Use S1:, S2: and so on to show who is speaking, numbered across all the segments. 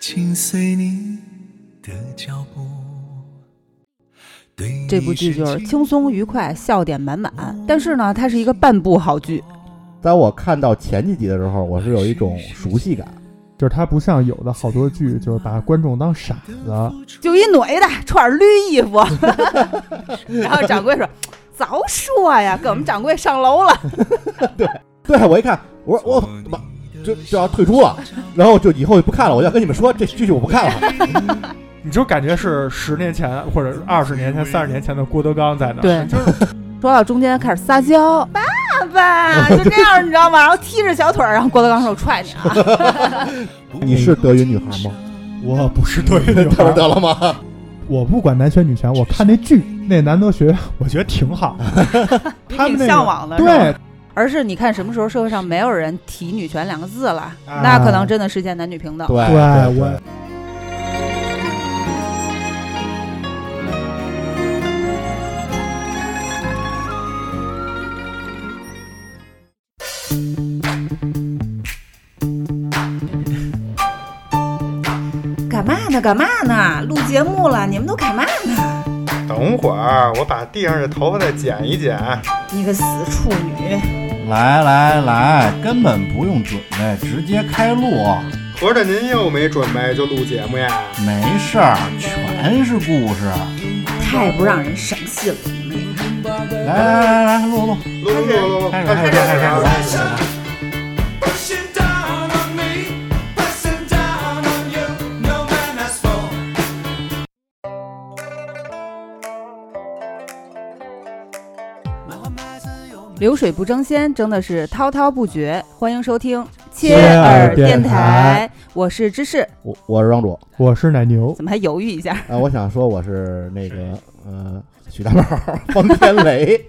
S1: 紧随你的脚步。对
S2: 这部剧就是轻松愉快，笑点满满。
S3: 哦
S2: 但是呢，它是一个半部好剧。
S4: 当我看到前几集的时候，我是有一种熟悉感。
S3: 就是它不像有的好多 剧，就是把观众当傻子。
S2: 就一女的穿着绿衣服， 然后掌柜说：“早说呀，给我们掌柜上楼 了。
S4: 对我一看，我说我妈就就要退出了，然后就以后就不看了。我要跟你们说，这这剧我不看 了。
S3: 你就感觉是十年前或者二十年前、三十年前的郭德纲在那”儿。
S2: 对，说到中间开始撒 娇，爸爸就这样，你知道吗？然后踢着小腿儿，然后郭德纲说：“我踹你啊
S4: 你是德云女孩吗？
S3: 我不是对的，
S4: 他说 得了吗？
S3: 我不管男权女权，我看那剧那男德学，我觉得挺好。！”
S2: 你
S3: 他
S2: 挺
S3: 们那个
S2: 向往的，是吧
S3: 对，
S2: 而是你看什么时候社会上没有人提女权两个字了，
S3: 啊
S2: 那可能真的实现男女平等。
S4: 对
S3: 对我
S5: 干嘛呢？干嘛呢？录节目了，你们都干嘛呢？
S6: 等会儿我把地上的头发再剪一剪。
S5: 你个死处女！
S7: 来来来，根本不用准备，直接开录，
S6: 合着您又没准备就录节目呀？
S7: 没事儿，全是故事。
S5: 太不让人省心了。你们
S7: 来来来来，录录，
S6: 录录录录，
S7: 开始开始开始
S6: 啊
S7: 开始。
S2: 流水不争先，争的是滔滔不绝。欢迎收听切
S3: 耳
S2: 电
S3: 电台
S2: 我是芝士，
S4: 我我是庄主
S3: 我是奶牛，
S2: 怎么还犹豫一下？
S4: 啊，我想说我是那个呃许大宝方天雷。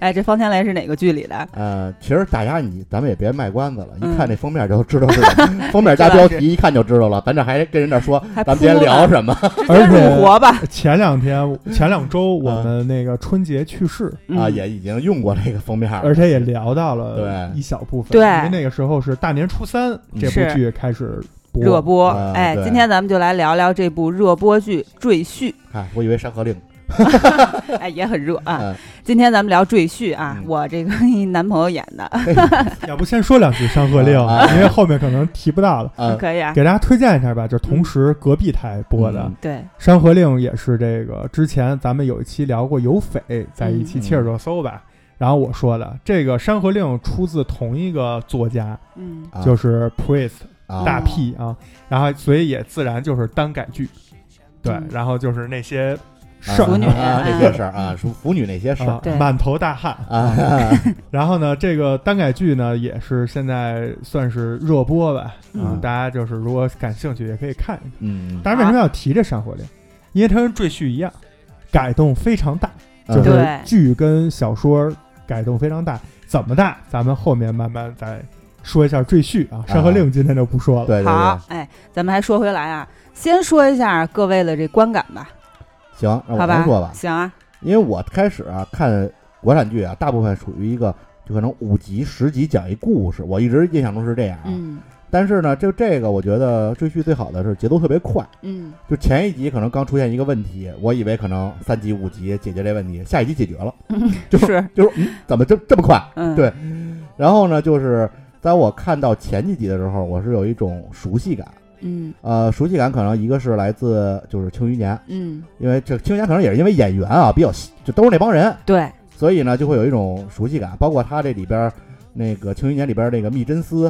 S2: 哎，这方天雷是哪个剧里的？
S4: 呃，其实大家你咱们也别卖关子了，
S2: 嗯
S4: 一看这封面就知道是什么封面加标题一看就知道了。咱这还跟人这说，
S2: 还
S4: 咱们今天
S2: 铺
S4: 聊
S2: 了
S4: 什么？
S2: 直接入活
S4: 啊
S2: 吧。
S3: 前两天 前两周我们那个春节去世，
S4: 啊，
S2: 嗯
S4: 也已经用过这个封面了，
S3: 而且也聊到了
S4: 对
S3: 一小部分，
S2: 对
S3: 因为那个时候是大年初三，这
S2: 是
S3: 部剧开始播
S2: 热播
S4: 啊。
S2: 哎，
S4: 对
S2: 今天咱们就来聊聊这部热播剧《赘婿
S4: 哎，我以为《山河令》。》，
S2: 哎，也很热啊
S4: 嗯。
S2: 今天咱们聊《赘婿》啊，
S4: 嗯
S2: 我这个一男朋友演的，
S3: 要不先说两句《山河令
S4: 啊》，
S3: 因为后面可能提不到了。
S4: 呃，
S2: 可以啊。
S3: 给大家推荐一下吧，就是
S2: 嗯
S3: 同时隔壁台播的《
S4: 嗯
S2: 对，
S3: 山河令》，也是这个之前咱们有一期聊过有匪，在一期
S4: 嗯
S3: 切尔热搜吧。然后我说的这个《山河令》出自同一个作家，
S2: 嗯，
S4: 啊
S3: 就是 Priest
S4: 啊
S3: 大 P 啊，然后所以也自然就是单改剧，对
S2: 嗯，
S3: 然后就是那些事
S4: 啊
S2: 腐
S3: 儿
S2: 女
S4: 啊那些
S2: 嗯
S4: 事儿啊，腐腐女那些事儿
S3: 啊
S2: 对，
S3: 满头大汗。
S4: 啊，
S3: 然后呢，这个单改剧呢也是现在算是热播吧，啊
S2: 嗯
S3: 大家就是如果感兴趣也可以看一看。
S4: 嗯，
S3: 但是为什么要提这《山河令》？因为它跟《赘婿》一样，改动非常大，就
S4: 嗯
S3: 是
S2: 对
S3: 剧跟小说改动非常大，怎么大？咱们后面慢慢再说一下《赘婿》啊，《山河令》今天就不说了。
S4: 对对
S2: 好
S4: 对，，
S2: 哎，咱们还说回来啊，先说一下各位的这观感吧，
S4: 行，那
S2: 好
S4: 我先说
S2: 吧
S4: 吧？，
S2: 行啊，
S4: 因为我开始啊看国产剧啊，大部分属于一个就可能五集十集讲一故事，我一直印象中是这样啊。
S2: 嗯
S4: 但是呢，就这个我觉得追剧最好的是节奏特别快，
S2: 嗯，，
S4: 就前一集可能刚出现一个问题，我以为可能三集五集解决这问题，下一集解决了，就是就是嗯，怎么这这么快？
S2: 嗯，
S4: 对然后呢，就是当我看到前几集的时候，我是有一种熟悉感。
S2: 嗯
S4: 呃，熟悉感可能一个是来自就是《庆余年》，
S2: 嗯，
S4: 因为这《庆余年》可能也是因为演员啊比较喜就都是那帮人，
S2: 对，
S4: 所以呢，就会有一种熟悉感。包括他这里边儿那个《庆余年》里边儿那个密侦司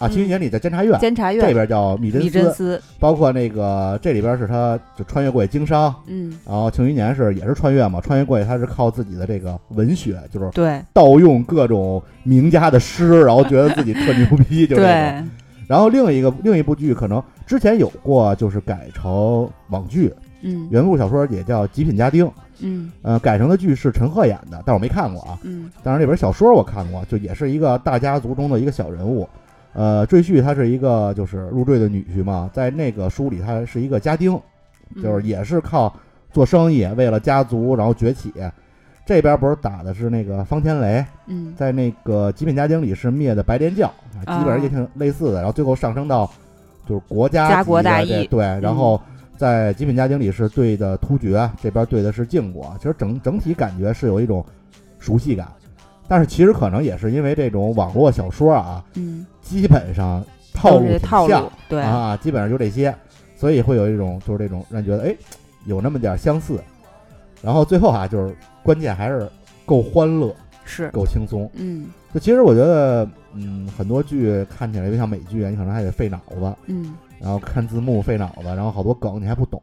S4: 啊，
S2: 嗯
S4: 《庆余年》里的监察院，
S2: 监察
S4: 这
S2: 院。
S4: 边叫密
S2: 李
S4: 侦
S2: 真
S4: 司，
S2: 司，
S4: 包括那个这里边是他就穿越过去经商，
S2: 嗯，
S4: 然后《庆余年》是也是穿越嘛，穿越过去他是靠自己的这个文学，就是
S2: 对
S4: 盗用各种名家 的诗，然后觉得自己特牛逼，就是这种。
S2: 对，
S4: 然后另一个另一部剧可能之前有过，就是改成网剧，
S2: 嗯
S4: 原著小说也叫《极品家丁》，
S2: 嗯
S4: 呃，改成的剧是陈赫演的，但我没看过啊。
S2: 嗯
S4: 当然，这本小说我看过，就也是一个大家族中的一个小人物。呃，赘婿他是一个就是入赘的女婿嘛，在那个书里他是一个家丁，
S2: 嗯，
S4: 就是也是靠做生意为了家族然后崛起。这边不是打的是那个方天雷，
S2: 嗯
S4: 在那个《极品家丁》里是灭的白莲教，啊基本上也挺类似的。然后最后上升到就是国家
S2: 家
S4: 级
S2: 国
S4: 的
S2: 大
S4: 这
S2: 义嗯
S4: 对，然后在《极品家庭》里是对的突厥，这边对的是晋国，其实整整体感觉是有一种熟悉感，但是其实可能也是因为这种网络小说啊，
S2: 嗯，
S4: 基本上套
S2: 都
S4: 路
S2: 是这
S4: 挺
S2: 套
S4: 像
S2: 路，对，
S4: 啊，基本上就这些，所以会有一种就是这种让你觉得哎有那么点相似，然后最后啊就是关键还是够欢乐，
S2: 是，
S4: 够轻松。
S2: 嗯
S4: 就其实我觉得，嗯，很多剧看起来就像美剧啊，你可能还得费脑子，
S2: 嗯，
S4: 然后看字幕费脑子，然后好多梗你还不懂。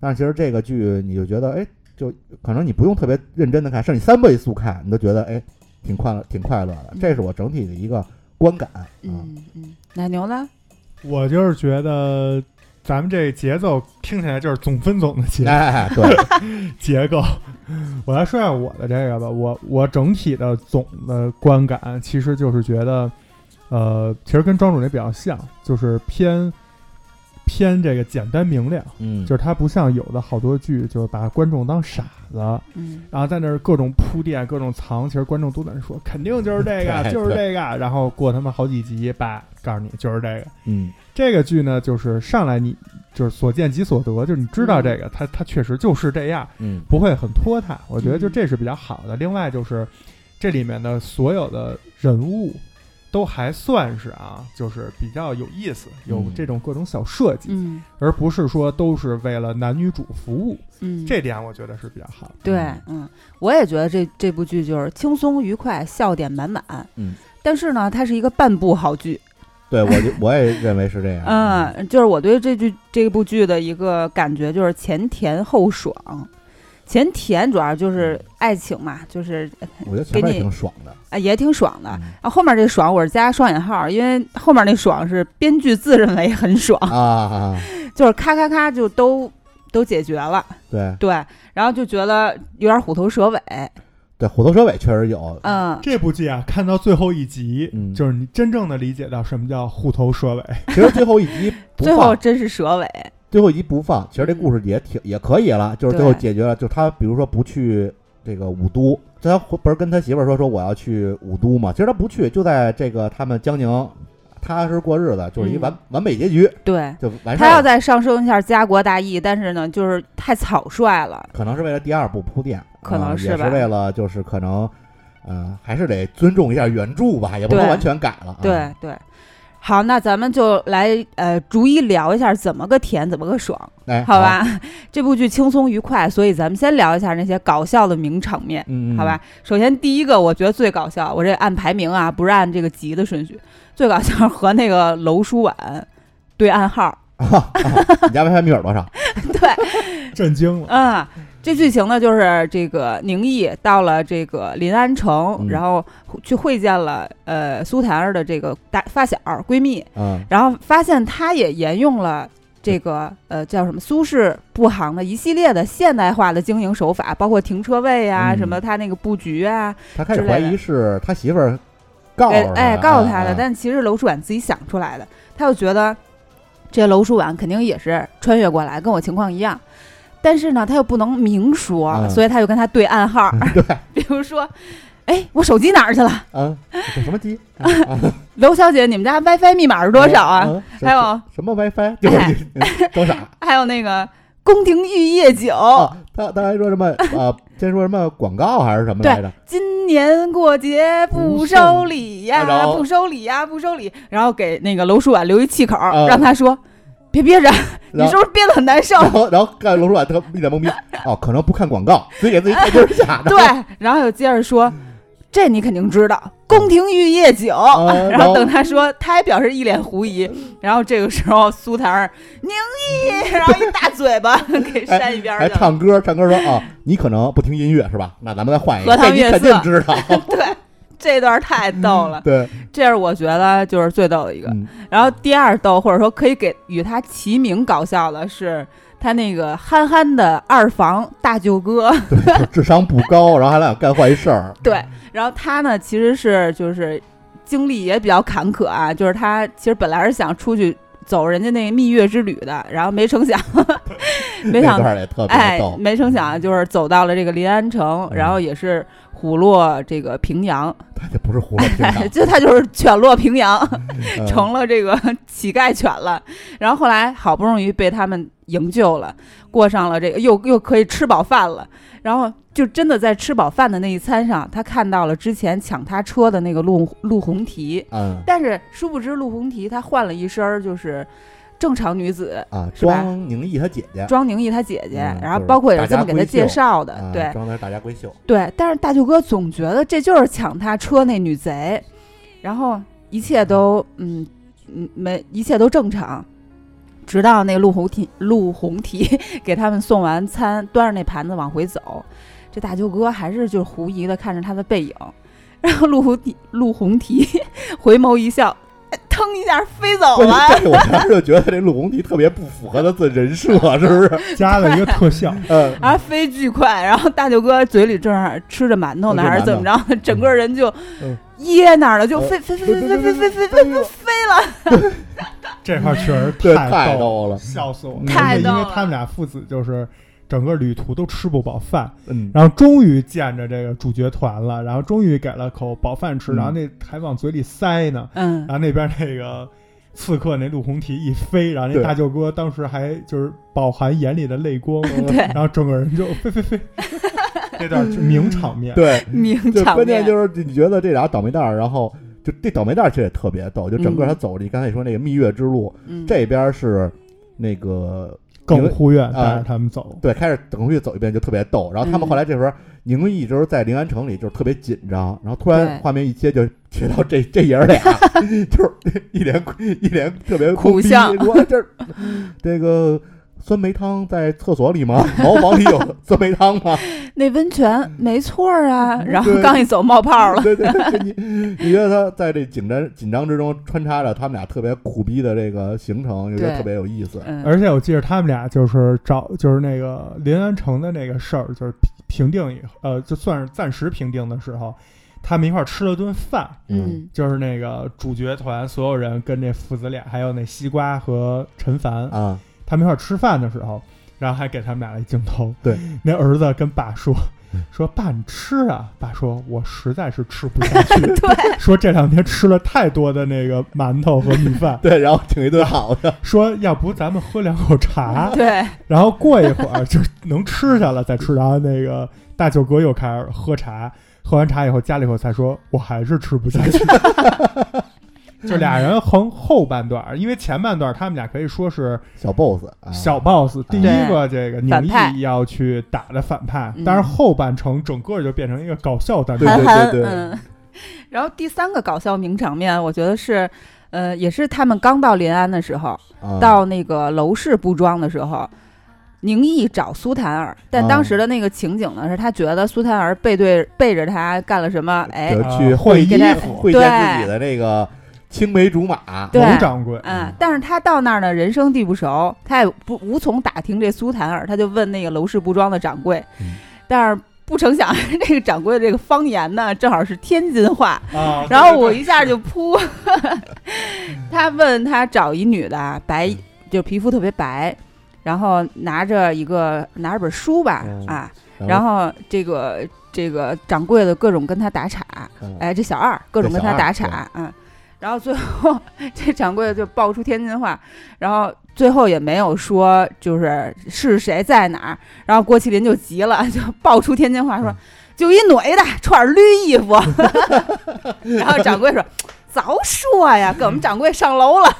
S4: 但是其实这个剧你就觉得，哎，就可能你不用特别认真的看，甚至你三倍速看，你都觉得哎，挺快乐，挺快乐的。
S2: 嗯
S4: 这是我整体的一个观感啊。
S2: 嗯嗯，奶牛呢？
S3: 我就是觉得咱们这节奏听起来就是总分总的节
S4: 哎， 对，
S3: 结构。 我来说下我的这个吧，我我整体的总的观感其实就是觉得，呃，其实跟庄主那比较像，就是偏偏这个简单明亮，
S4: 嗯，
S3: 就是它不像有的好多剧，就是把观众当傻子，
S2: 嗯
S3: 然后在那儿各种铺垫、各种藏，其实观众都在那说，肯定就是这个，
S4: 对
S3: 就是这个。然后过他妈好几集，吧，告诉你就是这个。
S4: 嗯
S3: 这个剧呢，就是上来你就是所见即所得，就是你知道这个，它它确实就是这样，
S4: 嗯
S3: 不会很拖沓。我觉得就
S2: 嗯
S3: 这是比较好的。另外就是这里面的所有的人物都还算是啊，就是比较有意思，有
S4: 嗯
S3: 这种各种小设计，
S2: 嗯
S3: 而不是说都是为了男女主服务。
S2: 嗯，
S3: 这点我觉得是比较好的。
S2: 对，嗯，我也觉得这这部剧就是轻松愉快，笑点满满。
S4: 嗯，
S2: 但是呢，它是一个半部好剧。
S4: 对我就我也认为是这样。
S2: 嗯，就是我对这剧这部剧的一个感觉就是前甜后爽。前甜主要就是爱情嘛，就是
S4: 我觉得前面
S2: 给
S4: 也
S2: 你
S4: 挺爽的。
S2: 啊也挺爽的。
S4: 嗯
S2: 啊，后面这爽我是加双引号，因为后面那爽是编剧自认为很爽，
S4: 啊啊，啊
S2: 就是咔咔咔就都都解决了，
S4: 对
S2: 对，然后就觉得有点虎头蛇尾，
S4: 对，虎头蛇尾确实有。
S2: 嗯，
S3: 这部剧啊，看到最后一集，
S4: 嗯
S3: 就是你真正的理解到什么叫虎头蛇尾。
S4: 其实最后一 集不
S2: 最
S4: 放
S2: 后真是蛇尾，
S4: 最后一集不放，其实这故事也挺也可以了，就是最后
S2: 嗯对
S4: 解决了，就是他比如说不去这个武都，他不是跟他媳妇儿说说我要去武都嘛，其实他不去，就在这个他们江宁踏踏实实过日子，就是一完、完美结局
S2: 对。
S4: 就完
S2: 嗯
S4: 事
S2: 他要
S4: 儿了。
S2: 再上升一下家国大义，但是呢，就是太草率了。
S4: 可能是为了第二部铺垫，
S2: 可能
S4: 啊
S2: 是
S4: 也
S2: 吧
S4: 是为了就是可能，呃，还是得尊重一下原著吧，也不能
S2: 对
S4: 完全改了、啊。
S2: 对对，好，那咱们就来呃逐一聊一下怎么个甜，怎么个爽，
S4: 哎，
S2: 好吧？ 这部剧轻松愉快，所以咱们先聊一下那些搞笑的名场面。
S4: 嗯，嗯，
S2: 好吧，首先第一个我觉得最搞笑，我这按排名啊，不是按这个集的顺序。最搞笑和那个楼书婉对暗号，
S4: 啊你家 WiFi 密码多少？
S3: 震惊了，
S2: 嗯，这剧情呢就是这个宁毅到了这个临安城，
S4: 嗯
S2: 然后去会见了呃苏檀儿的这个大发小闺蜜，
S4: 嗯
S2: 然后发现她也沿用了。这 个呃叫什么苏式布行的一系列的现代化的经营手法，包括停车位啊，
S4: 嗯
S2: 什么他那个布局啊，
S4: 他开始
S2: 之类
S4: 怀
S2: 的
S4: 疑是他媳妇儿告
S2: 给
S4: 诉
S2: 哎
S4: 的
S2: 告诉
S4: 啊
S2: 他的，
S4: 啊
S2: 但其实楼主婉自己想出来的，他就觉得这楼主婉肯定也是穿越过来，跟我情况一样。但是呢，他又不能明说，
S4: 嗯
S2: 所以他就跟他对暗号，
S4: 对，
S2: 比如说，哎，我手机哪儿去了？
S4: 啊，这什么机？
S2: 楼小姐，你们家 WiFi 密码是 多少啊？
S4: 嗯？什
S2: 还有哎
S4: 什么 WiFi？就是 嗯你 多少？
S2: 还有那个宫廷玉液酒，
S4: 哦，他他还说什么啊？先说什么广告还是什么来着？
S2: 今年过节不收礼呀、
S4: 不哎收然后
S2: 不收礼呀、不收礼。然后给那个楼主婉留一气口，
S4: 嗯
S2: 让他说别憋着，你
S4: 然
S2: 是
S4: 后
S2: 不是憋得很难受？
S4: 然后然后看龙叔啊，他一脸懵逼。哦，可能不看广告，自己给自己台阶下的。啊
S2: 对，然后又接着说，这你肯定知道，宫廷玉液酒。
S4: 啊
S2: 哦然后等他说，他还表示一脸狐疑。然后这个时候，苏檀儿宁毅，然后一大嘴 巴给扇一边
S4: 哎还
S2: 儿去了。
S4: 唱歌，唱歌说啊，你可能不听音乐是吧？那咱们再换一个，
S2: 荷塘
S4: 这你
S2: 月
S4: 肯
S2: 色
S4: 定知道。
S2: 对，这段太逗了，
S4: 对，
S2: 这是我觉得就是最逗的一个。
S4: 嗯，
S2: 然后第二逗，或者说可以给与他齐名搞笑的是。他那个憨憨的二房大舅哥，
S4: 对，就智商不高，然后还老想干坏事儿。
S2: 对，然后他呢，其实是就是经历也比较坎坷啊，就是他其实本来是想出去走人家那蜜月之旅的，然后没成想， 没想
S4: 那段儿也特别
S2: 哎
S4: 逗，，
S2: 没成想就是走到了这个临安
S4: 嗯
S2: 城，然后也是虎落这个平阳，
S4: 他就不是胡乱编
S2: 哎，
S4: 的，
S2: 就他就是犬落平阳，
S4: 嗯
S2: 成了这个 乞丐犬了。然后后来好不容易被他们营救了，过上了这个又又可以吃饱饭了。然后就真的在吃饱饭的那一餐上，他看到了之前抢他车的那个陆陆红蹄，
S4: 嗯
S2: 但是殊不知陆红蹄他换了一身儿就是正常女子
S4: 啊，
S2: 是吧
S4: 庄宁毅他姐姐，
S2: 庄宁毅她姐姐，
S4: 嗯
S2: 然后
S4: 就是
S2: 包括也
S4: 大
S2: 是这
S4: 家
S2: 么给他
S4: 闺秀
S2: 介绍的，
S4: 啊
S2: 对。
S4: 装的是大家闺秀，
S2: 对，但是大舅哥总觉得这就是抢他车那女贼，然后一切都嗯嗯没一切都正常，直到那陆红蹄陆红蹄 给他们送完餐，端着那盘子往回走，这大舅哥还是就是狐疑的看着他的背影，然后陆红蹄陆红蹄 回眸一笑，哎腾一下飞走
S4: 关
S2: 了。
S4: 键对我当时就觉得这陆红旗特别不符合他的人设，是不是？
S3: 加了一个特效，
S4: 嗯，
S2: 然后飞巨快，然后大舅哥嘴里正好吃着馒头呢，
S4: 吃
S2: 还是怎么着，整个人就
S4: 嗯
S2: 噎那儿了，就
S4: 呃
S2: 飞飞飞飞飞飞飞飞
S4: 哎呦
S2: 飞了。
S3: 这块儿确实
S4: 对，
S3: 太
S4: 太逗
S3: 逗了，
S4: 了，
S3: 笑死我了！
S2: 太
S3: 因
S2: 逗
S3: 为
S2: 了
S3: 他们俩父子就是整个旅途都吃不饱饭，
S4: 嗯，
S3: 然后终于见着这个主角团了，然后终于给了口饱饭吃，
S4: 嗯
S3: 然后那还往嘴里塞呢，
S2: 嗯
S3: 然，后那边那个刺客那陆红旗一飞，然后那
S4: 对
S3: 大舅哥当时还就是饱含眼里的泪光，
S2: 对
S4: 嗯
S3: 然后整个人就飞飞飞，那段就名场面，
S4: 对，
S2: 名
S4: 就
S2: 嗯场
S4: 关
S2: 面，
S4: 键就是你觉得这俩倒霉蛋儿，然后就这倒霉蛋儿其实也特别逗，就整个他走你刚才也说那个蜜月之路，
S2: 嗯
S4: 这边是那个
S3: 更护院
S4: 啊
S3: 带着他们走，
S4: 对，开始等回去走一遍就特别逗，然后他
S2: 嗯
S4: 们后来这时候宁荣一直在临安城里就是特别紧张，然后突然
S2: 对
S4: 画面一切就切到这这爷儿俩， 就是一脸一脸特别
S2: 苦
S4: 懵逼
S2: 相
S4: 说哎这儿这个酸梅汤在厕所里吗？茅房里有酸梅汤 吗？
S2: 那温泉
S4: 嗯
S2: 没错儿啊。然后
S4: 对
S2: 刚一走冒泡了，
S4: 对对对，你你觉得他在这紧张紧张之中穿插着他们俩特别苦逼的这个行程，就觉得
S2: 对
S4: 特别有意思。
S2: 嗯，
S3: 而且我记得他们俩就是找，就是那个临安城的那个事儿，就是平平定以后，呃，就算是暂时平定的时候，他们一块儿吃了顿饭，
S2: 嗯
S3: 就是那个主角团所有人跟这父子俩，还有那西瓜和陈凡，
S4: 啊，
S3: 他们一块儿吃饭的时候，然后还给他们俩了一镜头，
S4: 对，。
S3: 那儿子跟爸说。说爸，你吃啊！爸说，我实在是吃不下去。
S2: 对，
S3: 说这两天吃了太多的那个馒头和米饭
S4: 对，然后请一顿好的，
S3: 说要不咱们喝两口茶？
S2: 对，
S3: 然后过一会儿就能吃下了再吃。然后那个大舅哥又开始喝茶，喝完茶以后家里头才说，我还是吃不下 去。就俩人横后半段儿，因为前半段儿他们俩可以说是
S4: 小 boss 啊，
S3: 小 boss，、第一个这个宁
S2: 反派
S3: 毅要去打的反派，
S2: 嗯
S3: 但是后半程整个就变成一个搞笑单
S4: 对
S2: 韩
S3: 元。
S4: 对
S2: 寒，
S4: 对
S2: 嗯。然后第三个搞笑名场面，我觉得是，呃，也是他们刚到临安的时候，
S4: 啊
S2: 到那个楼市布庄的时候，宁毅找苏檀儿，但
S4: 啊
S2: 当时的那个情景呢，是他觉得苏檀儿背对背着他干了什么，哎
S4: 就，
S3: 啊
S4: 去
S3: 换
S4: 会
S3: 衣
S4: 衣
S3: 服
S4: 服，会见自己
S2: 对
S4: 的这个青梅竹马。
S2: 对
S3: 王掌 柜，
S2: 嗯，但是他到那儿呢，人生地不熟，他也不无从打听这苏檀儿，他就问那个楼市布庄的掌柜，
S4: 嗯
S2: 但是不成想 这个掌柜的这个方言呢，正好是天津话，
S3: 啊
S2: 然后我一下就扑，他问他找一女的，啊白就皮肤特别白，然后拿着一个拿着本书吧、
S4: 嗯
S2: 啊，
S4: 然
S2: 然后这个这个掌柜的各种跟他打岔，
S4: 嗯
S2: 哎，这小二各种
S4: 这
S2: 跟
S4: 小
S2: 他
S4: 二
S2: 打岔，嗯，然后最后 这掌柜的就爆出天津话，然后最后也没有说就是是谁在哪儿，然后郭麒麟就急了，就爆出天津话说，
S4: 嗯
S2: 就一女的穿着绿衣服， 然后掌柜说。早说呀，给我们掌柜上楼 了。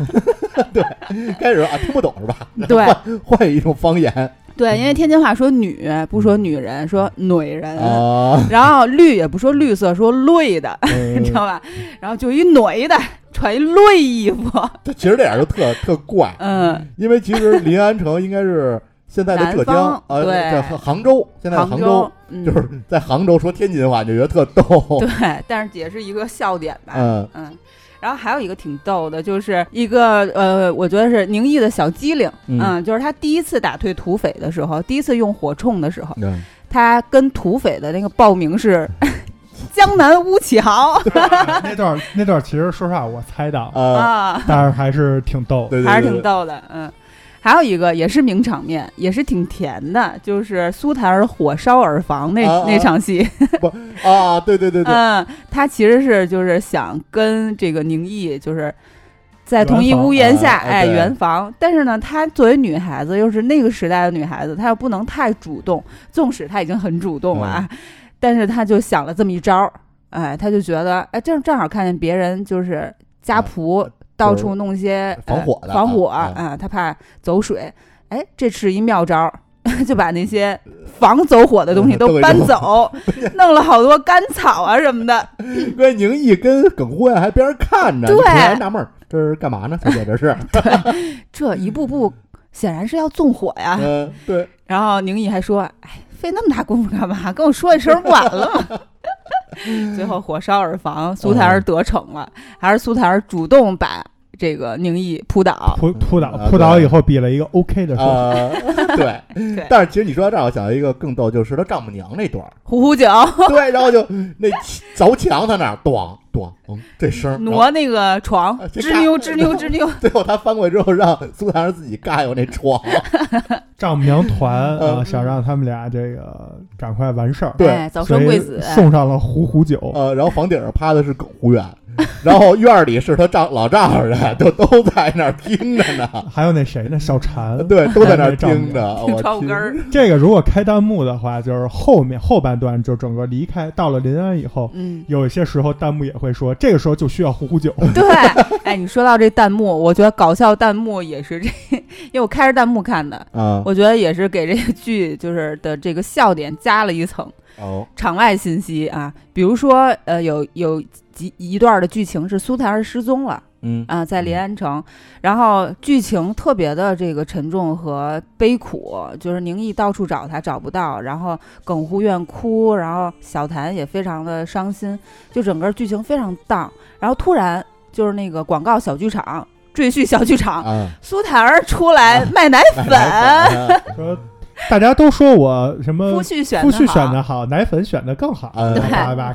S4: 开始啊听不懂是吧？
S2: 对
S4: 换一种方言
S2: 对，因为天津话说女不说女人，说女人，
S4: 啊，
S2: 然后绿也不说绿色，说绿的。
S4: 嗯
S2: 你知道吧？然后就一女的穿一绿衣服，
S4: 这 其实这点儿就特特怪，
S2: 嗯，
S4: 因为其实临安城应该是现在的浙
S2: 南
S4: 江
S2: 方
S4: 呃，
S2: 对
S4: 在杭州，现在的杭
S2: 州，嗯，
S4: 就是在杭州说天津话，你就觉得特逗。
S2: 对，但是也是一个笑点吧，
S4: 嗯
S2: 嗯。然后还有一个挺逗的，就是一个呃，我觉得是宁毅的小机灵，
S4: 嗯
S2: 就是他第一次打退土匪的时候，第一次用火铳的时候，
S4: 嗯，
S2: 他跟土匪的那个报名是 江南乌启豪
S3: 那段那段其实说实话我猜到，
S4: 呃，
S2: 啊，
S3: 但是还是挺逗的。
S4: 对对对，
S2: 还是
S4: 对
S2: 挺。逗的，嗯。还有一个也是名场面，也是挺甜的，就是苏檀儿火烧耳房那、
S4: 啊啊
S2: 那场戏。
S4: 啊，对对对对，
S2: 嗯，他其实是就是想跟这个宁毅就是在同一屋檐下，
S4: 圆房
S2: 哎，
S4: 哎对
S2: 圆房。但是呢，她作为女孩子，又是那个时代的女孩子，她又不能太主动，纵使她已经很主动了啊，
S4: 嗯
S2: 但是她就想了这么一招儿，哎，她就觉得，哎，正正好看见别人就是家仆
S4: 嗯
S2: 到处弄些
S4: 哎防火的
S2: 呃防火
S4: 啊
S2: 啊，她怕走水，哎，这是一妙招儿。 就把那些防走火的东西
S4: 都
S2: 都
S4: 给
S2: 搬
S4: 弄
S2: 走，弄了好多干草啊什么的，
S4: 关键宁毅跟耿护卫还边上看着，
S2: 对
S4: 你突然纳闷儿，这是干嘛呢？小姐这 是，
S2: 这一步步显然是要纵火呀。
S4: 嗯，对，
S2: 然后宁毅还说：“哎，费那么大功夫干嘛？跟我说一声不完了 吗？”最后火烧耳房，苏檀儿
S4: 嗯
S2: 得逞了，还是苏檀儿主动把这个宁毅扑倒。
S3: 扑扑倒
S4: 啊
S3: 扑倒
S4: 对
S3: 以后比了一个 OK 的手，
S4: 啊，对
S2: 对。
S4: 但是其实你说到这儿，我想到一个更逗，就是他丈母娘那段儿，
S2: 虎虎酒
S4: 对，然后就那凿墙他那儿咣咣，嗯，这声儿，然后
S2: 挪那个床，
S4: 啊这
S2: 吱
S4: 看
S2: 扭吱扭吱扭。
S4: 最后他翻过去之后，让苏檀儿自己尬悠那床，
S3: 丈母娘团
S4: 嗯
S3: 啊，想让他们俩这个赶快完事 儿，
S4: 对
S2: 哎，啊早
S3: 所
S2: 生
S3: 以
S2: 贵子。
S3: 送上了虎虎酒，
S4: 呃，然后房顶上趴的是耿护院，然后院儿里是他丈老丈人，就都在那儿听着呢，
S3: 还有那谁呢，小婵，
S4: 对，都在那儿听着， 我
S2: 窗户
S4: 天
S2: 根儿，
S3: 这个如果开弹幕的话，就是后面后半段就整个离开到了临安以后，
S2: 嗯，
S3: 有一些时候弹幕也会说，这个时候就需要呼呼酒。
S2: 对。哎，你说到这弹幕，我觉得搞笑弹幕也是这，因为我开着弹幕看的，
S4: 啊，
S2: 我觉得也是给这个剧就是的这个笑点加了一层
S4: 哦，
S2: 场外信息啊，比如说呃有有几一段的剧情是苏檀儿失踪了
S4: 嗯
S2: 啊，在临安城，然后剧情特别的这个沉重和悲苦，就是宁毅到处找他找不到，然后耿护院哭，然后小谭也非常的伤心，就整个剧情非常荡，然后突然就是那个广告小剧场。赘婿小剧场，
S4: 啊，
S2: 苏檀儿出来卖奶粉，
S3: 说大家都说我什么
S2: 夫婿选
S3: 嗯夫
S2: 的
S3: 婿选
S2: 好
S3: 的好，奶粉选的更好，
S4: 嗯
S3: 叭叭叭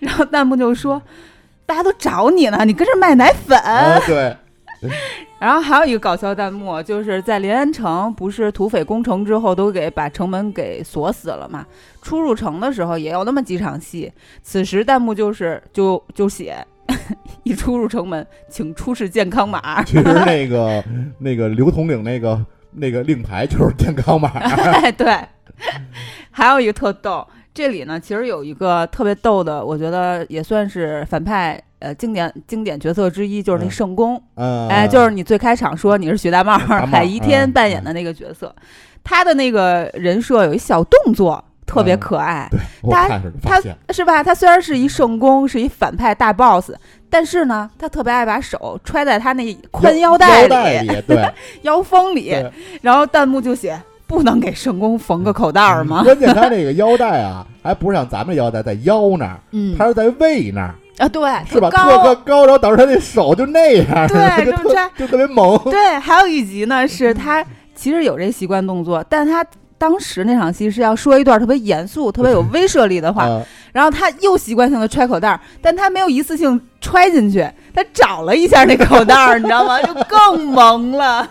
S2: 然后弹幕就说：“大家都找你呢，你跟这儿卖奶粉。
S4: 啊，对，
S2: 然后还有一个搞笑弹幕，就是在临安城不是土匪攻城之后都给把城门给锁死了嘛？出入城的时候也有那么几场戏，此时弹幕就是就就写。 一出入城门，请出示健康码。
S4: 其实那个那个刘统领那个那个令牌就是健康码，
S2: 哎，对，还有一个特逗，这里呢其实有一个特别逗的，我觉得也算是反派呃经典经典角色之一，就是那
S4: 嗯
S2: 圣公。
S4: 嗯，
S2: 哎，就是你最开场说你是徐大茂，
S4: 大茂嗯
S2: 海一天扮演的那个角色，他的那个人设有一小动作特
S4: 嗯
S2: 别可爱，
S4: 对，我
S2: 大家
S4: 看是发现，
S2: 是吧？他虽然是一圣公，是一反派大 boss，但是呢，他特别爱把手揣在他那宽腰
S4: 腰
S2: 带
S4: 带
S2: 里、
S4: 里，对，
S2: 腰封里
S4: 对，嗯
S2: 然后弹幕就写不能给圣公缝个口袋儿吗？
S4: 关键他这个腰带啊，还不是像咱们腰带在腰那儿，
S2: 嗯
S4: 他是在胃那儿，
S2: 啊，对，
S4: 是吧？特
S2: 高
S4: 特。高，然后导致他那手就那样，
S2: 对
S4: 就
S2: 就这
S4: 特
S2: 样
S4: 就特别萌，啊
S2: 对，还有一集呢，是他其实有这习惯动作，但他当时那场戏是要说一段特别严肃、特别 有威慑力的话，
S4: 啊
S2: 然后他又习惯性的揣口袋儿，但他没有一次性揣进去，他找了一下那口袋儿，你知道吗？就更萌了。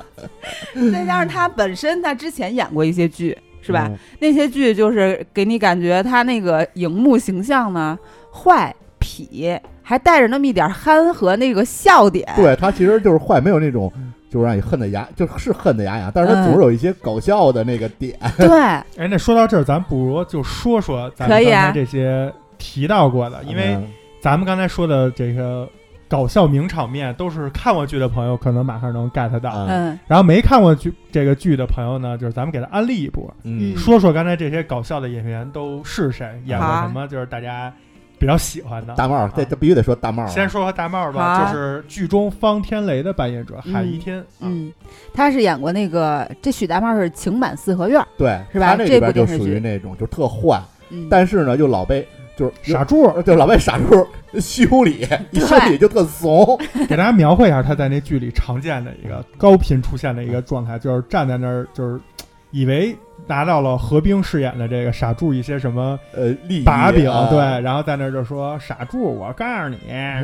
S2: 再加上他本身他之前演过一些剧，是吧？？
S4: 嗯
S2: 那些剧就是给你感觉他那个荧幕形象呢坏痞，还带着那么一点憨和那个笑点。
S4: 对他其实就是坏，没有那种就是让你恨的牙，就是恨的牙痒，但是他
S2: 嗯
S4: 总是有一些搞笑的那个点。
S2: 对
S3: 哎，那说到这儿，咱不如就说说咱
S2: 可
S3: 们
S2: 以
S3: 刚
S2: 啊
S3: 才这些提到过的，因
S4: 啊嗯
S3: 为咱们刚才说的这个搞笑名场面，都是看过剧的朋友可能马上能 get 到，
S4: 嗯
S2: 嗯，
S3: 然后没看过剧这个剧的朋友呢，就是咱们给他安利一波，
S2: 嗯
S3: 说说刚才这些搞笑的演员都是谁，演过
S2: 好啊
S3: 什么，就是大家比较喜欢的。
S4: 大帽儿，这这必须得说大帽儿啊。
S3: 先说说大帽
S2: 好
S3: 吧，
S2: 啊
S3: 就是剧中方天雷的扮演者海一天。啊，
S2: 嗯，他是演过那个这许大茂是《情满四合院》，
S4: 对，
S2: 是吧
S4: 他那
S2: 这
S4: 里边
S2: 部
S4: 就
S2: 电视
S4: 属于
S2: 剧
S4: 那种就特坏，
S2: 嗯，
S4: 但是呢又老被就是
S3: 傻柱儿，
S4: 就老被傻叔修理，一
S2: 对
S4: 修理就特怂。
S3: 给大家描绘一下他在那剧里常见的一个高频出现的一个状态，就是站在那儿就是以为拿到了何冰饰演的这个傻柱一些什么
S4: 呃，利益
S3: 把柄，
S4: 啊
S3: 对，然后在那儿就说傻柱，我告 诉你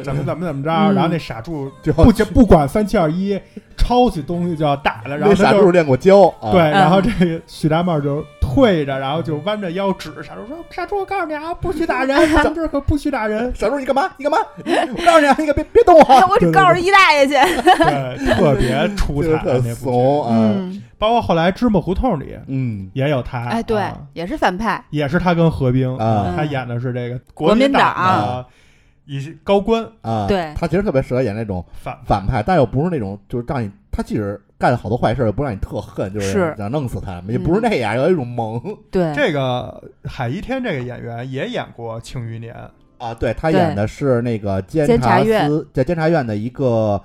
S3: 怎么怎么怎么着，
S2: 嗯
S3: 然后那傻柱
S4: 就
S3: 不不管三七二一，抄起东西就要打了，然后
S4: 那
S3: 他
S4: 傻
S3: 就
S4: 柱练过跤啊，
S3: 对，，
S2: 嗯
S3: 然后这个许大茂就退着，然后就弯着腰指傻柱说：“傻柱，我告诉你啊，不许 打人，咱们这儿可不许打人。
S4: 傻柱你干嘛？你干嘛？我告诉你啊，你可别别动我
S2: 哎
S4: 啊，
S2: 我只告诉一大爷去。”
S3: 对，特别 出
S4: 就是
S3: 彩
S4: 特
S3: 那部剧。
S4: 怂啊，
S2: 嗯，
S3: 包括后来《芝麻胡同》里
S4: 嗯
S3: 也有他，
S2: 哎，对
S3: 啊，
S2: 也是反派。
S3: 也是他跟何冰，
S4: 啊
S3: 他演的是这个
S2: 国民
S3: 民
S2: 党啊
S3: 的一些高官
S4: 啊，
S2: 对
S4: 他其实特别适合演那种
S3: 反
S4: 反派，但又不是那种就是让你他即使干好多坏事，也不让你特恨，就是想弄死他，也不
S2: 嗯
S4: 是那样，有一种萌
S2: 对，
S3: 这个海一天这个演员也演过《庆余年》，
S4: 啊。对他
S2: 对
S4: 演的是那个监
S2: 监察
S4: 察
S2: 院
S4: 司在监察院的一个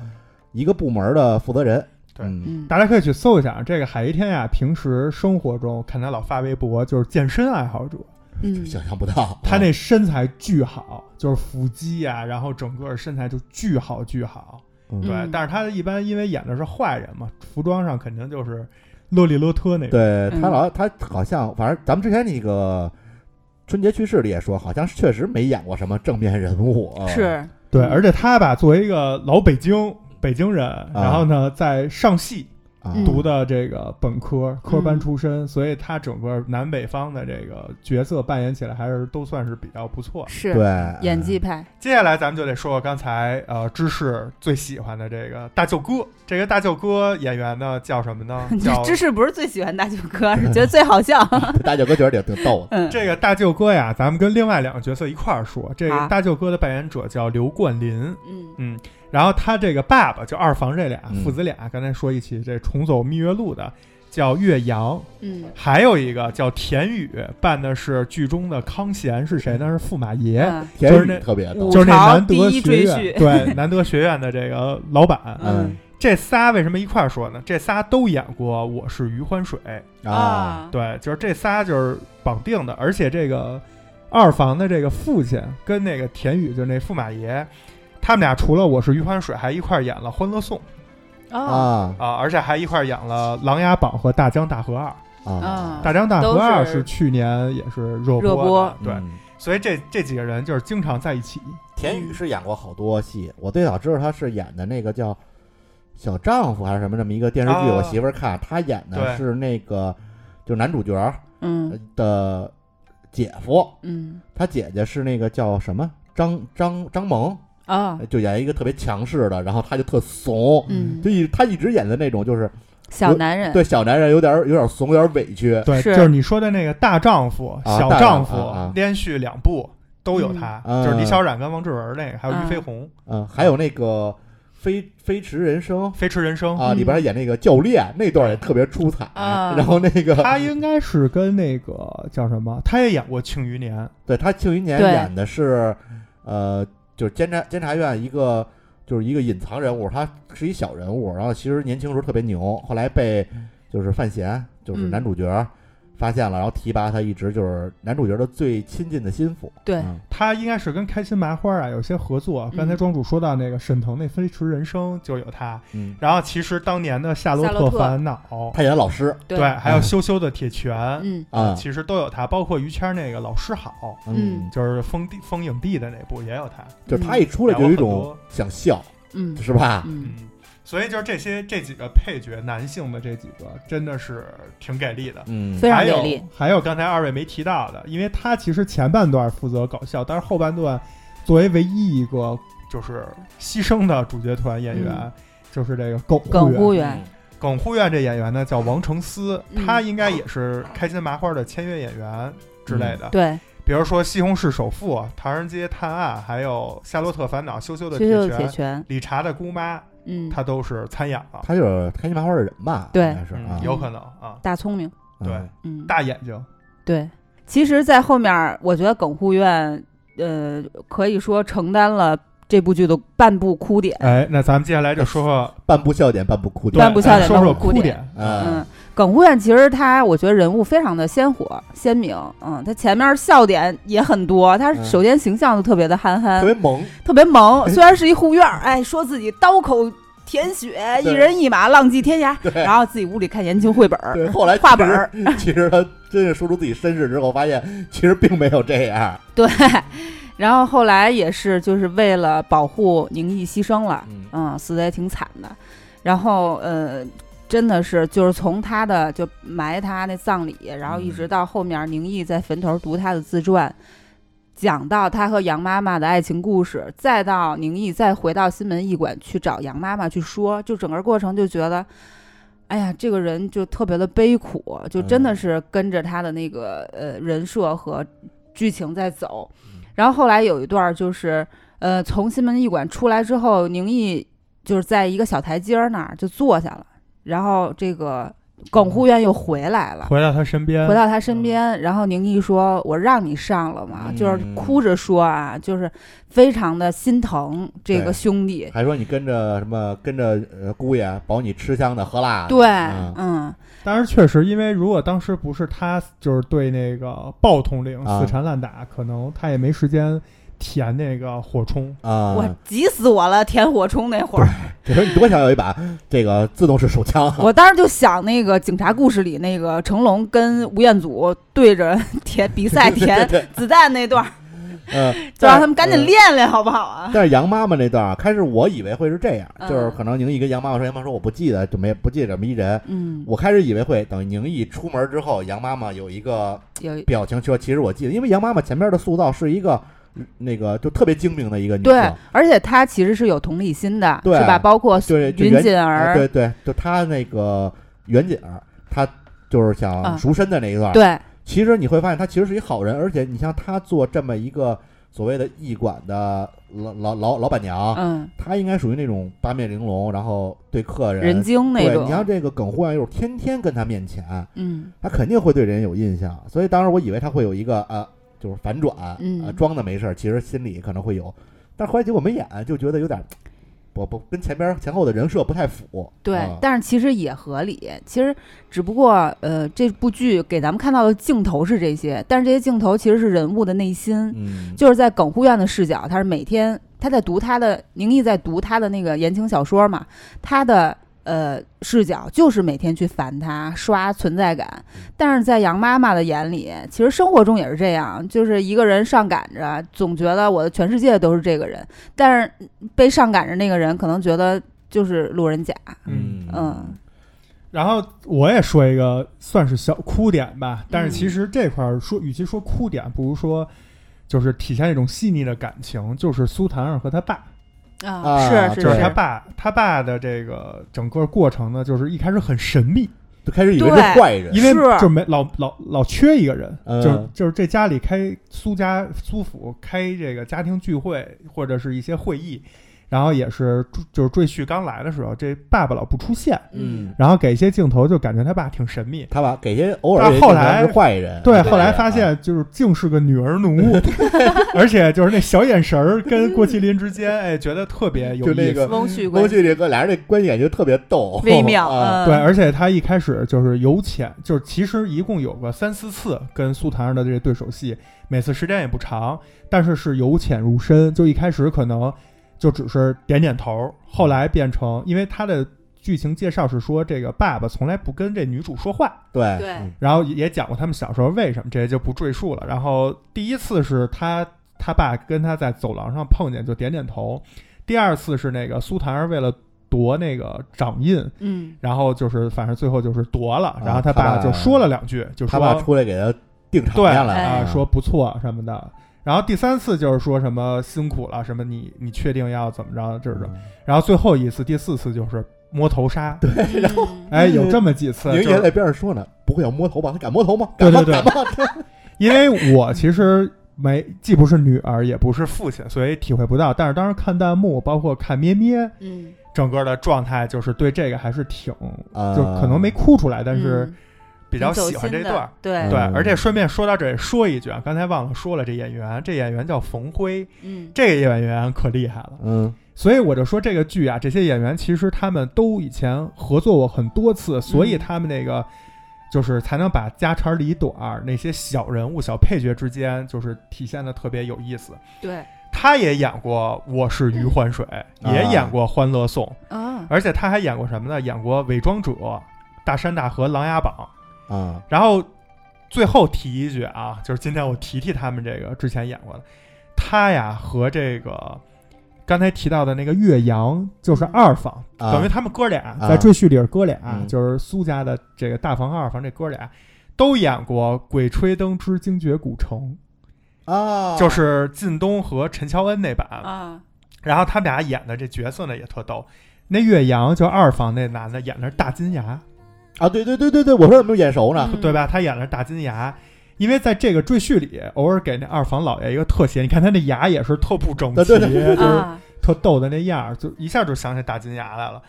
S4: 一个部门的负责人，
S3: 对
S4: 嗯
S2: 嗯，
S3: 大家可以去搜一下。啊这个海一天呀，平时生活中看他老发微博，就是健身爱好者，
S2: 嗯，
S4: 想象不到
S3: 他
S4: 啊
S3: 那身材巨好，就是腹肌呀、然后整个身材就巨好巨好。
S4: 嗯
S3: 对，
S2: 嗯
S3: 但是他一般因为演的是坏人嘛，服装上肯定就是勒里勒特那种。
S4: 对
S2: 嗯
S4: 他老他好像，反正咱们之前那个春节趣事里也说，好像是确实没演过什么正面人物，啊
S2: 是，
S3: 对，而且他吧，作为一个老北京北京人，然后呢，在上戏
S4: 啊，
S2: 嗯
S3: 读的这个本科科班
S2: 嗯
S3: 出身，所以他整个南北方的这个角色扮演起来还是都算是比较不错。
S2: 是
S4: 对
S2: 演技派。？
S3: 接下来咱们就得说说刚才呃芝士最喜欢的这个大舅哥，这个大舅哥演员呢叫什么呢 嗯叫
S2: 芝士不是最喜欢大舅哥，是觉得最好 笑。
S4: 大舅哥觉得挺挺逗的，
S2: 嗯，
S3: 这个大舅哥呀，咱们跟另外两个角色一块儿说。这
S2: 好
S3: 个大舅哥的扮演者叫刘冠霖，
S2: 嗯
S3: 嗯，然后他这个爸爸就二房这俩
S4: 嗯
S3: 父子俩，刚才说一起这重走蜜月路的叫岳阳，
S2: 嗯
S3: 还有一个叫田宇，扮的是剧中的康贤，是谁呢？是驸马爷，
S4: 哎
S2: 嗯
S4: 田
S3: 就是
S4: 宇
S3: 那
S4: 特别逗
S2: 武，
S3: 就是那
S2: 朝
S3: 南德
S2: 第一
S3: 学
S2: 赘
S3: 院
S2: 婿
S3: 对南德学院的这个老板。
S4: 嗯
S3: 这仨为什么一块儿说呢？这仨都演过《我是余欢水》，
S4: 啊，
S3: 对，就是这仨就是绑定的，而且这个二房的这个父亲跟那个田宇，就是那驸马爷，他们俩除了《我是余欢水》，还一块儿演了《欢乐颂》
S2: 哦
S4: 啊
S3: 啊，而且还一块儿演了《琅琊榜》和《大江大河二》。
S2: 啊
S4: 啊，
S3: 《大江大河二》
S2: 都是
S3: 是去年也是热播的
S2: 热播
S3: 对，
S4: 嗯
S3: 所以这这几个人就是经常在一起。
S4: 田宇是演过好多戏，我最早知道他是演的那个叫《小丈夫》还是什么这么一个电视剧，
S3: 啊
S4: 我媳妇儿看，他演的
S3: 对
S4: 是那个就是男主角哎
S2: 嗯
S4: 的姐夫，
S2: 嗯
S4: 他姐姐是那个叫什么张张张萌，
S2: 哦
S4: 就演一个特别强势的，然后他就特怂，
S2: 嗯，
S4: 就一他一直演的那种就是
S2: 小男人
S4: 对小男人有点有点怂，有点委屈。呃
S3: 对，
S2: 是
S3: 就是你说的那个大丈夫、
S4: 啊
S3: 小
S4: 大
S3: 丈
S4: 丈
S3: 夫，
S4: 夫啊啊
S3: 连续两部都有他，
S4: 嗯
S3: 就是李
S4: 嗯
S3: 小冉跟王志文那个，还有俞
S2: 嗯
S3: 飞鸿
S4: 嗯，还有那个《飞飞驰人生
S3: 《飞驰人》生》
S4: 啊，
S2: 嗯
S4: 里边演那个教练那段也特别出彩。
S2: 啊
S4: 然后那个
S3: 他应该是跟那个叫什么，他也演过《庆余年》，
S4: 对他庆余年
S2: 对
S4: 演的是，呃，就是监察监察院一个就是一个隐藏人物，他是一小人物，然后其实年轻时候特别牛，后来被就是范闲就是
S2: 嗯
S4: 男主角。发现了，然后提拔他一直就是男主角的最亲近的心腹。
S2: 对
S4: 嗯
S3: 他应该是跟开心麻花啊有些合作。刚才
S2: 嗯
S3: 庄主说到那个沈腾那《飞驰人生》就有他，
S4: 嗯，
S3: 然后其实当年的《夏洛
S2: 夏洛特
S3: 烦恼》
S4: 他演的老师
S2: 对
S3: 对，还有
S4: 嗯
S3: 羞羞的铁拳，
S2: 嗯
S4: 啊，
S3: 其实都有他，包括于谦儿那个老师好，
S2: 嗯，
S3: 就是封地封影帝的那部也有他，
S4: 就是他一出来就有一种想笑，
S2: 嗯
S4: 是吧？
S2: 嗯
S3: 嗯，所以就是这些这几个配角，男性的这几个真的是挺给力的。
S4: 嗯
S2: 非常
S3: 还
S2: 给
S3: 有
S2: 力
S3: 还有刚才二位没提到的，因为他其实前半段负责搞笑，但是后半段作为唯一一个就是牺牲的主角团演员，
S2: 嗯
S3: 就是这个耿
S2: 耿
S3: 护
S2: 乎远
S3: 耿护院这演员呢叫王成思，
S2: 嗯
S3: 他应该也是开心麻花的签约演员之类的。
S2: 嗯对
S3: 比如说《西红柿首富》《唐人街探案》，还有《夏洛特烦恼》《羞羞的
S2: 羞
S3: 铁
S2: 羞
S3: 拳
S2: 的》铁拳
S3: 理查的姑妈，
S2: 嗯
S3: 啊他都是参演了，
S4: 他就是开心麻花的人吧？
S2: 对
S4: 应该是啊
S3: 嗯，有可能啊，
S2: 大聪明
S4: 嗯
S3: 对
S2: 嗯
S3: 大眼睛，
S2: 对，其实，在后面儿，我觉得耿护院，呃，可以说承担了这部剧的半部哭点。
S3: 哎，那咱们接下来就说说
S4: 半部笑点，半部哭
S3: 对
S4: 点。
S3: 哎
S2: 哎半部笑点
S3: 说说
S2: 半部哭
S3: 哭
S2: 点
S3: 点，
S4: 嗯
S2: 嗯，耿护院其实他，我觉得人物非常的鲜活鲜明。嗯，他前面笑点也很多，他
S4: 嗯
S2: 首先形象就特别的憨憨
S4: 特，别萌，
S2: 哎特别萌。虽然是一护院儿，哎，说自己刀口舔血，一
S4: 对哎
S2: 人一马，浪迹天涯，然后自己屋里看言情绘本儿，
S4: 对，后来
S2: 画
S4: 其
S2: 本
S4: 实
S2: 儿，
S4: 其实他真是说出自己身世之后，发现其实并没有这样。
S2: 对。然后后来也是，就是为了保护宁毅牺牲了，
S4: 嗯
S2: 嗯，死的也挺惨的。然后呃，真的是就是从他的就埋他那葬礼，然后一直到后面宁毅在坟头读他的自传，讲到他和杨妈妈的爱情故事，再到宁毅再回到新门驿馆去找杨妈妈去说，就整个过程就觉得。哎呀，这个人就特别的悲苦，就真的是跟着他的那个呃人设和剧情在走。然后后来有一段就是，呃，从新门驿馆出来之后，宁毅就是在一个小台阶儿那儿就坐下了，然后这个耿护院又回来了。
S3: 回到他身边，
S2: 回到他身边，然后宁毅说：“我让你上了嘛。
S4: 嗯
S2: 就是哭着说啊，就是非常的心疼这
S4: 对啊
S2: 个兄弟。
S4: 还说你跟着什么，跟着呃姑爷保你吃香的喝辣的。
S2: 对，
S4: 嗯
S2: 嗯，
S3: 当然确实，因为如果当时不是他，就是对那个鲍统领
S4: 啊
S3: 死缠烂打，可能他也没时间填那个火冲。
S4: 啊，
S2: 我急死我了！ 舔火冲那会儿，
S4: 这时候你多想有一把这个自动式手枪啊，
S2: 我当时就想那个警察故事里那个成龙跟吴彦祖对着 舔比赛舔
S4: 对
S2: 子弹那段儿，
S4: 嗯，
S2: 就让他们赶紧
S4: 嗯
S2: 练练好不好啊？
S4: 但是杨妈妈那段啊，开始我以为会是这样，就是
S2: 嗯
S4: 可能宁毅跟杨妈妈说，杨妈妈说我不记得，就没不记得这么一人。
S2: 嗯，
S4: 我开始以为会等宁毅出门之后，杨妈妈有一个
S2: 有一
S4: 表情说，其实我记得，因为杨妈妈前面的塑造是一个嗯那个就特别精明的一个女啊
S2: 对
S4: 性，，
S2: 而且他其实是有同理心的，
S4: 对
S2: 是吧？包括
S4: 对，就
S2: 云
S4: 袁
S2: 锦
S4: 啊
S2: 儿，
S4: 对对，就她那个袁锦儿，她就是想
S2: 啊
S4: 赎身的那一段，
S2: 对
S4: 其实你会发现他其实是一好人，而且你像他做这么一个所谓的驿馆的老老老老板娘，
S2: 嗯，
S4: 她应该属于那种八面玲珑，然后对客人
S2: 人精那
S4: 对，你像
S2: 种，
S4: 这个耿护院又是天天跟他面前，
S2: 嗯
S4: 他肯定会对人有印象。所以当时我以为他会有一个呃，就是反转，
S2: 嗯
S4: 呃装的没事儿，其实心里可能会有。但是后来结果没演，就觉得有点儿不不跟前边前后的人设不太符。
S2: 对，
S4: 啊
S2: 但是其实也合理。其实只不过呃，这部剧给咱们看到的镜头是这些，但是这些镜头其实是人物的内心，
S4: 嗯，
S2: 就是在耿护院的视角，他是每天他在读他的宁毅在读他的那个言情小说嘛，他的。呃，视角就是每天去烦他刷存在感，
S4: 嗯
S2: 但是在杨妈妈的眼里，其实生活中也是这样，就是一个人上赶着，总觉得我的全世界都是这个人，但是被上赶着那个人可能觉得就是路人甲，
S4: 嗯
S2: 嗯
S3: 然后我也说一个算是小哭点吧，但是其
S2: 嗯
S3: 实这块儿说，与其说哭点，不如说就是体现一种细腻的感情，就是苏檀儿和他爸，
S4: 啊
S2: 啊，是是
S3: 就是
S4: 对
S3: 他爸，他爸的这个整个过程呢，就是一开始很神秘，
S4: 就开始以为是
S2: 对
S4: 坏人
S3: 因为
S2: 是
S3: 就是没老老老缺一个人，
S4: 嗯
S3: 就是就是这家里开苏家苏府开这个家庭聚会或者是一些会议，然后也是就是赘婿刚来的时候，这爸爸老不出现，
S4: 嗯。
S3: 然后给一些镜头就感觉他爸挺神秘。
S4: 他吧，给些偶尔
S3: 但后来
S4: 是坏人，
S3: 对，
S4: 这
S3: 后来
S4: 样
S3: 发
S4: 啊
S3: 现就是竟是个女 儿奴，而且就是那小眼神儿跟郭麒麟之间，哎，觉得特别有
S4: 就
S3: 意
S4: 那
S3: 思。
S4: 个
S2: 翁婿
S4: 郭
S2: 关系
S4: 旭这哥俩人这关系感觉特别逗，
S2: 微妙，
S4: 啊，
S2: 嗯
S3: 对，而且他一开始就是有潜，就是其实一共有个三四次跟苏檀儿的这个对手戏，每次时间也不长，但是是由浅入深。就一开始可能就只是点点头，后来变成，因为他的剧情介绍是说这个爸爸从来不跟这女主说话，
S4: 对
S2: 对
S4: 嗯
S3: 然后也讲过他们小时候为什么，这些就不赘述了。然后第一次是他他爸跟他在走廊上碰见，就点点头；第二次是那个苏檀儿为了夺那个掌印。
S2: 嗯
S3: 然后就是反正最后就是夺了
S4: 啊，
S3: 然后他
S4: 他
S3: 爸
S4: 爸
S3: 就说了两句，就
S4: 他
S3: 说
S4: 爸出来给他定场
S3: 对
S4: 面了
S3: 啊
S2: 哎
S3: 说不错什么的。然后第三次就是说什么辛苦了，什么你你确定要怎么着，这是什
S4: 嗯
S3: 么。然后最后一次，第四次就是摸头杀，对，
S2: 嗯
S3: 哎，有这么几次，
S4: 宁
S3: 就
S4: 爷
S3: 是
S4: 在边上说呢，不会要摸头吧？他敢摸头吗？
S3: 对
S4: 敢吗？
S3: 对
S4: 敢吗？
S3: 因为我其实没既不是女儿，也不是父亲，所以体会不到。但是当时看弹幕，包括看咩咩，
S2: 嗯，
S3: 整个的状态就是对这个还是挺，
S4: 啊
S3: 就可能没哭出来，但是
S2: 嗯
S3: 比较
S2: 挺走
S3: 喜欢
S2: 心
S3: 这
S2: 的
S3: 段儿。
S2: 对，
S3: 对
S4: 嗯，
S3: 而且顺便说到这里说一句啊，刚才忘了说了，这演员，这演员叫冯辉，
S2: 嗯
S3: 这个演员可厉害了。
S4: 嗯，
S3: 所以我就说这个剧啊，这些演员其实他们都以前合作过很多次，所以他们那个就是才能把家长里短儿那些小人物、小配角之间，就是体现的特别有意思。
S2: 对，
S3: 他也演过《我是余欢水》，
S7: 嗯
S3: 也演过《欢乐颂》，
S2: 啊，
S3: 而且他还演过什么呢？演过《伪装者》《大山大河》《琅琊榜》。
S4: 啊，
S3: 然后最后提一句啊，就是今天我提提他们这个之前演过的，他呀和这个刚才提到的那个岳阳就是二房，
S4: 啊
S3: 等于他们哥俩
S4: 啊
S3: 在《赘婿》里是哥俩，
S4: 嗯
S3: 就是苏家的这个大房和二房这哥俩。都演过《鬼吹灯之精绝古城
S4: 啊，》，
S3: 就是靳东和陈乔恩那版。
S2: 啊，
S3: 然后他们俩演的这角色呢也特逗，那岳阳就二房那男的演的是大金牙，
S4: 啊，对对对对对，我说怎么眼熟呢？
S2: 嗯
S3: 对吧？他 演了大金牙，因为在这个赘婿里，偶尔给那二房老爷一个特写，你看他那牙也是特不整齐，
S4: 对对对对
S3: 就是
S2: 啊，
S3: 特逗的那样儿，就一下就想起大金牙来了。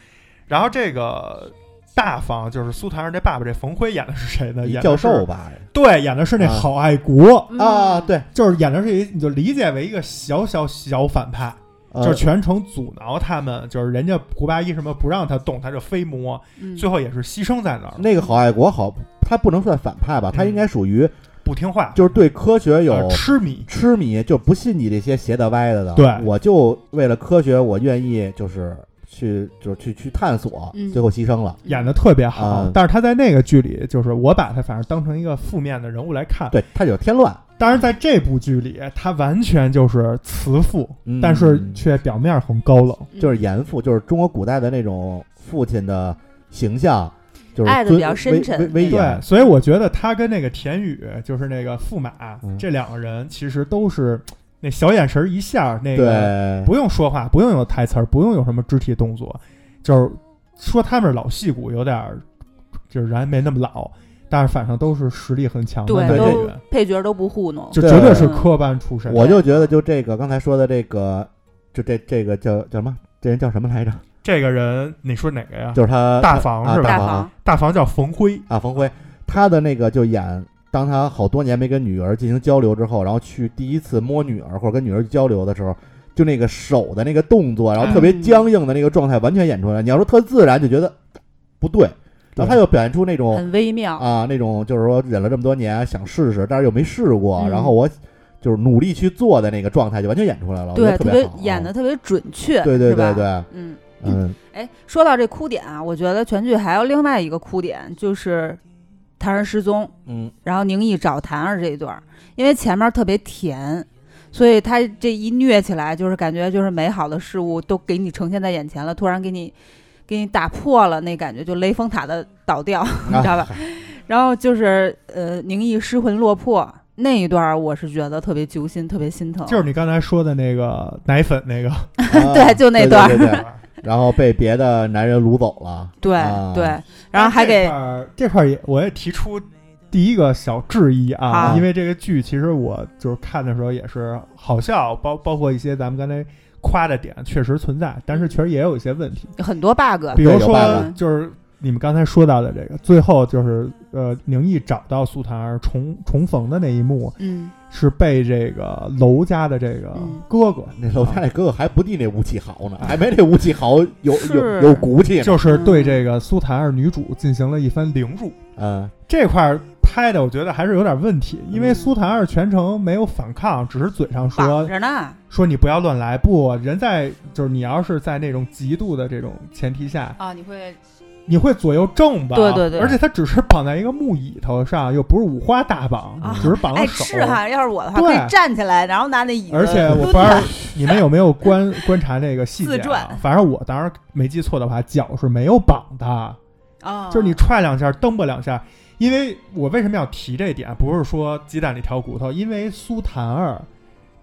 S3: 然后这个大房就是苏檀儿这爸爸，这冯辉演的是谁呢？
S4: 一
S3: 演的
S4: 教
S3: 嗯是
S4: 授，吧？
S3: 对，演的是那
S4: 啊
S3: 郝爱国，
S4: 啊，
S2: 嗯，
S4: 对，
S3: 就是演的是一，你就理解为一个小小小反派，
S4: 呃
S3: 就是全程阻挠他们，就是人家胡八一什么不让他动，他就非摸，
S2: 嗯
S3: 最后也是牺牲在那儿了，
S4: 那个郝爱国好，他不能算反派吧？他
S3: 嗯
S4: 应该属于
S3: 不听话，
S4: 就是对科学有
S3: 呃痴迷，
S4: 痴迷，就不信你这些邪的歪的的。
S3: 对
S4: 我就为了科学，我愿意就是去就是去去探索，
S2: 嗯
S4: 最后牺牲了。
S3: 演的特别好，
S4: 嗯
S3: 但是他在那个剧里，就是我把他反正当成一个负面的人物来看。
S4: 对他有添乱，
S3: 当然，在这部剧里，他完全就是慈父，
S4: 嗯
S3: 但是却表面很高冷。
S2: 嗯
S4: 就是严父，就是中国古代的那种父亲的形象，就是
S2: 爱得
S4: 尊
S2: 比较深
S4: 威
S2: 沉
S4: 威威
S3: 对，
S4: 严。
S3: 所以我觉得他跟那个田雨，就是那个驸马、
S4: 嗯
S3: 这两个人，其实都是那小眼神儿一下，那个
S4: 对，
S3: 不用说话，不用有台词儿，不用有什么肢体动作，就是说他们是老戏骨，有点儿就是人还没那么老，但是反正都是实力很强的
S2: 对
S3: 男
S4: 对
S3: 演
S2: 都
S3: 员。
S2: 配角都不糊弄，
S3: 就
S4: 对
S3: 绝对是科班出身。
S4: 我就觉得就这个刚才说的这个，就这这个叫叫什么？这人叫什么来着？
S3: 这个人，你说哪个呀？
S4: 就是他
S3: 啊大房
S4: 啊
S3: 是吧
S2: 大
S4: 大房
S2: 房
S3: 大房叫冯辉，
S4: 啊，冯辉，他的那个就演，当他好多年没跟女儿进行交流之后，然后去第一次摸女儿或者跟女儿交流的时候，就那个手的那个动作，然后特别
S2: 嗯
S4: 僵硬的那个状态完全演出来。你要说特自然，就觉得不对。然后他又表现出那种
S2: 很微妙，
S4: 啊，那种就是说忍了这么多年想试试，但是又没试过，
S2: 嗯
S4: 然后我就是努力去做的那个状态，就完全演出来了。我觉
S2: 对，
S4: 得
S2: 特
S4: 特别
S2: 别
S4: 好啊
S2: 演的，特别准确，
S4: 对对
S2: 是吧
S4: 对，对，
S2: 嗯。
S4: 嗯，
S2: 哎，说到这哭点啊，我觉得全剧还有另外一个哭点，就是唐人失踪，
S4: 嗯，
S2: 然后宁毅找谭儿这一段儿，因为前面特别甜，所以他这一虐起来，就是感觉就是美好的事物都给你呈现在眼前了，突然给你给你打破了，那感觉就雷峰塔的倒掉， 你知道吧？然后就是呃，宁毅失魂落魄那一段儿，我是觉得特别揪心，特别心疼，
S3: 就是你刚才说的那个奶粉那个，
S4: 啊
S2: 对就那段儿
S4: 对对 对对然后被别的男人掳走 了。
S2: 对、
S4: 啊
S2: 对，然后还给
S3: 这块儿这块儿也我也提出第一个小质疑啊，
S2: 好
S3: 因为这个剧其实我就是看的时候也是好笑，包包括一些咱们刚才夸的点确实存在，但是确实也有一些问题，
S2: 很多 bug，
S3: 比如
S4: 有
S3: 说
S4: 办
S2: 法
S3: 就是。你们刚才说到的这个，最后就是呃，宁毅找到苏檀儿重重逢的那一幕，
S2: 嗯
S3: 是被这个娄家的这个
S2: 嗯
S3: 哥哥，
S4: 那楼
S3: 啊
S4: 下那哥哥还不敌那吴启豪呢，还没这吴启豪有有
S2: 是
S4: 有骨气呢。
S3: 就是
S2: 嗯
S3: 对这个苏檀儿女主进行了一番凌辱。
S4: 嗯，
S3: 这块儿拍的，我觉得还是有点问题，因为苏檀儿全程没有反抗，只是嘴上
S2: 绑
S3: 说
S2: 着呢
S3: 说你不要乱来。不，人在就是你要是在那种极度的这种前提下，
S2: 啊，你会
S3: 你会左右正吧？
S2: 对对对
S3: 而且他只是绑在一个木椅头上，又不是五花大绑，
S2: 啊
S3: 只是绑
S2: 哎
S3: 了手。
S2: 是哈，要是我的话
S3: 对
S2: 可以站起来，然后拿那椅子，
S3: 而且我不知道你们有没 有观观察这个细节、
S2: 自
S3: 啊
S2: 转，
S3: 反正我当时没记错的话，脚是没有绑的。
S2: 啊，
S3: 就是你踹两下，蹬吧两下。因为我为什么要提这一点，不是说鸡蛋里挑骨头，因为苏檀儿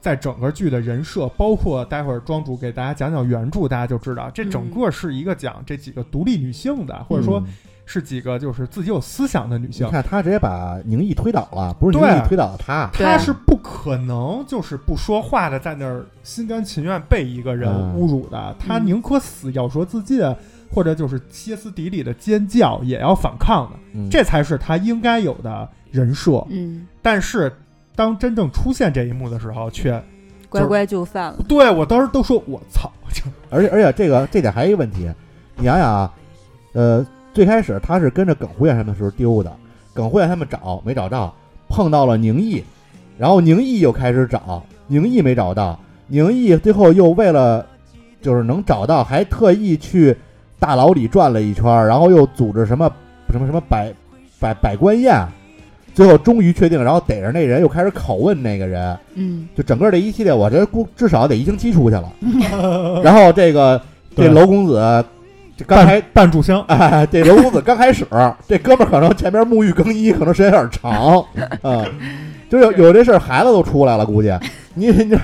S3: 在整个剧的人设，包括待会儿庄主给大家讲讲原著，大家就知道这
S2: 嗯
S3: 整个是一个讲这几个独立女性的，或者说
S4: 嗯
S3: 是几个就是自己有思想的女
S4: 你
S3: 性，
S4: 看他直接把宁毅推倒了，不是宁
S3: 对啊
S4: 毅推倒了他。
S2: 对
S3: 她是不可能就是不说话的在那儿心甘情愿被一个人
S4: 嗯
S3: 侮辱的，她宁可死咬舌自尽，或者就是歇斯底里的尖叫也要反抗的。
S4: 嗯
S3: 这才是他应该有的人设。
S2: 嗯，
S3: 但是当真正出现这一幕的时候，却
S2: 乖乖就范了，
S3: 对我当时都说我操，就
S4: 而且而且这个这点还有一个问题，你想想啊，呃，最开始他是跟着耿护院他们的时候丢的，耿护院他们找没找着，碰到了宁毅，然后宁毅又开始找，宁毅没找到，宁毅最后又为了就是能找到，还特意去大牢里转了一圈儿，然后又组织什么什么什么百百百官宴，最后终于确定，然后逮着那人又开始拷问那个人，
S2: 嗯，
S4: 就整个这一系列，我觉得估至少得一星期出 去了。然后这个这娄公子，这刚才
S3: 半半炷香，
S4: 哎，这娄公子刚开始，这哥们儿可能前边沐浴更衣，可能时间有点长啊、就有有这事儿，孩子都出来了，估计你你这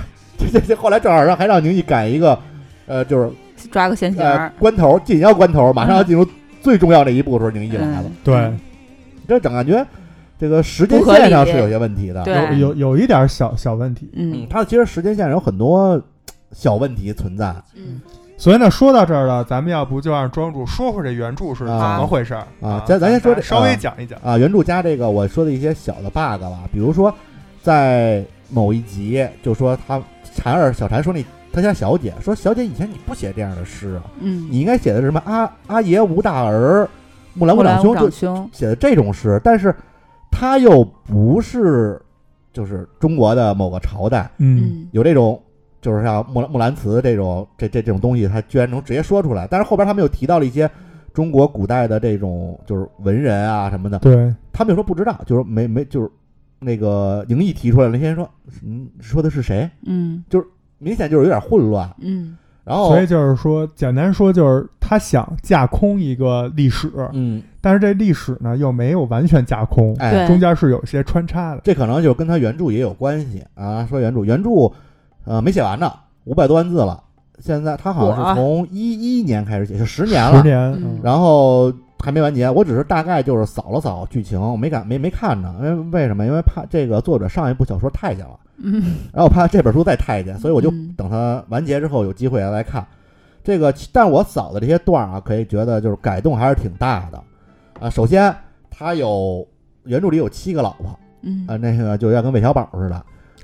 S4: 这这后来正好让还让宁毅赶一个，呃，就是
S2: 抓个闲情
S4: 呃
S2: 儿，
S4: 关头紧要关头，马上要进入最重要这一步的时候，宁毅来了，
S2: 嗯
S3: 对，
S4: 这整感觉这个时间线上是有些问题的，
S2: 不合理对
S3: 有有有一点小小问题。
S2: 嗯
S4: 它其实时间线上有很多小问题存在，
S2: 嗯，
S3: 所以呢，说到这儿了，咱们要不就让庄主说说这原著是怎么回事儿
S4: 啊咱咱先说这
S3: 稍微
S4: 啊
S3: 讲一讲。
S4: 啊，原著加这个我说的一些小的 bug 吧，比如说在某一集就说他婵儿小婵说那他家小姐说小姐以前你不写这样的诗啊，
S2: 嗯，
S4: 你应该写的是什么阿阿爷无大儿，木兰
S2: 木
S4: 无
S2: 兰
S4: 长
S2: 无
S4: 兄，
S2: 长
S4: 就
S2: 兄，
S4: 写的这种诗，但是他又不是就是中国的某个朝代
S3: 嗯，
S2: 嗯
S4: 有这种。就是像木兰木兰辞这种这这这种东西，他居然能直接说出来。但是后边他们又提到了一些中国古代的这种就是文人啊什么的，
S3: 对，
S4: 他们就说不知道，就是没没就是那个宁毅提出来了，那些人说，嗯，说的是谁？
S2: 嗯
S4: 明显就是有点混乱。
S2: 嗯
S4: 然后
S3: 所以，就是说，简单说就是他想架空一个历史，
S4: 嗯，
S3: 但是这历史呢又没有完全架空，
S4: 哎，
S2: 对
S3: 中间是有一些穿插的。
S4: 这可能就跟他原著也有关系啊。说原著，原著呃没写完呢，五百多万字了。现在他好像
S2: 我啊
S4: 是从一一年开始写，就十年了，
S3: 十年，
S2: 嗯
S4: 然后还没完结。我只是大概就是扫了扫剧情，没敢没没看呢，因为为什么？因为怕这个作者上一部小说太监了。
S2: 嗯，
S4: 然后我怕这本书再太监，所以我就
S2: 嗯
S4: 等它完结之后有机会来看。这个，但我扫的这些段儿啊，可以觉得就是改动还是挺大的啊。首先，他有原著里有七个老婆
S2: 嗯
S4: 啊，那个就要跟韦小宝似的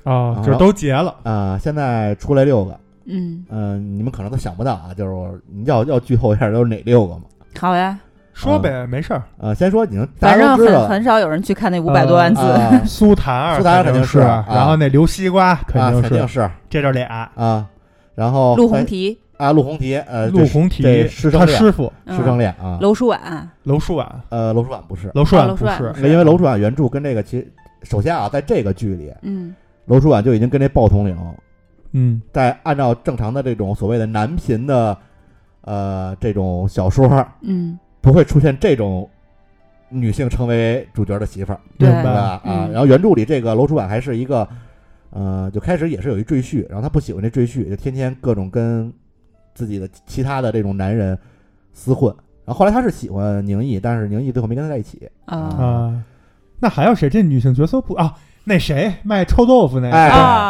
S3: 啊
S4: 啊，
S3: 就是都结了。
S4: 啊。现在出来六个，
S2: 嗯，
S4: 嗯、你们可能都想不到啊，就是你要要剧透一下都是哪六个嘛？
S2: 好呀，
S3: 说呗，没事儿。
S4: 啊，先说你们大
S2: 反
S4: 家
S2: 正
S4: 都知
S2: 很
S4: 道
S2: 很少有人去看那五
S3: 呃
S2: 百多万字，
S4: 啊
S3: 苏檀儿，
S4: 苏檀儿
S3: 肯
S4: 肯定是
S3: 是，
S4: 啊
S3: 然后那刘西瓜肯
S4: 啊，
S3: 定
S4: 肯定
S3: 是，
S4: 是
S3: 这就俩。
S4: 啊。然后
S2: 陆红
S4: 哎
S2: 蹄、
S4: 啊，陆红蹄，呃，
S3: 陆红蹄
S4: 这师，生
S3: 他
S4: 恋
S3: 师傅
S4: 师
S2: 嗯
S4: 生恋啊，
S2: 楼书婉，
S3: 楼书婉，
S4: 呃，楼主婉不是。
S3: 楼书
S2: 啊
S3: 婉
S2: 楼
S3: 不
S2: 书婉
S3: 是
S2: 不，
S4: 那因为楼主婉原著跟这个其实，首先啊，在这个剧里，
S2: 嗯
S4: 楼主婉啊就已经跟这鲍统领
S3: 嗯，
S4: 在按照正常的这种所谓的男频的，呃，这种小说
S2: 嗯，
S4: 不会出现这种女性成为主角的媳妇儿，
S3: 明
S2: 对
S4: 对
S3: 白。
S4: 吧？啊，
S2: 嗯
S4: 然后原著里这个楼主婉还是一个，呃，就开始也是有一赘婿，然后他不喜欢这赘婿，就天天各种跟自己的其他的这种男人厮混。然后后来他是喜欢宁毅，但是宁毅最后没跟他在一起。
S2: 啊
S3: 啊，那还有谁？这女性角色不啊？那谁卖臭豆腐那
S4: 哎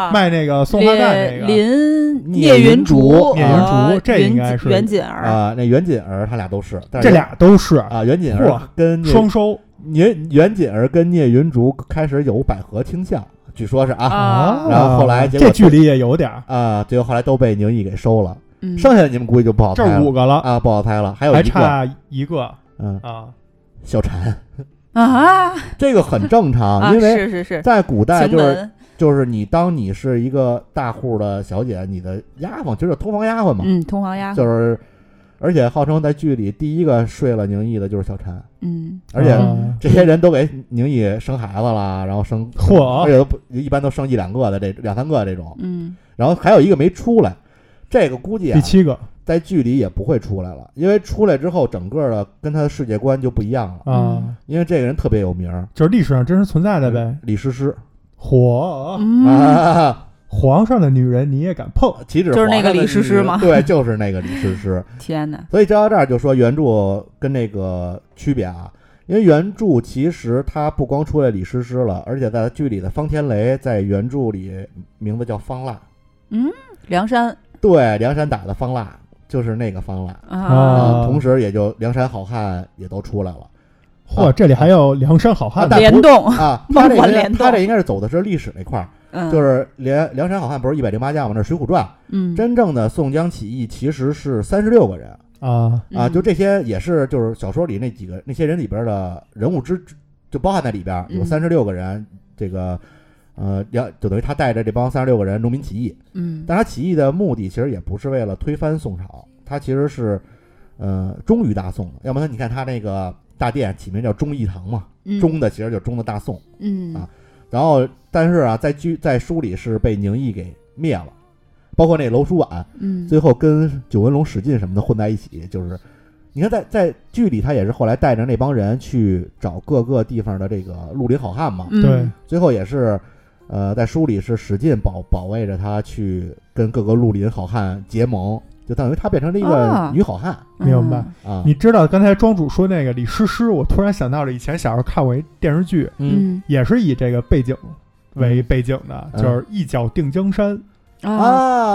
S3: 个，卖那个送花蛋那个，
S2: 啊林
S4: 聂云
S2: 竹
S4: 竹，啊
S3: 聂云竹
S2: 和
S3: 这
S2: 袁
S3: 应该
S2: 景
S3: 是
S2: 袁锦儿，
S4: 啊、那袁锦儿他俩都是，但是
S3: 这俩都是
S4: 啊，袁锦儿
S3: 嚯
S4: 跟聂
S3: 双收
S4: 聂袁锦儿跟聂云竹开始有百合倾向，据说是啊
S2: 啊
S4: 然后后来结果
S3: 这距离也有点儿，
S4: 啊，结果后来都被宁毅给收了，
S2: 嗯
S4: 剩下的你们估计就不好
S3: 这
S4: 猜
S3: 儿五
S4: 了
S3: 个了，
S4: 啊，不好猜了，还有
S3: 还
S4: 一个
S3: 差一个
S4: 嗯，
S3: 啊。
S4: 小婵，
S2: 啊
S4: 这个很正常，
S2: 啊，
S4: 因为
S2: 是是是，
S4: 在古代
S2: 晴
S4: 就是啊
S2: 雯，
S4: 就是你当你是一个大户的小姐，你的丫鬟就是通房丫鬟嘛，
S2: 嗯，同行丫，
S4: 就是而且号称在剧里第一个睡了宁毅的就是小婵，
S2: 嗯
S4: 而且
S3: 啊
S4: 这些人都给宁毅生孩子啦，然后生
S3: 嚯
S4: 而且都不一般都生一两个的这两三个这种，
S2: 嗯
S4: 然后还有一个没出来，这个估计啊
S3: 第七个
S4: 在剧里也不会出来了，因为出来之后整个的跟他的世界观就不一样了，
S3: 啊
S2: 嗯，
S4: 因为这个人特别有名儿，
S3: 就是历史上真实存在的呗。
S4: 李师师
S3: 嚯，
S2: 嗯
S4: 哦啊，
S3: 皇上的女人你也敢碰？
S4: 岂止
S2: 就是那个
S4: 皇上的
S2: 李师师
S4: 女
S2: 吗
S4: 对，就是那个李 师师。
S2: 天哪，
S4: 所以说到这儿就说原著跟那个区别啊，因为原著其实它不光出来李师师了，而且在剧里的方天雷在原著里名字叫方腊，
S2: 梁山
S4: 对，梁山打的方腊就是那个方腊
S2: 啊，
S4: 同时也就梁山好汉也都出 来了
S3: 嚯，
S4: 啊
S3: 这里还有梁山好汉
S4: 啊
S3: 呢。
S2: 联动，
S4: 啊。
S2: 梦
S4: 他这
S2: 幻
S4: 应该
S2: 联动
S4: 他这应该是走的是历史那块儿，
S2: 嗯，
S4: 就是梁梁山好汉不是一百零八将吗？那是《水浒传》
S2: 嗯
S4: 真正的宋江起义其实是三十六个人。
S3: 啊，
S4: 啊，
S2: 嗯
S4: 就这些也是就是小说里那几个那些人里边的人物之就包含在里边，有
S2: 嗯
S4: 三十六个人，这个呃，要就等于他带着这帮三十六个人农民起义，
S2: 嗯
S4: 但他起义的目的其实也不是为了推翻宋朝，他其实是，呃，忠于大宋的。要不然你看他那个大殿起名叫忠义堂嘛，
S2: 嗯
S4: 忠的其实就是忠的大宋。
S2: 嗯
S4: 啊然后，但是啊，在剧在书里是被宁毅给灭了，包括那楼书婉，
S2: 嗯
S4: 最后跟九纹龙、史进什么的混在一起，就是，你看在在剧里他也是后来带着那帮人去找各个地方的这个绿林好汉嘛，
S2: 嗯
S3: 对
S4: 最后也是，呃，在书里是史进保保卫着她去跟各个绿林好汉结盟，就等于她变成了一个
S2: 哦
S4: 女好汉
S3: 明白
S4: 啊。
S3: 你知道刚才庄主说那个李师师，我突然想到了以前小时候看过一电视剧，
S2: 嗯
S3: 也是以这个背景为背景的，
S4: 嗯
S3: 就是一脚定江山。嗯
S2: 啊
S4: 啊，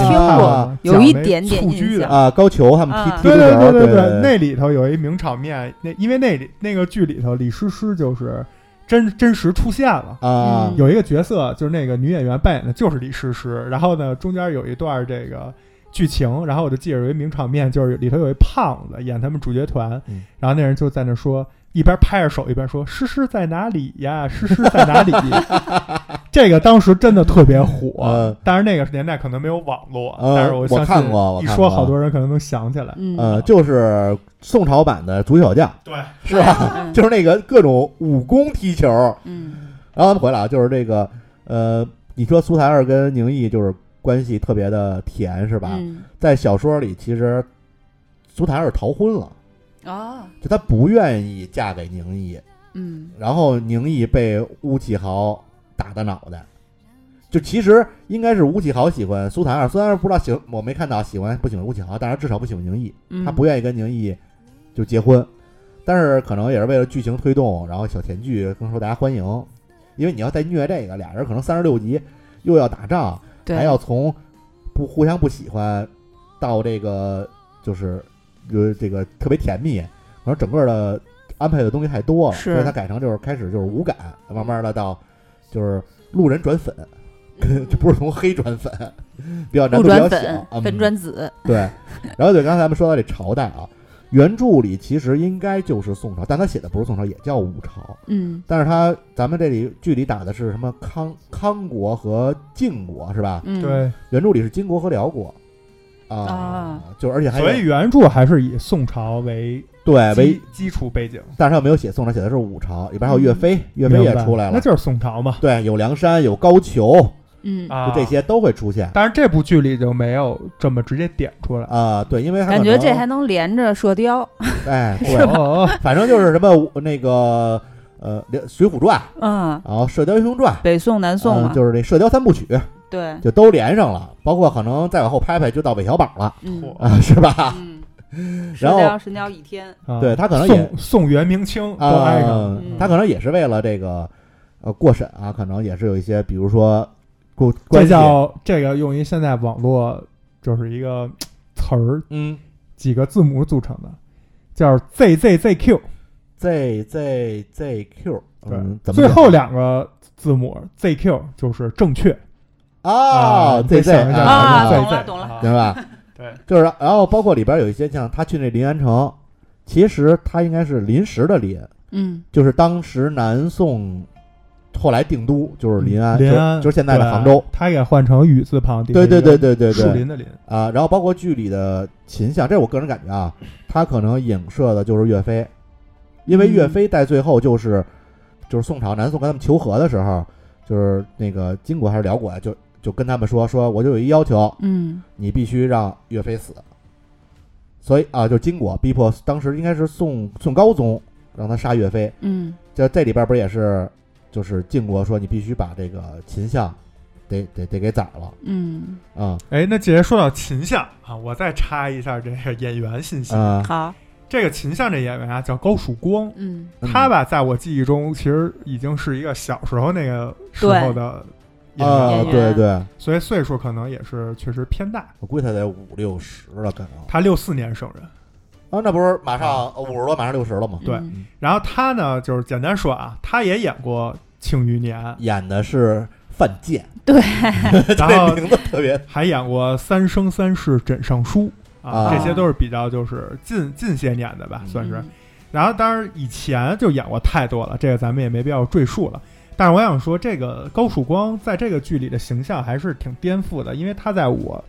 S3: 你
S2: 听
S3: 们看
S2: 过
S3: 吗
S2: 有
S3: 讲
S2: 一
S3: 那
S2: 点点
S3: 蹴
S2: 印
S3: 鞠的
S2: 象
S4: 啊，高俅他们踢
S2: 啊
S4: 踢
S3: 对
S4: 足
S3: 对
S4: 球，
S3: 对
S4: 对
S3: 对，那里头有一名场面，那因为那里那个剧里头李师师就是真真实出现了。
S4: 啊
S2: 嗯
S3: 有一个角色就是那个女演员扮演的就是李师师，然后呢中间有一段这个剧情，然后我就记着有一名场面，就是里头有一胖子演他们主角团，
S4: 嗯
S3: 然后那人就在那说。一边拍着手一边说：“诗诗在哪里呀？诗诗在哪 里？”这个当时真的特别火，
S4: 嗯
S3: 但是那个年代可能没有网络，
S4: 嗯
S3: 但是相
S4: 我
S3: 信
S4: 看过我
S3: 一
S4: 看
S3: 说
S4: 过
S3: 好多人可能能想起来。
S2: 嗯
S4: 呃，就是宋朝版的足球小将，
S3: 对，
S4: 是吧？
S2: 嗯
S4: 就是那个各种武功踢球，
S2: 嗯
S4: 然后他们回来啊，就是这个呃，你说苏台儿跟宁毅就是关系特别的甜，是吧？
S2: 嗯
S4: 在小说里，其实苏台儿逃婚了。
S2: 哦
S4: 就她不愿意嫁给宁毅，
S2: 嗯
S4: 然后宁毅被吴启豪打的脑袋。就其实应该是吴启豪喜欢苏檀儿，苏檀儿不知道喜欢，我没看到喜欢不喜欢吴启豪，但是至少不喜欢宁毅，
S2: 嗯
S4: 他不愿意跟宁毅就结婚，但是可能也是为了剧情推动，然后小甜剧更受大家欢迎，因为你要再虐这个，俩人可能三十六集又要打仗，
S2: 对
S4: 还要从不互相不喜欢到这个就是呃这个特别甜蜜，然后整个的安排的东西太多了，
S2: 是
S4: 所以他改成就是开始就是无感，慢慢的到就是路人转粉，就不是从黑转粉，比较难
S2: 不
S4: 度比较
S2: 嗯转
S4: 小
S2: 粉，
S4: 嗯
S2: 粉转紫
S4: 对。然后对刚才咱们说到这朝代啊，原著里其实应该就是宋朝，但他写的不是宋朝，也叫五朝。
S2: 嗯
S4: 但是他咱们这里剧里打的是什么康康国和晋国是吧？
S2: 嗯
S3: 对，
S4: 原著里是金国和辽国，啊，
S2: 啊
S4: 就而且还有
S3: 所以原著还是以宋朝为
S4: 对为
S3: 基，基础背景，
S4: 但是他没有写宋朝，写的是五朝，里边还有岳飞，岳
S3: 明
S4: 飞也
S3: 白
S4: 出来
S3: 那
S4: 了，
S3: 就是宋朝嘛。
S4: 对，有梁山，有高俅，
S2: 嗯
S3: 啊
S4: 就，这些都会出现
S3: 但是这部剧里就没有这么直接点 出来。
S4: 啊，对，因为他
S2: 感
S4: 可
S2: 觉这
S4: 能
S2: 还能连着《射雕》
S4: 哎，
S3: 哦
S4: 对，
S3: 哦， 哦
S4: 反正就是什么那个呃《水浒传
S2: 嗯，》，
S4: 然后《射雕英雄传》。
S2: 北宋南宋嘛
S4: 嗯，就是那《射雕三部曲》
S2: 对，
S4: 就都连上了，包括可能再往后拍拍就到韦小宝了
S2: 嗯
S4: 啊，是吧？
S2: 嗯，射
S4: 然后
S2: 雕神雕倚天，
S3: 啊
S4: 对他可能也
S3: 宋宋元明清都
S4: 啊，
S3: 挨上了。
S2: 嗯
S4: 他可能也是为了这个呃过审啊，可能也是有一些，比如说过
S3: 这
S4: 关系，
S3: 叫这个用于现在网络就是一个词儿，
S4: 嗯
S3: 几个字母组成的，叫 ZZZQ。
S4: ，Z Z Z Q，嗯，怎么
S3: 对，最
S4: 讲
S3: 后两个字母 ZQ 就是正确
S4: 哦
S3: 你可以
S4: ，Z Z
S3: 啊想一
S2: 啊
S3: 下就是
S2: 懂了
S3: ZZ
S2: 懂了
S3: 啊
S4: 明白？
S3: 对，
S4: 就是然后包括里边有一些像他去那临安城，其实他应该是临时的临，
S2: 嗯
S4: 就是当时南宋后来定都就是临安，
S3: 临
S4: 就
S3: 安
S4: 就是现在的杭州
S3: 对。啊他给换成雨字旁，底下
S4: 对对
S3: 一个
S4: 对对对对，
S3: 树林的林。
S4: 啊，然后包括剧里的秦相，这是我个人感觉啊，他可能影射的就是岳飞，因为岳飞在最后就是、就是宋朝南宋跟他们求和的时候，就是那个金国还是辽国啊，就就跟他们说说，我就有一要求，
S2: 嗯
S4: 你必须让岳飞死。所以啊，就金国逼迫当时应该是宋宋高宗让他杀岳飞，
S2: 嗯
S4: 就这里边不是也是就是晋国说你必须把这个秦相得得得给宰了
S2: 嗯，
S4: 啊
S3: 哎，那既然说到秦相啊，我再插一下这个演员信息。
S4: 啊、
S2: 好，
S3: 这个秦相这演员啊叫高曙光，
S2: 嗯
S4: 嗯
S3: 他吧，在我记忆中其实已经是一个小时候那个时候的演员
S4: 啊，
S3: 了，
S2: 演
S4: 对
S2: 员
S4: 对。
S3: 所以岁数可能也是确实偏大。
S4: 我估计他得五六十了，可能。
S3: 他六四年生人，
S4: 啊，那不是马上五十多，马上六十了吗？
S3: 对
S2: 嗯
S3: 然后他呢，就是简单说啊，他也演过《庆余 年》，
S4: 演的是范建，
S3: 然
S4: 这
S3: 后
S4: 名字特 别
S3: 还演过《三生三世枕上书》
S4: 啊
S3: 这些都是比较就是近近些年的吧，
S4: 嗯
S3: 算是。然后当然以前就演过太多了，这个咱们也没必要赘述了。但是我想说，这个高曙光在这个剧里的形象还是挺颠覆的，因为他在我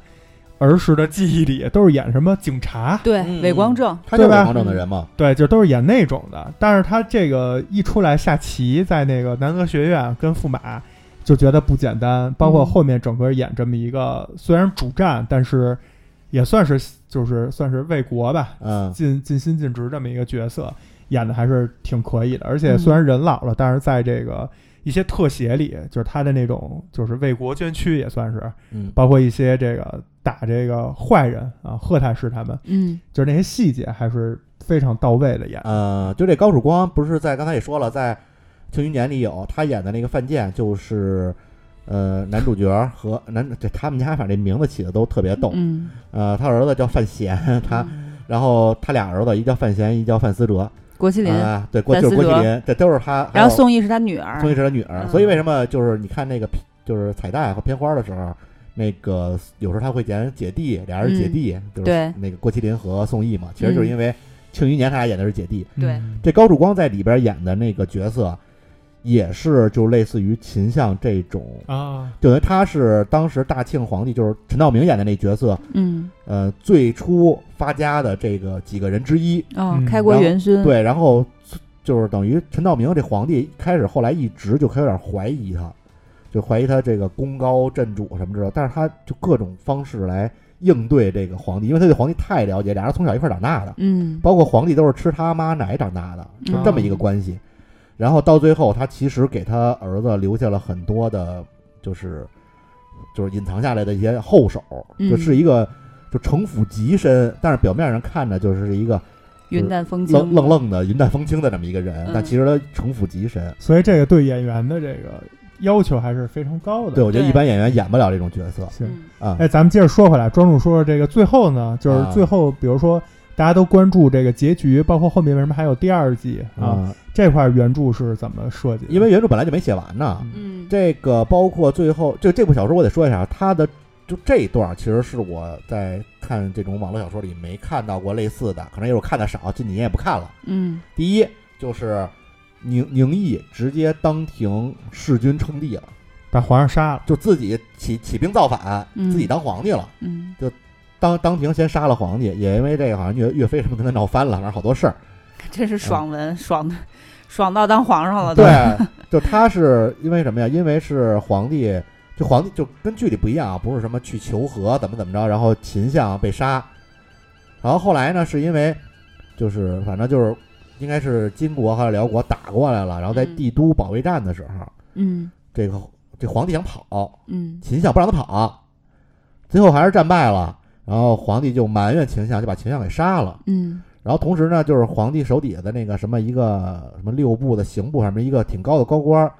S3: 儿时的记忆里都是演什么警察，
S2: 对
S7: 嗯
S2: 伪光正，
S4: 他就是
S3: 对吧
S4: 王正的人嘛。
S3: 对，就都是演那种的。但是他这个一出来下棋，在那个南俄学院跟驸马，就觉得不简单。包括后面整个演这么一个，虽然主战，但是也算是就是算是为国吧，
S4: 嗯，
S3: 尽尽心尽职这么一个角色，演的还是挺可以的。而且虽然人老了，但是在这个一些特写里，就是他的那种就是为国捐躯，也算是
S4: 嗯
S3: 包括一些这个打这个坏人啊，贺太师他们，
S2: 嗯，
S3: 就是那些细节还是非常到位的演。
S4: 呃，就这高曙光不是在刚才也说了，在《庆余年》里有他演的那个范建，就是呃男主角和男这他们家反正这名字起的都特别逗。
S2: 嗯，
S4: 呃，他儿子叫范闲，他
S2: 嗯
S4: 然后他俩儿子一叫范闲，一叫范思哲。
S2: 郭麒麟，
S4: 啊，对，郭
S2: 范
S4: 就是
S2: 思
S4: 郭麒
S2: 哲
S4: 麟，这都是他。还
S2: 然后
S4: 有
S2: 宋轶是他女儿
S4: 宋，轶是他女儿，
S2: 嗯
S4: 所以为什么就是你看那个片就是彩蛋和片花的时候，那个有时候他会演姐弟，俩人是姐弟，就是
S2: 嗯对嗯
S4: 那个郭麒麟和宋轶嘛，其实就是因为《庆余年》他俩演的是姐弟。
S2: 对
S3: 嗯
S4: 这高曙光在里边演的那个角色，也是就类似于秦相这种，
S3: 啊，
S4: 就等于他是当时大庆皇帝就是陈道明演的那角色，
S2: 嗯，
S4: 呃，最初发家的这个几个人之一。
S2: 哦
S3: 嗯，
S2: 开国元勋，
S4: 对，然后就是等于陈道明这皇帝开始后来一直就开始有点怀疑他，就怀疑他这个功高震主什么之类的，但是他就各种方式来应对这个皇帝，因为他对皇帝太了解，俩人从小一块儿长大的，
S2: 嗯，
S4: 包括皇帝都是吃他妈奶长大的，就这么
S2: 哦
S4: 一个关系。然后到最后，他其实给他儿子留下了很多的，就是就是隐藏下来的一些后手，
S2: 嗯
S4: 就是一个就城府极深，但是表面上看着就是一个
S2: 云淡风轻，
S4: 愣愣愣的云淡风轻的这么一个人，
S2: 嗯
S4: 但其实他城府极深。
S3: 所以这个对演员的这个要求还是非常高的。
S4: 对，我觉得
S2: 对
S4: 一般演员演不了这种角色
S3: 行，
S2: 嗯，
S4: 啊。
S3: 哎，咱们接着说回来，庄主说说这个最后呢，就
S4: 啊
S3: 是最后，比如说大家都关注这个结局，包括后面为什么还有第二季啊？
S4: 啊，
S3: 这块原著是怎么设计的？
S4: 因为原著本来就没写完呢。
S2: 嗯，
S4: 这个包括最后，就这部小说我得说一下，啊它的就这一段其实是我在看这种网络小说里没看到过类似的，可能也是我看的少，近几年也不看了。
S2: 嗯，
S4: 第一就是宁宁毅直接当庭弑君称帝了，
S3: 把皇上杀了，
S4: 就自己起起兵造反，
S2: 嗯
S4: 自己当皇帝了。
S2: 嗯，
S4: 当当庭先杀了皇帝，也因为这个好像岳岳飞什么跟他闹翻了，反正好多事儿。
S2: 真是爽文，爽的，爽到当皇上了都，
S4: 嗯对，就他是因为什么呀？因为是皇帝，就皇帝就跟剧里不一样啊，不是什么去求和怎么怎么着，然后秦相被杀，然后后来呢，是因为就是反正就是应该是金国还是辽国打过来了，然后在
S2: 嗯
S4: 帝都保卫战的时候，
S2: 嗯
S4: 这个这皇帝想跑，
S2: 嗯
S4: 秦相不让他跑，最后还是战败了，然后皇帝就埋怨秦相，就把秦相给杀了。
S2: 嗯
S4: 然后同时呢，就是皇帝手底下的那个什么一个什么六部的刑部上面一个挺高的高官儿，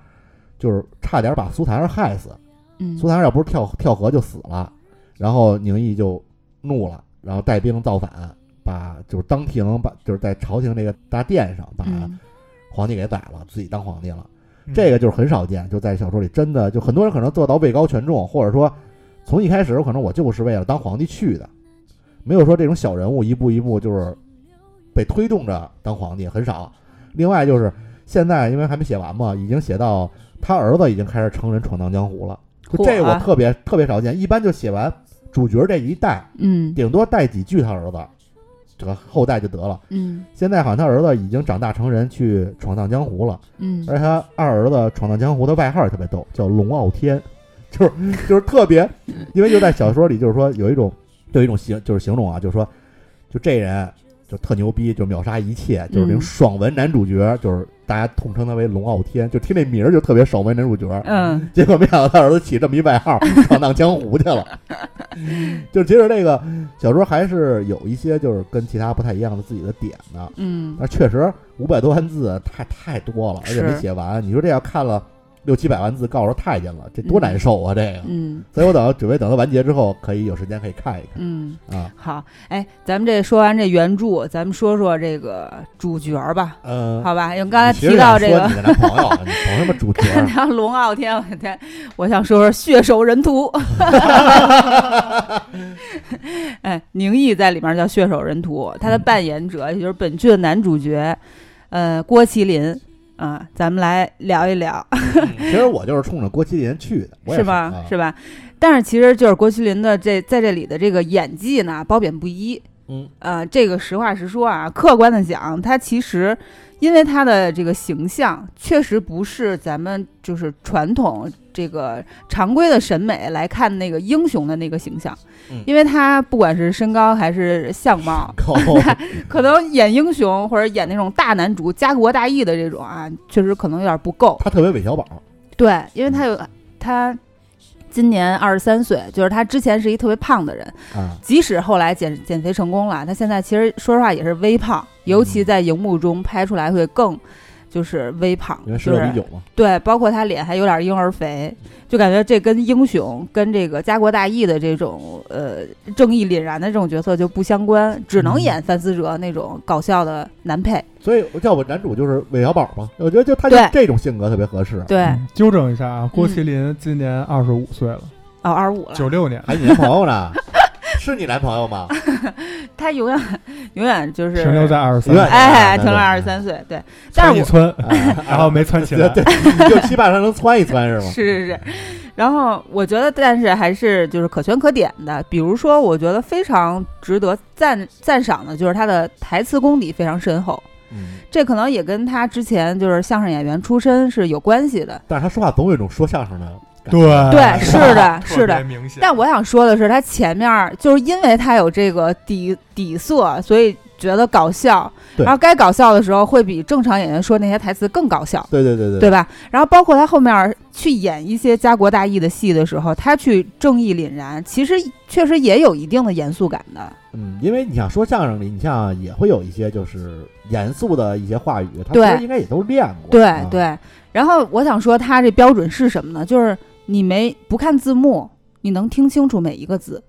S4: 就是差点把苏檀儿害死。
S2: 嗯，
S4: 苏檀儿要不是跳跳河就死了，然后宁毅就怒了，然后带兵造反，把就是当庭把就是在朝廷这个大殿上把
S2: 嗯
S4: 皇帝给宰了，自己当皇帝了。
S3: 嗯
S4: 这个就是很少见，就在小说里真的就很多人可能做到位高权重，或者说从一开始可能我就是为了当皇帝去的，没有说这种小人物一步一步就是被推动着当皇帝，很少。另外就是现在因为还没写完嘛，已经写到他儿子已经开始成人闯荡江湖了，就这
S2: 火
S4: 我
S2: 啊
S4: 特别特别少见，一般就写完主角这一代，
S2: 嗯
S4: 顶多带几句他儿子，这个后代就得了。
S2: 嗯
S4: 现在好像他儿子已经长大成人去闯荡江湖了。
S2: 嗯
S4: 而且他二儿子闯荡江湖的外号也特别逗，叫龙傲天， 就是就是特别，因为就在小说里，就是说有一种有一种形就是形容啊，就是说就这人就特牛逼，就秒杀一切，就是那种
S2: 嗯
S4: 爽文男主角，就是大家统称他为龙傲天，就听这名儿就特别爽文男主角。
S2: 嗯
S4: 结果没想到他儿子起这么一外 号，闯荡江湖去了。就是其实这个小说还是有一些就是跟其他不太一样的自己的点的，
S2: 嗯
S4: 那确实五百多万字太太多了，而且没
S2: 是
S4: 写完。你说这要看了六七百万字，告诉太监了，这多难受啊！这个，
S2: 嗯
S4: 所以我等准备等它完结之后，可以有时间可以看一看
S2: 嗯，
S4: 啊。
S2: 好，哎，咱们这说完这原著，咱们说说这个主角儿吧，
S4: 嗯，
S2: 好吧？因为刚才
S4: 你其实
S2: 提到
S4: 想
S2: 这
S4: 说
S2: 个
S4: 你。的男朋友，啊你捧什么主 角？
S2: 看他龙傲天，我天，我想说说血手人屠。
S4: 啊
S2: 哎，宁毅在里面叫血手人屠，他的扮演者也就是本剧的男主角，呃，郭麒麟啊、咱们来聊一聊
S4: 其实我就是冲着郭麒麟去的，我也
S2: 是吧？
S4: 啊
S2: 是吧？但是其实就是郭麒麟的这在这里的这个演技呢，褒贬不一。
S4: 嗯，
S2: 呃，这个实话实说啊，客观的讲，他其实因为他的这个形象，确实不是咱们就是传统这个常规的审美来看那个英雄的那个形象，
S4: 嗯
S2: 因为他不管是身高还是相貌，
S4: 高
S2: 可能演英雄或者演那种大男主、家国大义的这种啊，确实可能有点不够。
S4: 他特别韦小宝，
S2: 对，因为
S3: 嗯
S2: 他有他今年二十三岁，就是他之前是一特别胖的人，
S4: 啊，
S2: 即使后来减减肥成功了，他现在其实说实话也是微胖，尤
S3: 嗯
S2: 其在荧幕中拍出来会更就是微胖，
S4: 因
S2: 就
S4: 为十六比
S2: 是
S4: 九嘛，
S2: 对，包括他脸还有点婴儿肥，就感觉这跟英雄跟这个家国大义的这种呃正义凛然的这种角色就不相关，只能
S3: 嗯
S2: 演范思哲那种搞笑的男配。
S4: 所以我叫我男主就是韦小宝嘛，我觉得就他就
S2: 对
S4: 这种性格特别合适，
S2: 对，
S3: 嗯纠正一下啊，郭
S4: 嗯
S3: 麒麟今年二十五岁了，
S2: 哦，二十五了，
S3: 九六年，
S4: 还有你男朋友呢？ 是你男朋友 吗？
S2: 他永远永远就是
S3: 停留在二十
S4: 永远
S3: 三，
S2: 哎，
S4: 对
S2: 停了
S4: 对
S2: 二十三岁，对，但
S3: 窜
S2: 是
S3: 一
S2: 我
S3: 窜，
S4: 啊
S3: 然后没窜 起
S4: 对
S3: 来。
S4: 对，你就期盼他能窜一窜是 吗？
S2: 是是是，然后我觉得，但是还是就是可圈可点的，比如说，我觉得非常值得赞赞赏的，就是他的台词功底非常深厚，
S4: 嗯，
S2: 这可能也跟他之前就是相声演员出身是有关系的。
S4: 但是他说话总有一种说相声的感觉，
S3: 对
S2: 对，是的，是
S3: 特别
S2: 的。
S3: 明显。
S2: 但我想说的是，他前面儿就是因为他有这个底底色，所以觉得搞笑，
S4: 对
S2: 然后该搞笑的时候会比正常演员说那些台词更搞笑。
S4: 对对对对
S2: 对吧？然后包括他后面儿去演一些家国大义的戏的时候，他去正义凛然，其实确实也有一定的严肃感的。
S4: 嗯，因为你想说相声里，你像也会有一些就是严肃的一些话语，他
S2: 对
S4: 其实应该也都练过。
S2: 对、
S4: 啊、
S2: 对。然后我想说，他这标准是什么呢？就是你没不看字幕，你能听清楚每一个字，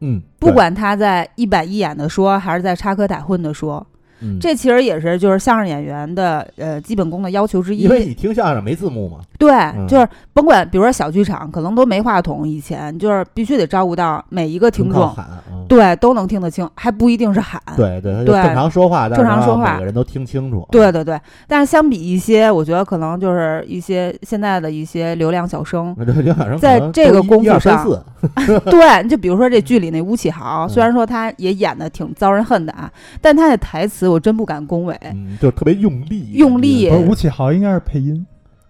S4: 嗯，
S2: 不管他在一板一眼的说，还是在插科打诨的说，
S4: 对嗯
S2: 这其实也是就是相声演员的呃基本功的要求之一。
S4: 因为你听相声没字幕嘛，
S2: 对，
S4: 嗯
S2: 就是甭管，比如说小剧场，可能都没话筒，以前就是必须得照顾到每一个听
S4: 靠
S2: 众。
S4: 喊啊。嗯
S2: 对，都能听得清，还不一定是喊。
S4: 对对，他就
S2: 对
S4: 正常说话，但是
S2: 正常
S4: 能
S2: 说
S4: 让
S2: 话
S4: 每个人都听清楚。啊
S2: 对对对但是相比一些，我觉得可能就是一些现在的一些流量小 生，
S4: 那这刘海生
S2: 在这个功夫上
S4: 四，
S2: 对，你就比如说这剧里那吴启豪，虽然说他也演的挺遭人恨的啊，但他的台词我真不敢恭维，
S4: 嗯，就特别用力，
S2: 哎用力
S3: 不是吴启豪应该是配音，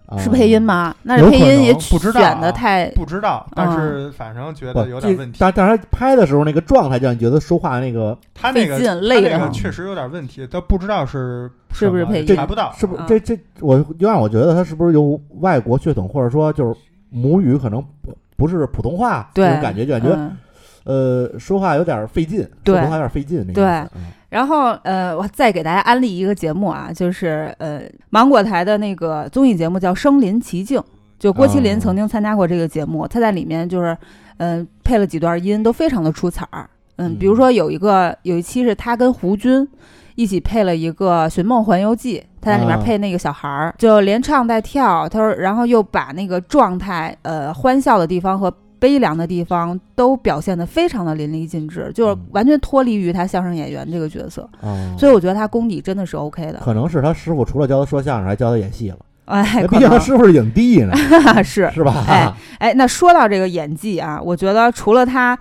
S4: 啊
S2: 是配音？吗？那
S3: 有
S2: 是配
S3: 可
S2: 音也
S3: 能不知道
S2: 选
S3: 啊
S2: 的太
S6: 不知道，但是
S2: 嗯
S6: 反正觉得有点问题。
S4: 但但是他拍的时候那个状态，让你觉得说话那个
S6: 他那
S2: 费
S6: 个
S2: 劲
S6: 他
S2: 累
S6: 那
S2: 得
S6: 个
S2: 慌。
S6: 确实有点问题，他不知道是
S2: 是不是
S6: 什么
S2: 配
S4: 音
S6: 查不到，
S4: 是不是
S2: 啊
S4: 这这我又让我觉得他是不是有外国血统，或者说就是母语可能不不是普通话
S2: 对
S4: 那种感觉，就感觉
S2: 嗯
S4: 呃，说话有点费劲，
S2: 对
S4: 说话有点费劲，那个意思嗯
S2: 然后呃，我再给大家安利一个节目啊，就是呃芒果台的那个综艺节目叫《身临其境》，就郭麒
S4: 哦
S2: 麟曾经参加过这个节目，他在里面就是嗯、呃配了几段音，都非常的出彩儿。嗯
S4: 嗯，
S2: 比如说有一个有一期是他跟胡军一起配了一个《寻梦环游记》，他在里面
S4: 啊
S2: 配那个小孩儿，就连唱带跳，他说，然后又把那个状态，呃，欢笑的地方和悲凉的地方都表现得非常的淋漓尽致，就是
S4: 嗯
S2: 完全脱离于他相声演员这个角色，
S4: 哦
S2: 所以我觉得他功底真的是 OK 的。
S4: 可能是他师傅除了教他说相声，还教他演戏了。
S2: 哎，
S4: 那
S2: 可
S4: 毕竟他
S2: 能
S4: 师傅是影帝呢，
S2: 是
S4: 是吧？
S2: 哎哎，那说到这个演技啊，我觉得除了他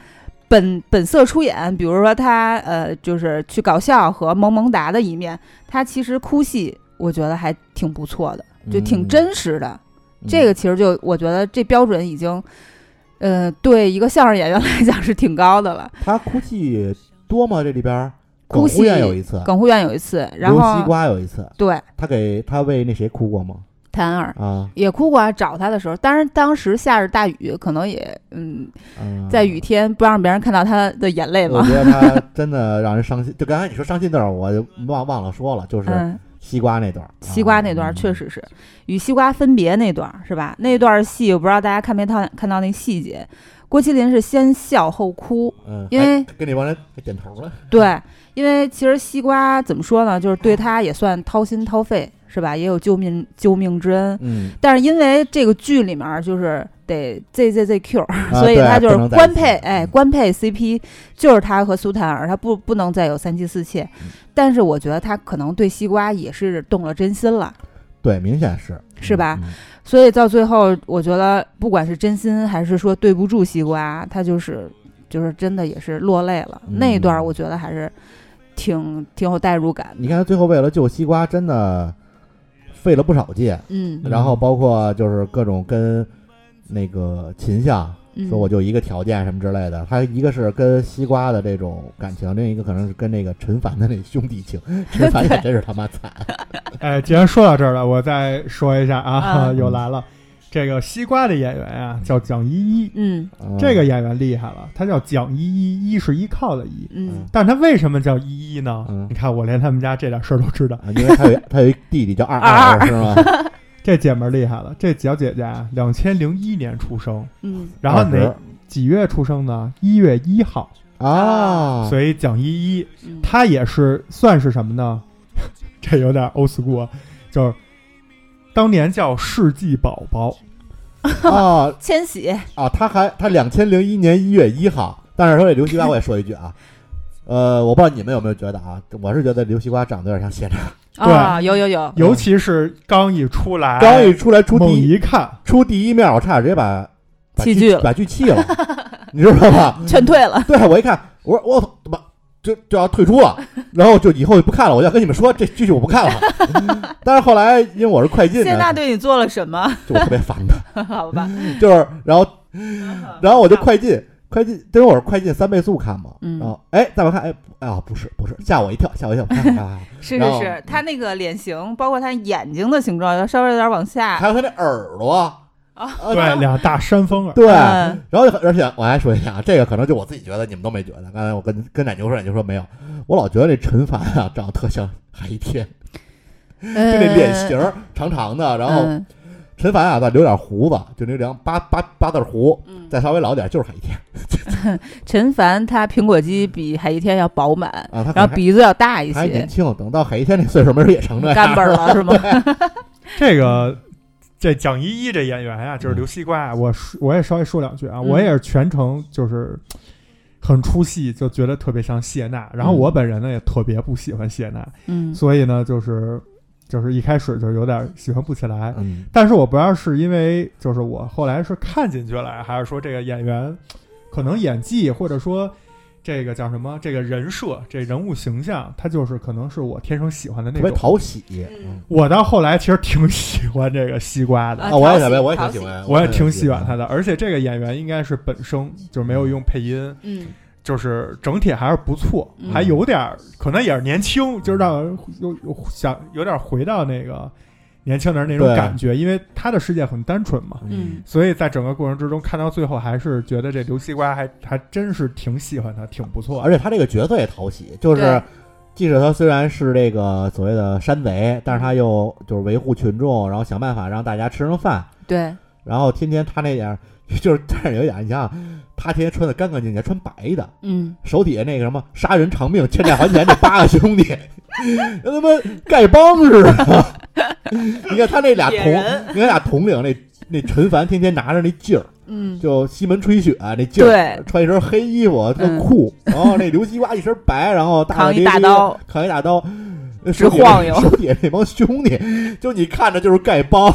S2: 本本色出演，比如说他呃，就是去搞笑和萌萌哒的一面，他其实哭戏，我觉得还挺不错的， 就挺真实的。
S4: 嗯。
S2: 这个其实就我觉得这标准已经，呃，对一个相声演员来讲是挺高的了。
S4: 他哭戏多吗？这里边儿
S2: 哭
S4: 耿乎
S2: 戏
S4: 晏有一次，
S2: 耿护院有一次，然
S4: 啊刘西
S2: 后
S4: 瓜有一次，
S2: 对
S4: 他给他为那谁哭过吗？
S2: 谭二。
S4: 啊，
S2: 也哭过啊，找他的时候，当然当时下着大雨，可能也嗯，
S4: 嗯哦
S2: 在雨。天不让别人看到他的眼泪
S4: 我
S2: 吧
S4: 觉。得他真的让人伤心，就刚才你说伤心那段儿，我就忘忘了说了， 就是哦
S2: 嗯，
S4: 西瓜那段儿，啊
S2: 西瓜那段确实是与西瓜分别那段是吧？那段戏我不知道大家看没看看到那细节，郭麒麟是先笑后哭，
S4: 啊，嗯，
S2: 因为
S4: 还跟那帮人还点头了，
S2: 对，因为其实西瓜怎么说呢，就是对他也算掏心掏肺是吧？也有救命救命之恩，
S4: 嗯，
S2: 但是因为这个剧里面儿就是得 Z Z Z Q，、
S4: 啊
S2: 所以
S4: 对
S2: 他就
S4: 不能
S2: 是
S4: 在一
S2: 官
S4: 起嗯
S2: 配，哎，官配 CP 就是他和苏檀儿，他不不能再有三妻四妾。
S4: 嗯
S2: 但是我觉得他可能对西瓜也是动了真心了，
S4: 对，明显是，
S2: 是吧
S4: 嗯？嗯
S2: 所以到最后，我觉得不管是真心还是说对不住西瓜，他就是就是真的也是落泪了。
S4: 嗯
S2: 那一段我觉得还是挺挺有代入感的。
S4: 你看他最后为了救西瓜，真的费了不少劲，
S2: 嗯
S4: 然后包括就是各种跟那个秦相
S2: 嗯，
S4: 说我就一个条件什么之类的，他一个是跟西瓜的这种感情，另一个可能是跟那个陈凡的那 兄弟情，陈凡也真是他妈惨，
S3: 哎，既然说到这儿了，我再说一下啊，
S2: 啊
S3: 又来了。这个西瓜的演员啊，叫蒋依依，
S2: 嗯
S4: 嗯
S3: 这个演员厉害了，他叫蒋依依，依是依靠的依。
S2: 嗯
S3: 但是他为什么叫依依呢？
S4: 嗯
S3: 你看，我连他们家这点事儿都知道。
S4: 啊因为他有他有一弟弟叫二
S2: 二
S4: 是吗？
S3: 这姐们儿厉害了，这小姐姐啊，两千零一年出生，
S2: 嗯
S3: 然后
S4: 二
S3: 哪几月出生呢？一月一号。
S4: 十啊，
S3: 所以蒋依依
S2: 嗯，
S3: 她也是算是什么呢？ 这有点 old school，就是啊当年叫世纪宝宝。
S4: 啊
S2: 千玺
S4: 啊，他还他两千零一年一月一号，但是说这刘西瓜，我也说一句啊，呃，我不知道你们有没有觉得啊，我是觉得刘西瓜长得有点像谢娜，
S2: 啊，有有有，
S3: 尤其是刚一出来，
S4: 刚一出来出
S3: 猛
S4: 第一
S3: 一看，
S4: 出第一面，我差点直接把把
S2: 弃
S4: 剧
S2: 剧了
S4: 把剧弃了，你知道吧？
S2: 劝退了。
S4: 对啊我一看，我说我怎么就就要退出了，然后就以后就不看了，我就要跟你们说这剧情我不看了。 但是后来因为我是快进
S2: 谢娜
S4: 的，
S2: 对你做了什么？
S4: 就我特别烦他。
S2: 好吧，
S4: 就是然后然后我就快进。快进，因为我是快进三倍速看嘛，
S2: 嗯
S4: 然后哎，再往看，哎，哎呀，不是，不是，吓我一跳，吓我一跳，不 看不看不看
S2: 是
S4: 然
S2: 是
S4: 后
S2: 是，他那个脸型，包括他眼睛的形状，要稍微有点往下
S4: 还。有他那耳朵，啊
S3: 对，俩大山峰啊耳，
S4: 对，
S2: 嗯
S4: 然后就很而且我还说一下，啊，这个可能就我自己觉得，你们都没觉得。刚才我跟跟奶牛说，奶牛说没有，我老觉得这陈凡啊长得特像海天，
S2: 就
S4: 就
S2: 那
S4: 那脸型儿长长的，然后
S2: 嗯
S4: 陈凡啊再留点胡子，就那两八八八字胡，
S2: 嗯
S4: 再稍微老点就是海天
S2: 陈凡他苹果肌比海一天要饱满，
S4: 啊，他可
S2: 然
S4: 能
S2: 后
S4: 还
S2: 鼻子要大一
S4: 还
S2: 些
S4: 年，啊轻，等到海一天那岁数，没准也成这
S2: 干
S4: 样。
S2: 巴儿了 是吗？
S3: 这个。这蒋依依这演员
S4: 嗯
S3: 啊，就是刘西瓜啊，我说我也稍微说两句啊，
S2: 嗯
S3: 我也是全程就是很出戏，就觉得特别像谢娜。
S4: 嗯
S3: 然后我本人呢也特别不喜欢谢娜，
S2: 嗯
S3: 所以呢就是就是一开始就有点喜欢不起来。
S4: 嗯，
S3: 但是我不知道是因为就是我后来是看进去了，还是说这个演员可能演技或者说这个叫什么这个人设这人物形象，他就是可能是我天生喜欢的
S4: 特
S3: 那
S4: 别
S3: 种。
S4: 讨喜。
S2: 嗯
S3: 我到后来其实挺喜欢这个西瓜 的，
S2: 啊
S4: 啊，我也
S2: 讨
S4: 特
S2: 喜讨
S4: 别，我也挺喜欢，
S3: 我也挺喜欢他的。而且这个演员应该是本声，就是没有用配音，
S2: 嗯
S3: 就是整体还是不错，
S2: 嗯
S3: 还有点儿可能也是年轻，就是让人有有想有点回到那个年轻人那种
S4: 对
S3: 感觉，因为他的世界很单纯嘛。
S2: 嗯
S3: 所以在整个过程之中，看到最后还是觉得这刘西瓜还还真是挺喜欢他，挺不错
S4: 而。且他这个角色也讨喜，就是
S2: 对
S4: 即使他虽然是这个所谓的山贼，但是他又就是维护群众，然后想办法让大家吃上饭，
S2: 对，
S4: 然后天天他那点儿 就是，但是有一点儿，你想想，他天天穿的干干净净，穿白的，
S2: 嗯
S4: 手底下那个什么杀人偿命、欠债还钱这八个兄弟， 跟他妈丐帮似的。 你看他那俩
S2: 野
S4: 同，
S2: 人
S4: 你看俩统领那那陈凡天天拿着那劲儿，
S2: 嗯
S4: 就西门吹雪、那劲儿，
S2: 对嗯
S4: 穿一身黑衣服特酷，然后那刘西瓜一身白，然后大大
S2: 扛一
S4: 咧
S2: 大
S4: 咧
S2: 刀，
S4: 扛一大刀，呃
S2: 直
S4: 手底下
S2: 晃悠
S4: 手底下那帮 兄弟，就你看着就是丐帮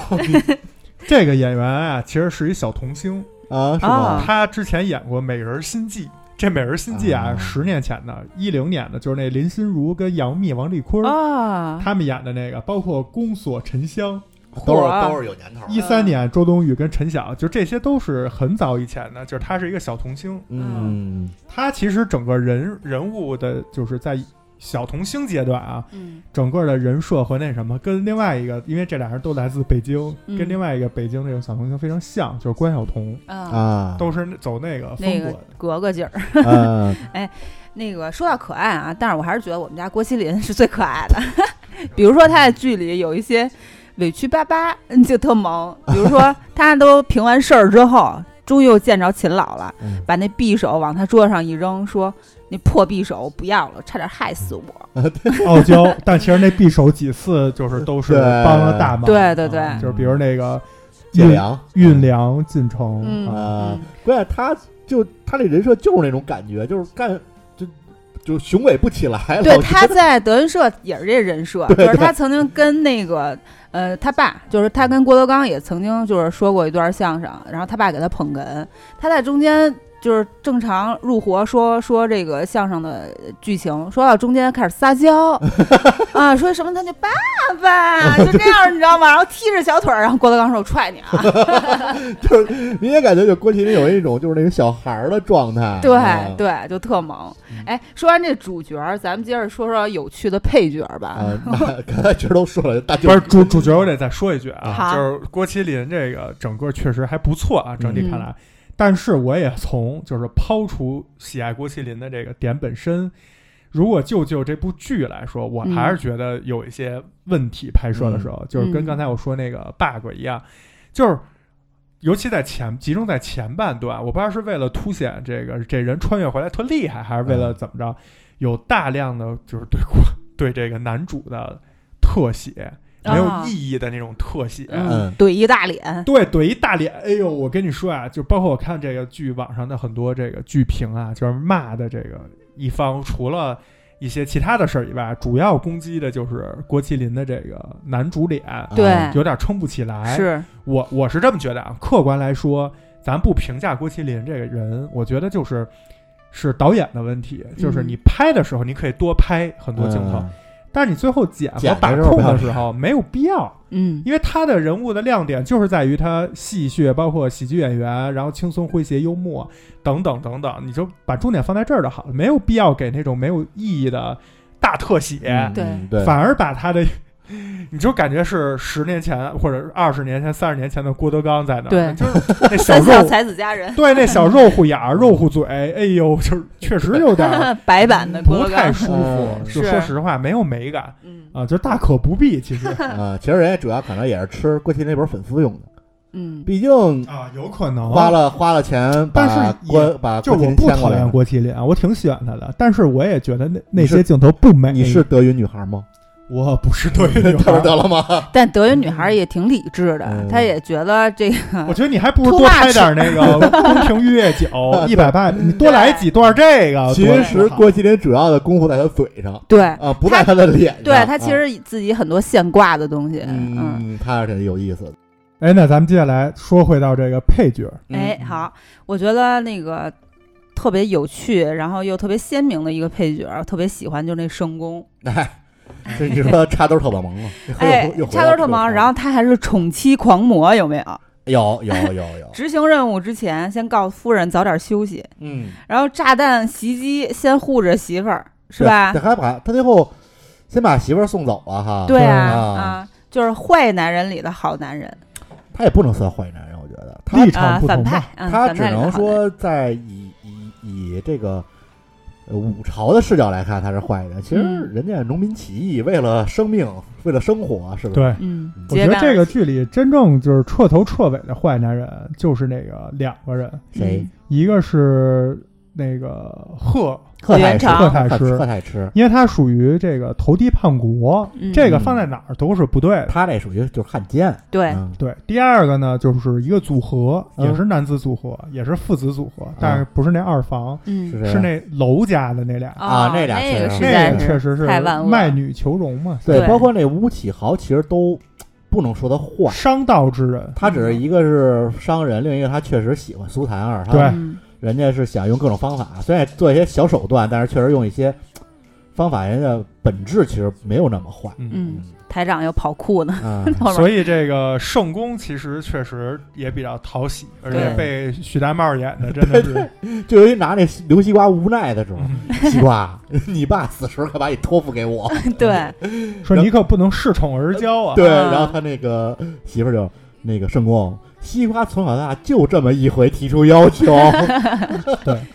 S3: 这个演员啊，其实是一小童星，
S4: 啊，是
S2: 啊
S4: 吗？
S3: 他之前演过《美人心计》。这《美人心计》啊，
S4: 啊
S3: 十年前的，一零年的，就是那林心如跟杨幂、王丽坤儿
S2: 啊，
S3: 他们演的那个，包括《宫锁沉香
S4: 都
S2: 火
S4: 是
S2: 啊
S4: 都是有年头》。。
S3: 一三年，周冬雨跟陈晓，就这些都是很早以前的，就是他是一个小童星。
S4: 嗯，
S3: 他其实整个人人物的，就是在小童星阶段啊，
S2: 嗯
S3: 整个的人设和那什么，跟另外一个，因为这俩人都来自北京，
S2: 嗯
S3: 跟另外一个北京这个小童星非常像，就是关晓彤，
S2: 啊，
S4: 啊，
S3: 都是走那个风
S2: 那
S3: 格
S2: 个
S3: 的。
S2: 格格劲儿。
S4: 嗯，
S2: 那个说到可爱啊，但是我还是觉得我们家郭麒麟是 最可爱的。比如说他在剧里有一些委屈巴巴，嗯就特萌。比如说他都平完事儿之后，终于又见着秦老了，
S4: 嗯
S2: 把那匕首往他桌上一扔，说：“那破匕首我不要了，差点害死我。
S3: 傲 娇，但其实那匕首几次就是都是
S4: 对
S3: 帮了大忙。
S2: 对对对
S3: 啊就是比如那个
S4: 借
S3: 运
S4: 粮
S3: 运粮进城，
S2: 嗯
S3: 啊
S4: 啊
S2: 嗯，
S4: 关键他就他这人设就是那种感觉，就是干就就雄伟不起 来了。
S2: 对，
S4: 我觉
S2: 他
S4: 得
S2: 在德云社也是这人设，
S4: 对
S2: 就是
S4: 对
S2: 他曾经跟那个呃他爸，就是他跟郭德纲也曾经就是说过一段相声，然后他爸给他捧哏，他在中间就是正常入活说说这个相声的剧情，说到中间开始撒娇啊，说什么他就爸爸就这样，你知道吗？然后踢着小腿儿，然后郭德纲说：“我踹你啊
S4: 就是你也感觉就郭麒麟有一种就是那个小孩儿的状态！”。
S2: 对
S4: 啊
S2: 对，就特猛。哎，说完这主角儿，咱们接着说说有趣的配角儿吧。
S4: 啊，那刚才其实都说了，大舅
S3: 不是主主角，我得再说一句啊，
S2: 啊好
S3: 就是郭麒麟这个整个确实还不错啊，整体看
S2: 嗯
S3: 来。但是我也从就是抛除喜爱郭麒麟的这个点本身，如果就就这部剧来说，我
S2: 嗯
S3: 还是觉得有一些问题。拍摄的时候，就是
S2: 嗯
S3: 跟刚才我说那个 bug 一样，就是尤其在前集中在前半段，我不知道是为了凸显这个这人穿越回来特厉害，还是
S2: 嗯
S3: 为了怎么着，有大量的就是对郭对这个男主的特写，没有
S2: 啊
S3: 意义的那种特写。
S2: 嗯
S4: 嗯，
S2: 怼一大脸，
S3: 对，怼一大脸，哎呦！我跟你说啊，就包括我看这个剧，网上的很多这个剧评啊，就是骂的这个一方，除了一些其他的事儿以外，主要攻击的就是郭麒麟的这个男主脸
S2: 对
S4: 啊
S3: 有点撑不起来。
S2: 是
S3: 我我是这么觉得啊，客观来说，咱不评价郭麒麟这个人，我觉得就是是导演的问题，就是
S2: 嗯
S3: 你拍的时候你可以多拍很多镜头，
S4: 嗯
S3: 但是你最后剪和
S4: 剪的
S3: 把
S4: 时候
S3: 控
S4: 不要
S3: 的时候没有必要。
S2: 嗯，
S3: 因为他的人物的亮点就是在于他戏谑，包括喜剧演员，然后轻松诙谐、幽默等等等等，你就把重点放在这儿就好了，没有必要给那种没有意义的大特写
S4: 嗯，
S2: 对
S4: 对，
S3: 反而把他的，你就感觉是十年前或者二十年前、三十年前的郭德纲在那儿，
S2: 对
S3: 就是那小
S2: 三笑
S3: 肉，
S2: 才子佳人，
S3: 对，那小肉乎眼儿、肉乎嘴，哎呦，就是确实有点儿
S2: 白版的郭
S3: 不
S2: 德
S3: 太
S2: 纲，
S3: 舒服，
S4: 嗯
S3: 就是说实话，没有美感
S2: 嗯
S3: 啊，就大可不必，其实
S4: 啊，其实人家主要可能也是吃郭麒麟那波粉丝用的，
S2: 嗯，
S4: 毕竟
S3: 啊，有可能
S4: 花了花了钱把
S3: 但是也
S4: 郭把
S3: 就
S4: 郭麒
S3: 是我
S4: 麟
S3: 不
S4: 签过
S3: 讨
S4: 来
S3: 厌
S4: 了。
S3: 郭麒麟啊，我挺喜欢他的，但是我也觉得那那
S4: 你是
S3: 些镜头不美。
S4: 你是德云女孩吗？
S3: 我不是对 于
S4: 这
S3: 女
S4: 不
S3: 孩儿，
S4: 得了吗？
S2: 但德云女孩也挺理智的
S4: 嗯，，
S2: 她也觉得这个
S3: 我觉得你还不如多拍点那个宫廷月酒 一百八，你多来几段这个。
S4: 其
S3: 多
S4: 实
S3: 好
S4: 郭麒麟主要的功夫在他嘴上
S2: 对
S4: 啊，不在他的脸上。
S2: 对，她其
S4: 啊
S2: 实自己很多现挂的东西，嗯，
S4: 嗯，他是挺有意思的。
S3: 哎，那咱们接下来说回到这个配角，
S4: 嗯
S2: 哎，好，我觉得那个特别有趣，然后又特别鲜明的一个配角，特别喜欢就是那圣公，
S4: 哎，这你说插兜儿特保萌吗？
S2: 哎
S4: 又，
S2: 掐头特忙，然后他还是宠妻狂魔，有没
S4: 哦
S2: 有？
S4: 有有有 有，
S2: 执行任务之前先告诉夫人早点休息，
S4: 嗯，
S2: 然后炸弹袭击先护着媳妇儿，是
S4: 对
S2: 吧
S4: 这？还把他最后先把媳妇儿送走了哈。
S2: 对啊
S4: 啊
S2: 啊，就是坏男人里的好男人
S4: 他也不能算坏男人，我觉得他
S3: 立
S2: 啊
S3: 场，不
S2: 反
S3: 同嘛
S2: 派，，啊
S4: 他
S2: 反
S4: 只
S2: 派里的
S4: 能
S2: 好男人
S4: 说在以以以这个呃五朝的视角来看他是坏人，其实
S2: 嗯
S4: 人家农民起义为了生命，为了生活，是不是？
S3: 对。
S2: 嗯，
S3: 我觉
S2: 结
S3: 得这
S2: 伴
S3: 个剧里真正就是彻头彻尾的坏男人，就是那个两个人，
S2: 嗯
S4: 谁？
S3: 一个是那个贺，
S4: 贺太
S2: 元
S4: 师，
S2: 朝
S4: 贺太
S3: 贺太师
S4: 贺太师，
S3: 因为他属于这个投敌叛国，
S2: 嗯
S3: 这个放在哪儿都是不对的。
S4: 他那属于就是汉奸。
S2: 对
S4: 嗯
S3: 对，第二个呢，就是一个组合，
S4: 嗯
S3: 也是男子组合，也是父子组合，但是不是那二房，
S2: 嗯
S4: 谁
S3: 是那楼家的那俩，
S4: 啊
S2: 哦
S4: 那俩确
S2: 那个实
S4: 实是
S3: 那
S2: 在
S3: 个确实是
S2: 太万恶了
S3: 卖女求荣嘛，
S4: 对，
S2: 对
S4: 包括那吴启豪，其实都不能说他坏，
S3: 商道之人。
S4: 他只是
S2: 嗯
S4: 一个是商人，另一个他确实喜欢苏檀儿，他
S3: 对
S2: 嗯
S4: 人家是想用各种方法，虽然也做一些小手段，但是确实用一些方法，人家本质其实没有那么坏。
S2: 嗯，台长又跑酷呢，
S4: 啊，
S2: 后面
S3: 所以这个圣公其实确实也比较讨喜，而且
S4: 对
S3: 被许大茂演的真的是，
S4: 就由于拿那刘西瓜无奈的时候，
S3: 嗯
S4: 西瓜， 你爸死时候可把你托付给 我。
S2: 对，
S3: 说你可不能恃宠而骄啊。
S4: 对，
S2: 啊
S4: 然后他那个媳妇儿就那个圣公，西瓜从小到大就这么一回提出 要求，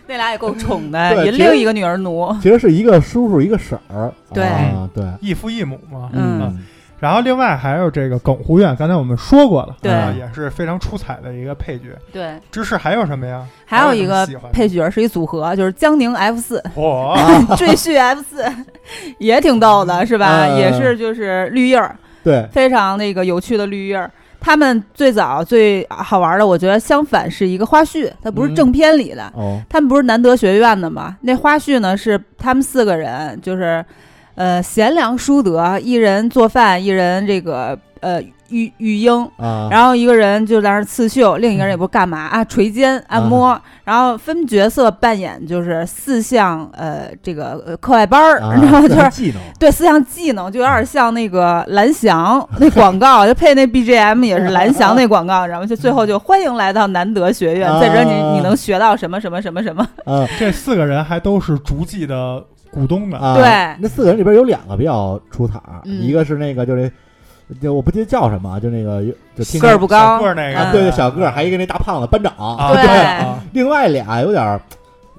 S2: 那俩也够宠
S4: 对
S2: 的，也
S4: 其实
S2: 另一个女儿奴，
S4: 其实是一个叔叔一个婶儿。
S2: 对
S4: 啊，对，
S3: 异父异母嘛，
S2: 嗯，
S3: 然后另外还有这个耿护院，刚才我们说过了，
S2: 对
S3: 啊也是非常出彩的一个配角。
S2: 对，
S3: 芝士还有什么 呀？
S2: 还有一
S3: 什么
S2: 个
S3: 喜欢的
S2: 配角是一组合，就是江宁 F 四、
S3: 哇，
S2: 赘婿 F 四，也挺逗的，是吧？
S4: 嗯
S2: 也是就是绿叶儿，
S4: 对，
S2: 非常那个有趣的绿叶儿。他们最早最好玩的，我觉得相反是一个花絮，它不是
S4: 嗯
S2: 正片里的，
S4: 哦，
S2: 他们不是南德学院的吗？那花絮呢是他们四个人，就是呃贤良淑德，一人做饭，一人这个呃育育婴，
S4: 啊，
S2: 然后一个人就在那儿刺绣，另一个人也不干嘛啊，捶肩按摩，然后分角色扮演就是四项呃这个呃课外班儿，
S4: 啊
S2: 然后就
S4: 这
S2: 是。
S4: 技能，
S2: 对四项技能就有点像那个蓝 翔那广告，就配那 BGM 也是蓝翔那广告，然后就最后就欢迎来到南德学院，在这儿
S4: 啊
S2: 你你能学到什么什么什么什么。
S4: 嗯
S3: 这四个人还都是竹记的股东呢。
S4: 啊，
S2: 对
S4: 那四个人里边有两个比较出彩儿，
S2: 嗯
S4: 一个是那个就是就我不记得叫什么，就那个就听
S2: 个儿不
S3: 小
S2: 高
S3: 个，儿那
S2: 啊
S3: 个，
S4: 对对小个儿，还有一个那大胖子班长，
S3: 啊，
S2: 对
S3: 啊
S4: 另外俩有点儿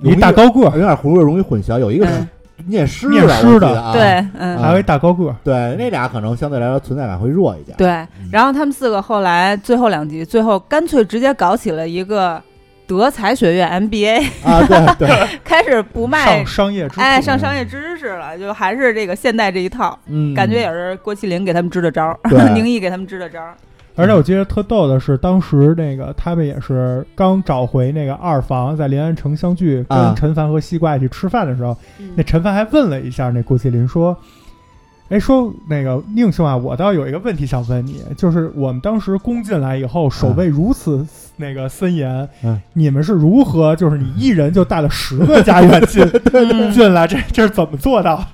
S3: 一大高个儿，
S4: 有点儿葫芦容易混淆，有一个是
S2: 嗯，
S4: 念诗
S3: 念
S4: 的，
S3: 诗
S4: 我记
S3: 的
S4: 得啊，
S2: 对，嗯，
S4: 啊
S3: 还有一大高个儿，
S4: 对，那俩可能相对来说存在感会弱 一点，
S2: 对，然后他们四个后来最后两集，最后干脆直接搞起了一个德才学院 MBA，
S4: 啊，对对，
S2: 开始不卖
S3: 上，商业之
S2: 哎，
S3: 父
S2: 上商业知识了，就还是这个现代这一套，
S4: 嗯，
S2: 感觉也是郭麒麟给他们支的招儿，
S4: 对
S2: 宁毅给他们支的招 儿。
S3: 而且我记得特逗的是，当时那个他们也是刚找回那个二房，在临安城相聚，
S4: 啊
S3: 跟陈凡和西瓜一起吃饭的时候，
S2: 嗯
S3: 那陈凡还问了一下那郭麒麟说：“哎，说那个宁兄啊，我倒有一个问题想问你，就是我们当时攻进来以后，守卫如此那个森严，
S4: 嗯
S3: 你们是如何就是你一人就带了十个家园进
S2: 嗯
S3: 进来，这这是怎么做到？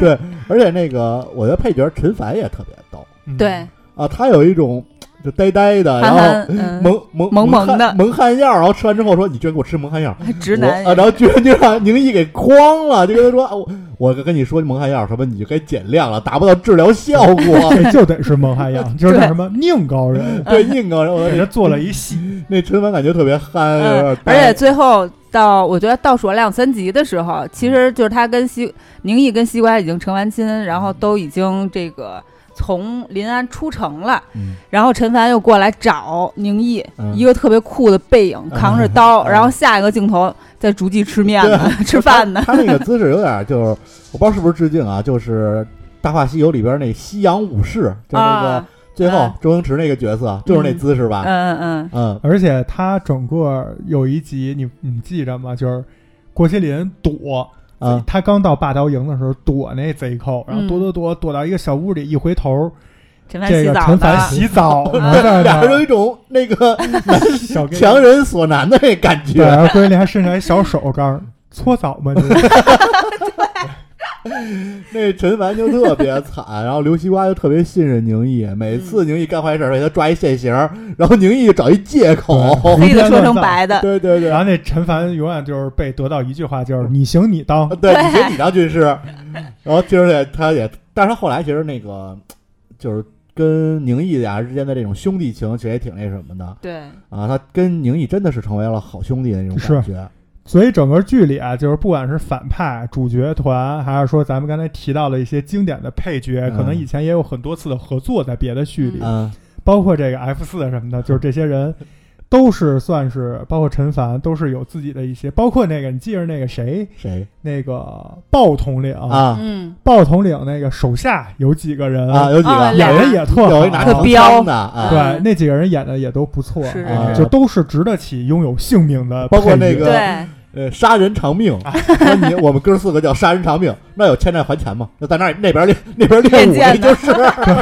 S4: 对，而且那个我觉得配角陈凡也特别逗
S3: 嗯
S2: 对，
S4: 啊，他有一种就呆呆的，
S2: 韩
S4: 然
S2: 寒
S4: 后，
S2: 嗯，
S4: 萌萌
S2: 萌萌
S4: 汉
S2: 的
S4: 萌汉药，然后吃完之后说你居然给我吃萌汉药，
S2: 直
S4: 我
S2: 男
S4: 啊，然后居然就让宁毅给诓了，就跟他说啊我我跟你说蒙汗药什么，你就该减量了，达不到治疗效 果。。
S3: 嗯这就得是蒙汉阳，就是那什么宁高人
S4: 对，硬啊刚，然后
S3: 给
S4: 那
S3: 他做了一戏，
S4: 那陈凡感觉特别憨，有
S2: 嗯
S3: 呃
S4: 点，
S2: 而且
S4: 呆
S2: 最后到我觉得倒数两三集的时
S3: 嗯
S2: 候，其实就是他跟西宁毅跟西瓜已经成完亲，然后都已经这个从临安出城了，
S4: 嗯
S2: 然后陈凡又过来找宁毅，
S4: 嗯
S2: 一个特别酷的背影，扛着刀，
S3: 嗯
S2: 然后下一个镜头在竹记吃面呢， 吃饭 呢，
S4: 他那个姿势有点就是，我不知道是不是致敬啊，就是《大话西游》里边那西洋武士，就那个
S2: 啊，
S4: 最后
S2: 啊
S4: 周星驰那个角色，就是那姿势吧？
S2: 嗯嗯
S4: 嗯
S3: 而且他整个有一集，你你记着吗？就是郭麒麟躲，
S4: 啊
S3: 他刚到霸刀营的时候躲那贼寇，然后
S2: 嗯
S3: 躲躲躲躲到一个小屋里，一回头，
S2: 嗯，陈凡
S3: 这
S2: 洗
S3: 个
S2: 澡嗯
S3: 陈
S2: 呢，
S3: 凡洗澡呢，在那
S4: 俩人有
S3: 儿
S4: 一种那个
S2: 嗯
S3: 小给
S4: 强人所难的那感
S3: 对，
S4: 觉，
S3: 然后郭麒麟还伸出一小手刚搓澡嘛，你
S4: 那陈凡就特别惨，然后刘西瓜就特别信任宁毅，每
S2: 嗯
S4: 次宁毅干坏事儿被他抓一现行，然后宁毅就找一借口，
S2: 黑的说成白的，
S4: 对对对，啊
S3: 然后那陈凡永远就是被得到一句话，就是你行你当，
S4: 对，你给你当军师，然后其实也他也，但是他后来其实那个就是跟宁毅俩人之间的这种兄弟情，其实也挺那什么的
S2: 对，
S4: 啊，他跟宁毅真的是成为了好兄弟的那种感觉，
S3: 所以整个剧里啊，就是不管是反派、主角团，还是说咱们刚才提到的一些经典的配角，
S4: 嗯
S3: 可能以前也有很多次的合作在别的剧里，
S2: 嗯
S4: 嗯
S3: 包括这个 F 四什么的，就是这些人都是算是，包括陈凡都是有自己的一些，包括那个你记着那个谁，
S4: 谁
S3: 那个鲍统领，
S4: 啊
S2: 嗯，
S3: 鲍统领那个手下有几个人，
S4: 啊有几
S2: 啊
S4: 个
S3: 演嗯人也特
S4: 有一拿
S3: 好
S4: 长
S2: 特彪
S4: 枪的啊，
S3: 对，那几个人演的也都不错，
S2: 是是
S3: 啊
S4: 是
S3: 就都是值得起拥有姓名的
S4: 包
S3: 配角，
S4: 括那个
S2: 对，
S4: 呃，杀人偿命，说你我们哥四个叫杀人偿命，那有欠债还钱吗？那在那儿那边练那边练武
S2: 练剑呢
S4: 就是，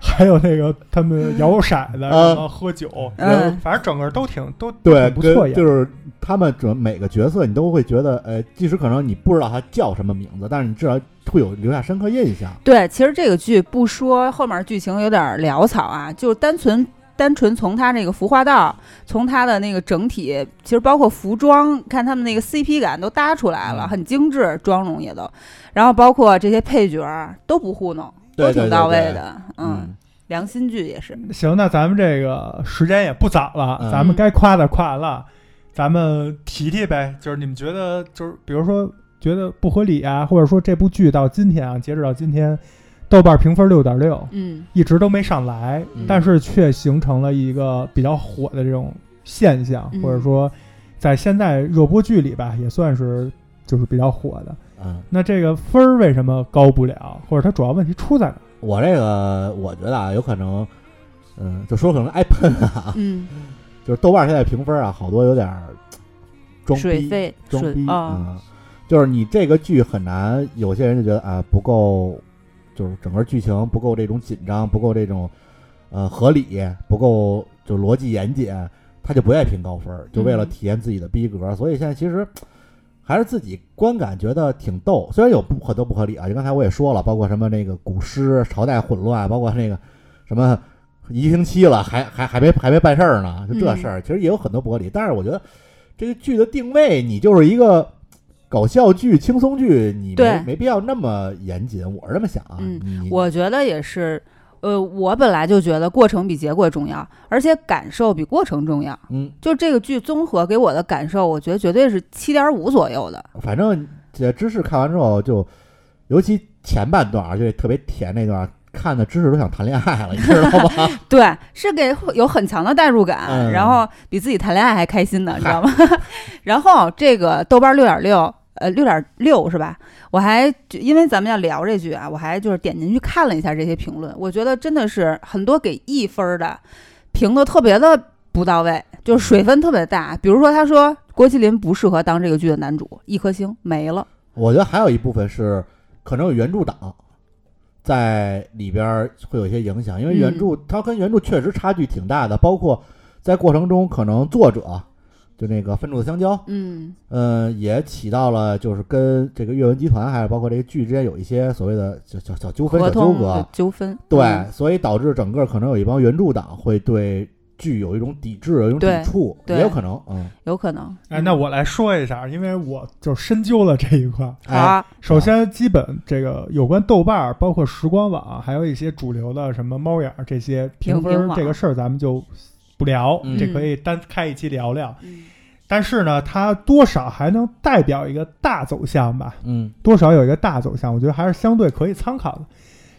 S3: 还有那个他们摇骰子，
S4: 啊
S3: 然后喝酒，
S2: 嗯
S3: 反正整个都挺都
S4: 对，
S3: 挺不错
S4: 跟
S3: 也。
S4: 就是他们主要每个角色你都会觉得，呃，即使可能你不知道他叫什么名字，但是你至少会有留下深刻印象。
S2: 对，其实这个剧不说后面剧情有点儿潦草啊，就是单纯单纯从它那个服化道，从它的那个整体，其实包括服装，看他们那个 CP 感都搭出来了，
S4: 嗯
S2: 很精致，妆容也都，然后包括这些配角儿都不糊弄，
S4: 对
S2: 都
S4: 对
S2: 挺
S4: 对
S2: 到位
S4: 对
S2: 的，嗯
S4: 嗯，，
S2: 良心剧也是，
S3: 行，那咱们这个时间也不早了，
S4: 嗯
S3: 咱们该夸的夸完了，咱们提提呗。就是你们觉得，就是比如说觉得不合理啊，或者说这部剧到今天啊，截止到今天，豆瓣评分六点六，
S2: 嗯
S3: 一直都没上来，
S4: 嗯
S3: 但是却形成了一个比较火的这种现象，
S2: 嗯
S3: 或者说在现在热播剧里吧，也算是就是比较火的。
S4: 嗯，
S3: 那这个分儿为什么高不了，或者它主要问题出在哪儿？
S4: 我这个我觉得啊，有可能嗯，就说可能挨喷啊，
S2: 嗯，
S4: 就是豆瓣现在评分啊，好多有点儿装
S2: 水
S4: 逼，
S2: 费
S4: 装
S2: 水
S4: 逼
S2: 啊，
S4: 啊、就是你这个剧很难，有些人就觉得啊不够，就是整个剧情不够这种紧张，不够这种呃合理，不够就逻辑严谨，他就不愿意评高分儿，就为了
S2: 嗯
S4: 体验自己的逼格，所以现在其实。还是自己观感觉得挺逗，虽然有不很多不合理啊，就刚才我也说了，包括什么那个古诗朝代混乱，包括那个什么一星期了还还还没还没办事儿呢，就这事
S2: 嗯
S4: 儿、其实也有很多不合理，但是我觉得这个剧的定位，你就是一个搞笑剧、轻松剧，你
S2: 对
S4: 没没必要那么严谨，我是这么想啊。
S2: 嗯
S4: 你
S2: 我觉得也是。呃，我本来就觉得过程比结果重要，而且感受比过程重要。
S4: 嗯，
S2: 就这个剧综合给我的感受，我觉得绝对是七点五左右的。
S4: 反正这知识看完之后就，尤其前半段啊，就特别甜那段，看的知识都想谈恋爱了，你知道吗？
S2: 对，是给有很强的代入感，
S4: 嗯
S2: 然后比自己谈恋爱还开心呢，你知 道吗？ 然后这个豆瓣六点六，呃，六点六是吧？我还就因为咱们要聊这剧啊，我还就是点进去看了一下这些评论，我觉得真的是很多给一分儿的评的特别的不到位，就是水分特别大。比如说他说郭麒麟不适合当这个剧的男主，一颗星没了。
S4: 我觉得还有一部分是可能有原著党。在里边儿会有一些影响，因为
S2: 嗯
S4: 原著、它跟原著确实差距挺大的，包括在过程中可能作者就那个愤怒的香蕉，
S2: 嗯
S4: 嗯，也起到了就是跟这个阅文集团还有包括这个剧之间有一些所谓的小小小纠纷、
S2: 合
S4: 小纠
S2: 同的
S4: 葛，
S2: 纠纷，
S4: 对，
S2: 嗯
S4: 所以导致整个可能有一帮原著党会对剧有一种抵制、有一种
S2: 对
S4: 抵触，
S2: 对
S4: 也有可能，嗯，
S2: 有可能。
S3: 哎，那我来说一下，因为我就深究了这一块。
S2: 好
S4: 哎
S2: 啊，
S3: 首先，基本这个有关豆瓣儿，包括时光网，还有一些主流的什么猫眼儿这些评分
S2: 影评
S3: 儿
S2: 网
S3: 这个事儿，咱们就不聊，
S4: 嗯
S3: 这可以单开一期聊聊。
S2: 嗯
S3: 但是呢，它多少还能代表一个大走向吧，
S4: 嗯
S3: 多少有一个大走向，我觉得还是相对可以参考的。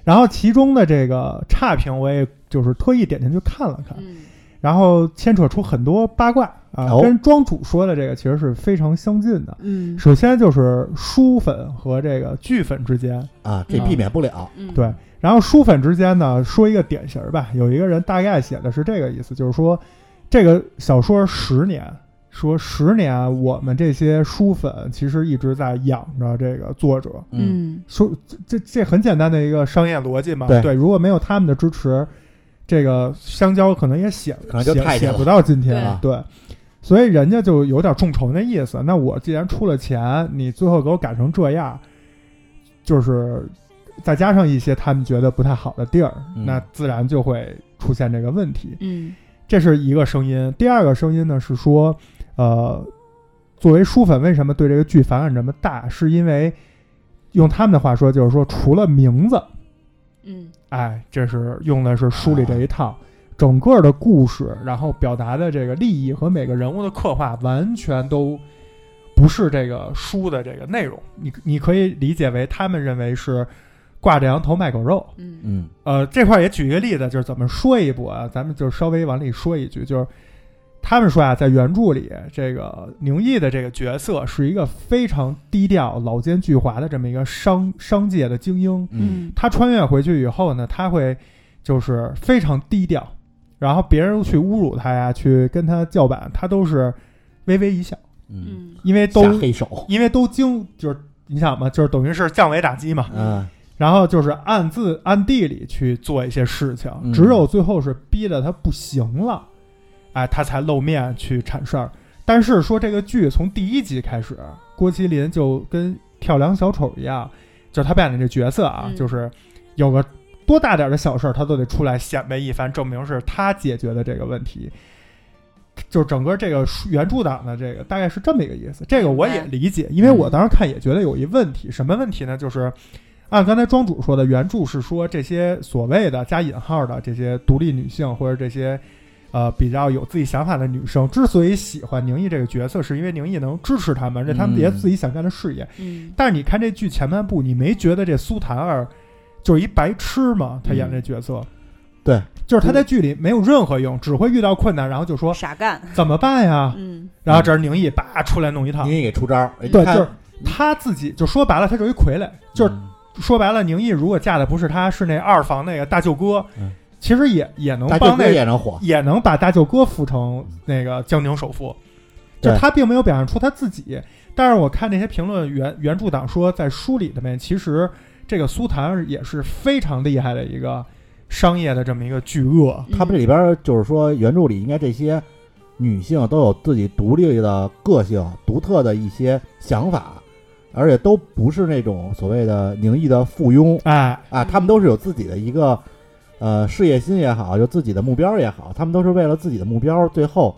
S3: 然后其中的这个差评，我也就是特意点进去看了看，
S2: 嗯
S3: 然后牵扯出很多八卦啊，
S4: 哦
S3: 跟庄主说的这个其实是非常相近的。
S2: 嗯
S3: 首先就是书粉和这个剧粉之间，
S4: 啊，这避免不了，
S2: 嗯，
S3: 对，然后书粉之间呢，说一个典型儿吧，有一个人大概写的是这个意思，就是说这个小说十年，说十年我们这些书粉其实一直在养着这个作者，
S2: 嗯
S3: 说这这很简单的一个商业逻辑嘛，
S4: 对
S3: 如果没有他们的支持，这个香蕉可能也写
S4: 可能就太监
S3: 写写
S4: 了
S3: 不到今天
S4: 对
S3: 了，对。所以人家就有点众筹那意思。那我既然出了钱，你最后给我改成这样，就是再加上一些他们觉得不太好的地儿，
S4: 嗯
S3: 那自然就会出现这个问题。
S2: 嗯
S3: 这是一个声音。第二个声音呢是说，呃，作为书粉，为什么对这个剧反感这么大？是因为用他们的话说，就是说除了名字，
S2: 嗯
S3: 哎，这是用的是书里这一套，整个的故事，然后表达的这个利益和每个人物的刻画，完全都不是这个书的这个内容。你你可以理解为他们认为是挂着羊头卖狗肉。
S2: 嗯
S4: 嗯
S3: 呃，这块儿也举一个例子，就是怎么说一步啊，咱们就稍微往里说一句，就是他们说啊，在原著里，这个宁毅的这个角色是一个非常低调、老奸巨猾的这么一个商商界的精英。
S4: 嗯
S3: 他穿越回去以后呢，他会就是非常低调，然后别人去侮辱他呀，去跟他叫板，他都是微微一笑，
S4: 嗯，
S2: 嗯
S3: 因为都
S4: 下黑手，
S3: 因为都经就是你想嘛，就是等于是降维打击嘛，
S4: 嗯
S3: 然后就是暗自暗地里去做一些事情，
S4: 嗯
S3: 只有最后是逼得他不行了，哎，他才露面去铲事儿。但是说这个剧从第一集开始，郭麒麟就跟跳梁小丑一样，就是他扮演的这角色啊，
S2: 嗯
S3: 就是有个多大点儿的小事儿，他都得出来显摆一番，证明是他解决的这个问题。就整个这个书原著党的这个大概是这么一个意思，这个我也理解，因为
S4: 嗯
S3: 我当时看也觉得有一问题，什么问题呢？就是按刚才庄主说的，原著是说这些所谓的加引号的这些独立女性或者这些呃比较有自己想法的女生，之所以喜欢宁毅这个角色，是因为宁毅能支持她们，让她们
S4: 嗯
S3: 别自己想干的事业。
S2: 嗯
S3: 但是你看这剧前半部，你没觉得这苏檀儿就是一白痴吗？他演这角色，
S4: 嗯对，
S3: 就是他在剧里没有任何用，只会遇到困难，然后就说
S2: 傻干，
S3: 怎么办呀？
S2: 嗯
S3: 然后这时宁毅叭出来弄一套
S4: 你，也给出招儿，哎
S3: 对，
S4: 看
S3: 就是他自己就说白了，他就是一傀儡，就是
S4: 嗯
S3: 说白了，宁毅如果嫁的不是他，是那二房那个大舅哥，
S4: 嗯
S3: 其实也也能
S4: 大舅
S3: 帮
S4: 哥
S3: 那
S4: 也能火，
S3: 也能把大舅哥扶成那个江宁首富，就
S4: 对
S3: 他并没有表现出他自己。但是我看那些评论原原著党说，在书里面其实这个苏檀也是非常厉害的一个商业的这么一个巨鳄。
S4: 他们这里边儿就是说，原著里应该这些女性都有自己独立的个性、独特的一些想法，而且都不是那种所谓的宁毅的附庸
S3: 哎，
S4: 啊，他们都是有自己的一个呃事业心也好，有自己的目标也好，他们都是为了自己的目标，最后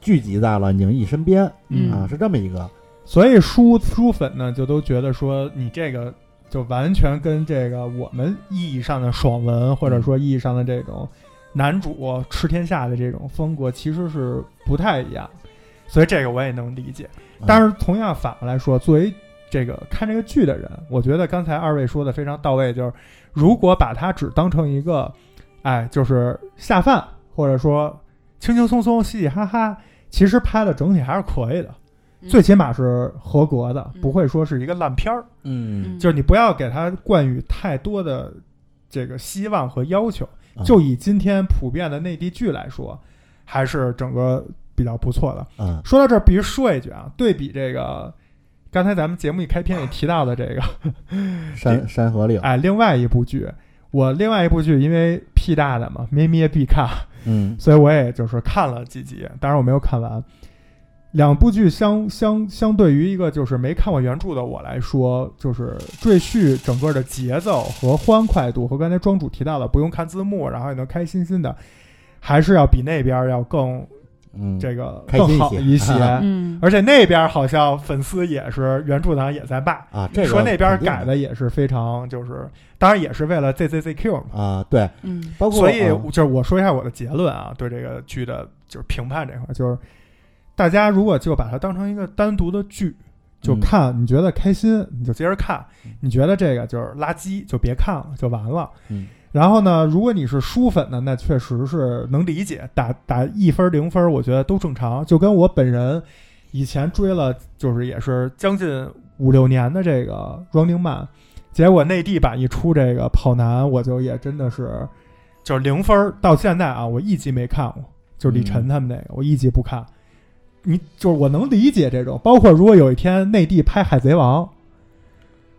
S4: 聚集在了宁毅身边
S2: 嗯
S4: 啊，是这么一个
S3: 所以书书粉呢就都觉得说你这个就完全跟这个我们意义上的爽文或者说意义上的这种男主吃天下的这种风格其实是不太一样，所以这个我也能理解。但是同样反过来说，作为这个看这个剧的人，我觉得刚才二位说的非常到位，就是如果把它只当成一个，哎，就是下饭或者说轻轻松松、嘻嘻哈哈，其实拍的整体还是可以的。
S2: 嗯
S3: 最起码是合格的，
S2: 嗯
S3: 不会说是一个烂片儿。
S4: 嗯
S3: 就是你不要给它冠予太多的这个希望和要求
S4: 啊。
S3: 嗯就以今天普遍的内地剧来说，还是整个比较不错的。
S4: 啊
S3: 说到这儿，必须说一句啊，对比这个刚才咱们节目一开篇也提到的这个，
S4: 山山河令，
S3: 哎，另外一部剧，我另外一部剧因为屁大的嘛，咩咩必看，
S4: 嗯
S3: 所以我也就是看了几集，当然我没有看完。两部剧相相相对于一个就是没看过原著的我来说，就是赘婿整个的节奏和欢快度和刚才庄主提到的不用看字幕，然后也能开心心的，还是要比那边儿要更
S4: 嗯，
S3: 这个
S4: 开心
S3: 更
S4: 一
S3: 好
S4: 些啊
S3: 一些。
S2: 嗯，
S3: 啊而且那边儿好像粉丝也是原著党也在骂，
S4: 啊，这个
S3: 说那边儿改
S4: 肯定
S3: 的也是非常就是，当然也是为了 ZZZQ 嘛。
S4: 啊，对，
S2: 嗯
S4: 包括
S3: 所以
S4: 嗯
S3: 就是我说一下我的结论啊，对这个剧的就是评判这块儿，就是大家如果就把它当成一个单独的剧，就
S4: 嗯
S3: 看，你觉得开心你就接着看，你觉得这个就是垃圾就别看了，就完了。
S4: 嗯
S3: 然后呢，如果你是书粉呢，那确实是能理解，打打一分儿零分儿，我觉得都正常。就跟我本人以前追了，就是也是将近五六年的这个《Running Man》，结果内地版一出这个《跑男》，我就也真的是就是零分儿。到现在啊，我一集没看过，就是李
S4: 嗯
S3: 晨他们那个，我一集不看。你就是我能理解这种，包括如果有一天内地拍《海贼王》，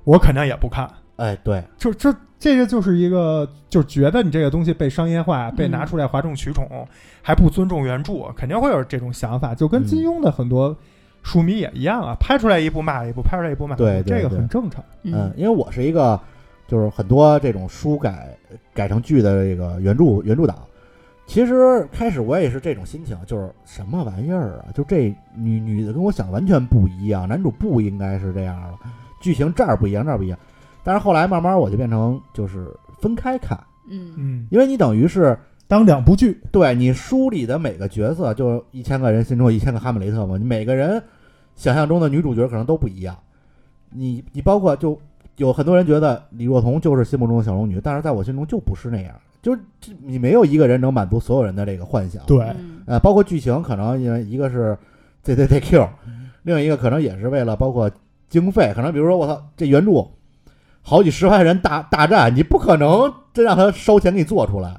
S3: 我肯定也不看。
S4: 哎对，
S3: 就这这个就是一个，就是觉得你这个东西被商业化，被
S2: 嗯
S3: 拿出来哗众取宠，还不尊重原著，肯定会有这种想法。就跟
S4: 嗯
S3: 金庸的很多书迷也一样啊，拍出来一部骂一部，拍出来一部骂一部，
S4: 对对
S3: 这个
S4: 对
S3: 很正常。
S4: 嗯，因为我是一个就是很多这种书改改成剧的这个原著原著党。其实开始我也是这种心情，就是什么玩意儿啊？就这女女的跟我想完全不一样，男主不应该是这样的，剧情这儿不一样那儿不一样。但是后来慢慢我就变成就是分开看，
S2: 嗯
S3: 嗯，
S4: 因为你等于是
S3: 当两部剧，
S4: 对你书里的每个角色，就一千个人心中有一千个哈姆雷特嘛，你每个人想象中的女主角可能都不一样。你你包括就有很多人觉得李若彤就是心目中的小龙女，但是在我心中就不是那样，就是这你没有一个人能满足所有人的这个幻想。，
S3: 对，
S2: 嗯
S4: 呃，包括剧情可能因为一个是 Z Z Z Q，另一个可能也是为了包括经费，可能比如说我操这原著好几十万人大大战，你不可能真让他烧钱给你做出来，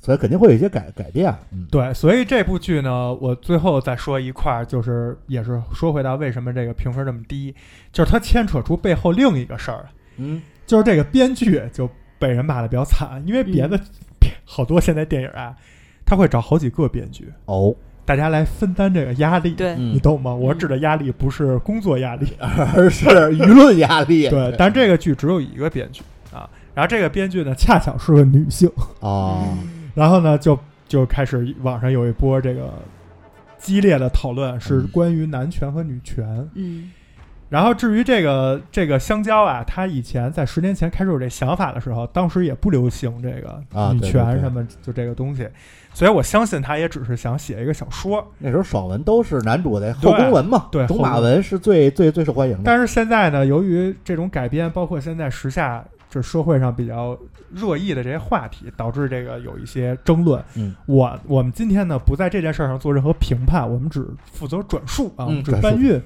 S4: 所以肯定会有一些改改变。嗯，
S3: 对，所以这部剧呢，我最后再说一块儿，就是也是说回到为什么这个评分这么低，就是它牵扯出背后另一个事儿，
S4: 嗯，
S3: 就是这个编剧就被人骂的比较惨，因为别的、别 好多现在电影啊，他会找好几个编剧，
S4: 哦，
S3: 大家来分担这个压力。
S2: 对，
S3: 你
S4: 嗯，
S3: 懂吗？我指的压力不是工作压力，啊
S4: 而是舆论压力。
S3: 对。但这个剧只有一个编剧啊，然后这个编剧呢，恰巧是个女性，
S2: 嗯
S4: 哦，
S3: 然后呢，就就开始网上有一波这个激烈的讨论，是
S4: 嗯
S3: 关于男权和女权。
S2: 嗯
S3: 然后至于这个这个香蕉啊，他以前在十年前开始有这想法的时候，当时也不流行这
S4: 啊对
S3: 个女
S4: 对
S3: 权
S4: 对
S3: 什么就这个东西，所以我相信他也只是想写一个小说。
S4: 那时候爽文都是男主的后宫文嘛，
S3: 对对
S4: 种马文是最最最受欢迎的。
S3: 但是现在呢，由于这种改编，包括现在时下这社会上比较热议的这些话题，导致这个有一些争论。
S4: 嗯，
S3: 我我们今天呢不在这件事儿上做任何评判，我们只负责转述啊，
S4: 嗯
S3: 我们只
S4: 转述
S3: 搬运。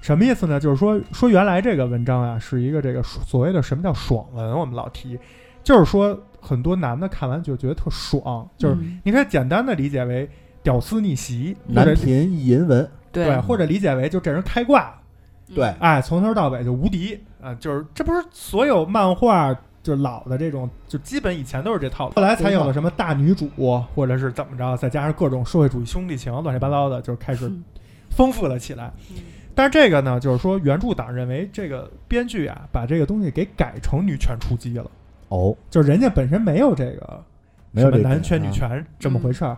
S3: 什么意思呢？就是说说原来这个文章啊是一个这个所谓的什么叫爽文，我们老提，就是说很多男的看完就觉得特爽，就是
S2: 嗯
S3: 你可以简单的理解为屌丝逆袭，或
S4: 男
S3: 者
S4: 频意淫文，
S3: 对，啊或者理解为就这人开挂，
S4: 对，
S2: 嗯
S3: 哎，从头到尾就无敌啊，就是这不是所有漫画。就是老的这种，就基本以前都是这套路，后来才有了什么大女主，或者是怎么着，再加上各种社会主义兄弟情，乱七八糟的，就是开始
S2: 嗯
S3: 丰富了起来。但是这个呢，就是说原著党认为这个编剧啊，把这个东西给改成女权出击了，
S4: 哦，
S3: 就是人家本身没有这个
S4: 没有
S3: 什
S4: 这
S3: 么男
S4: 个
S3: 权女
S4: 啊
S3: 权这么回事儿，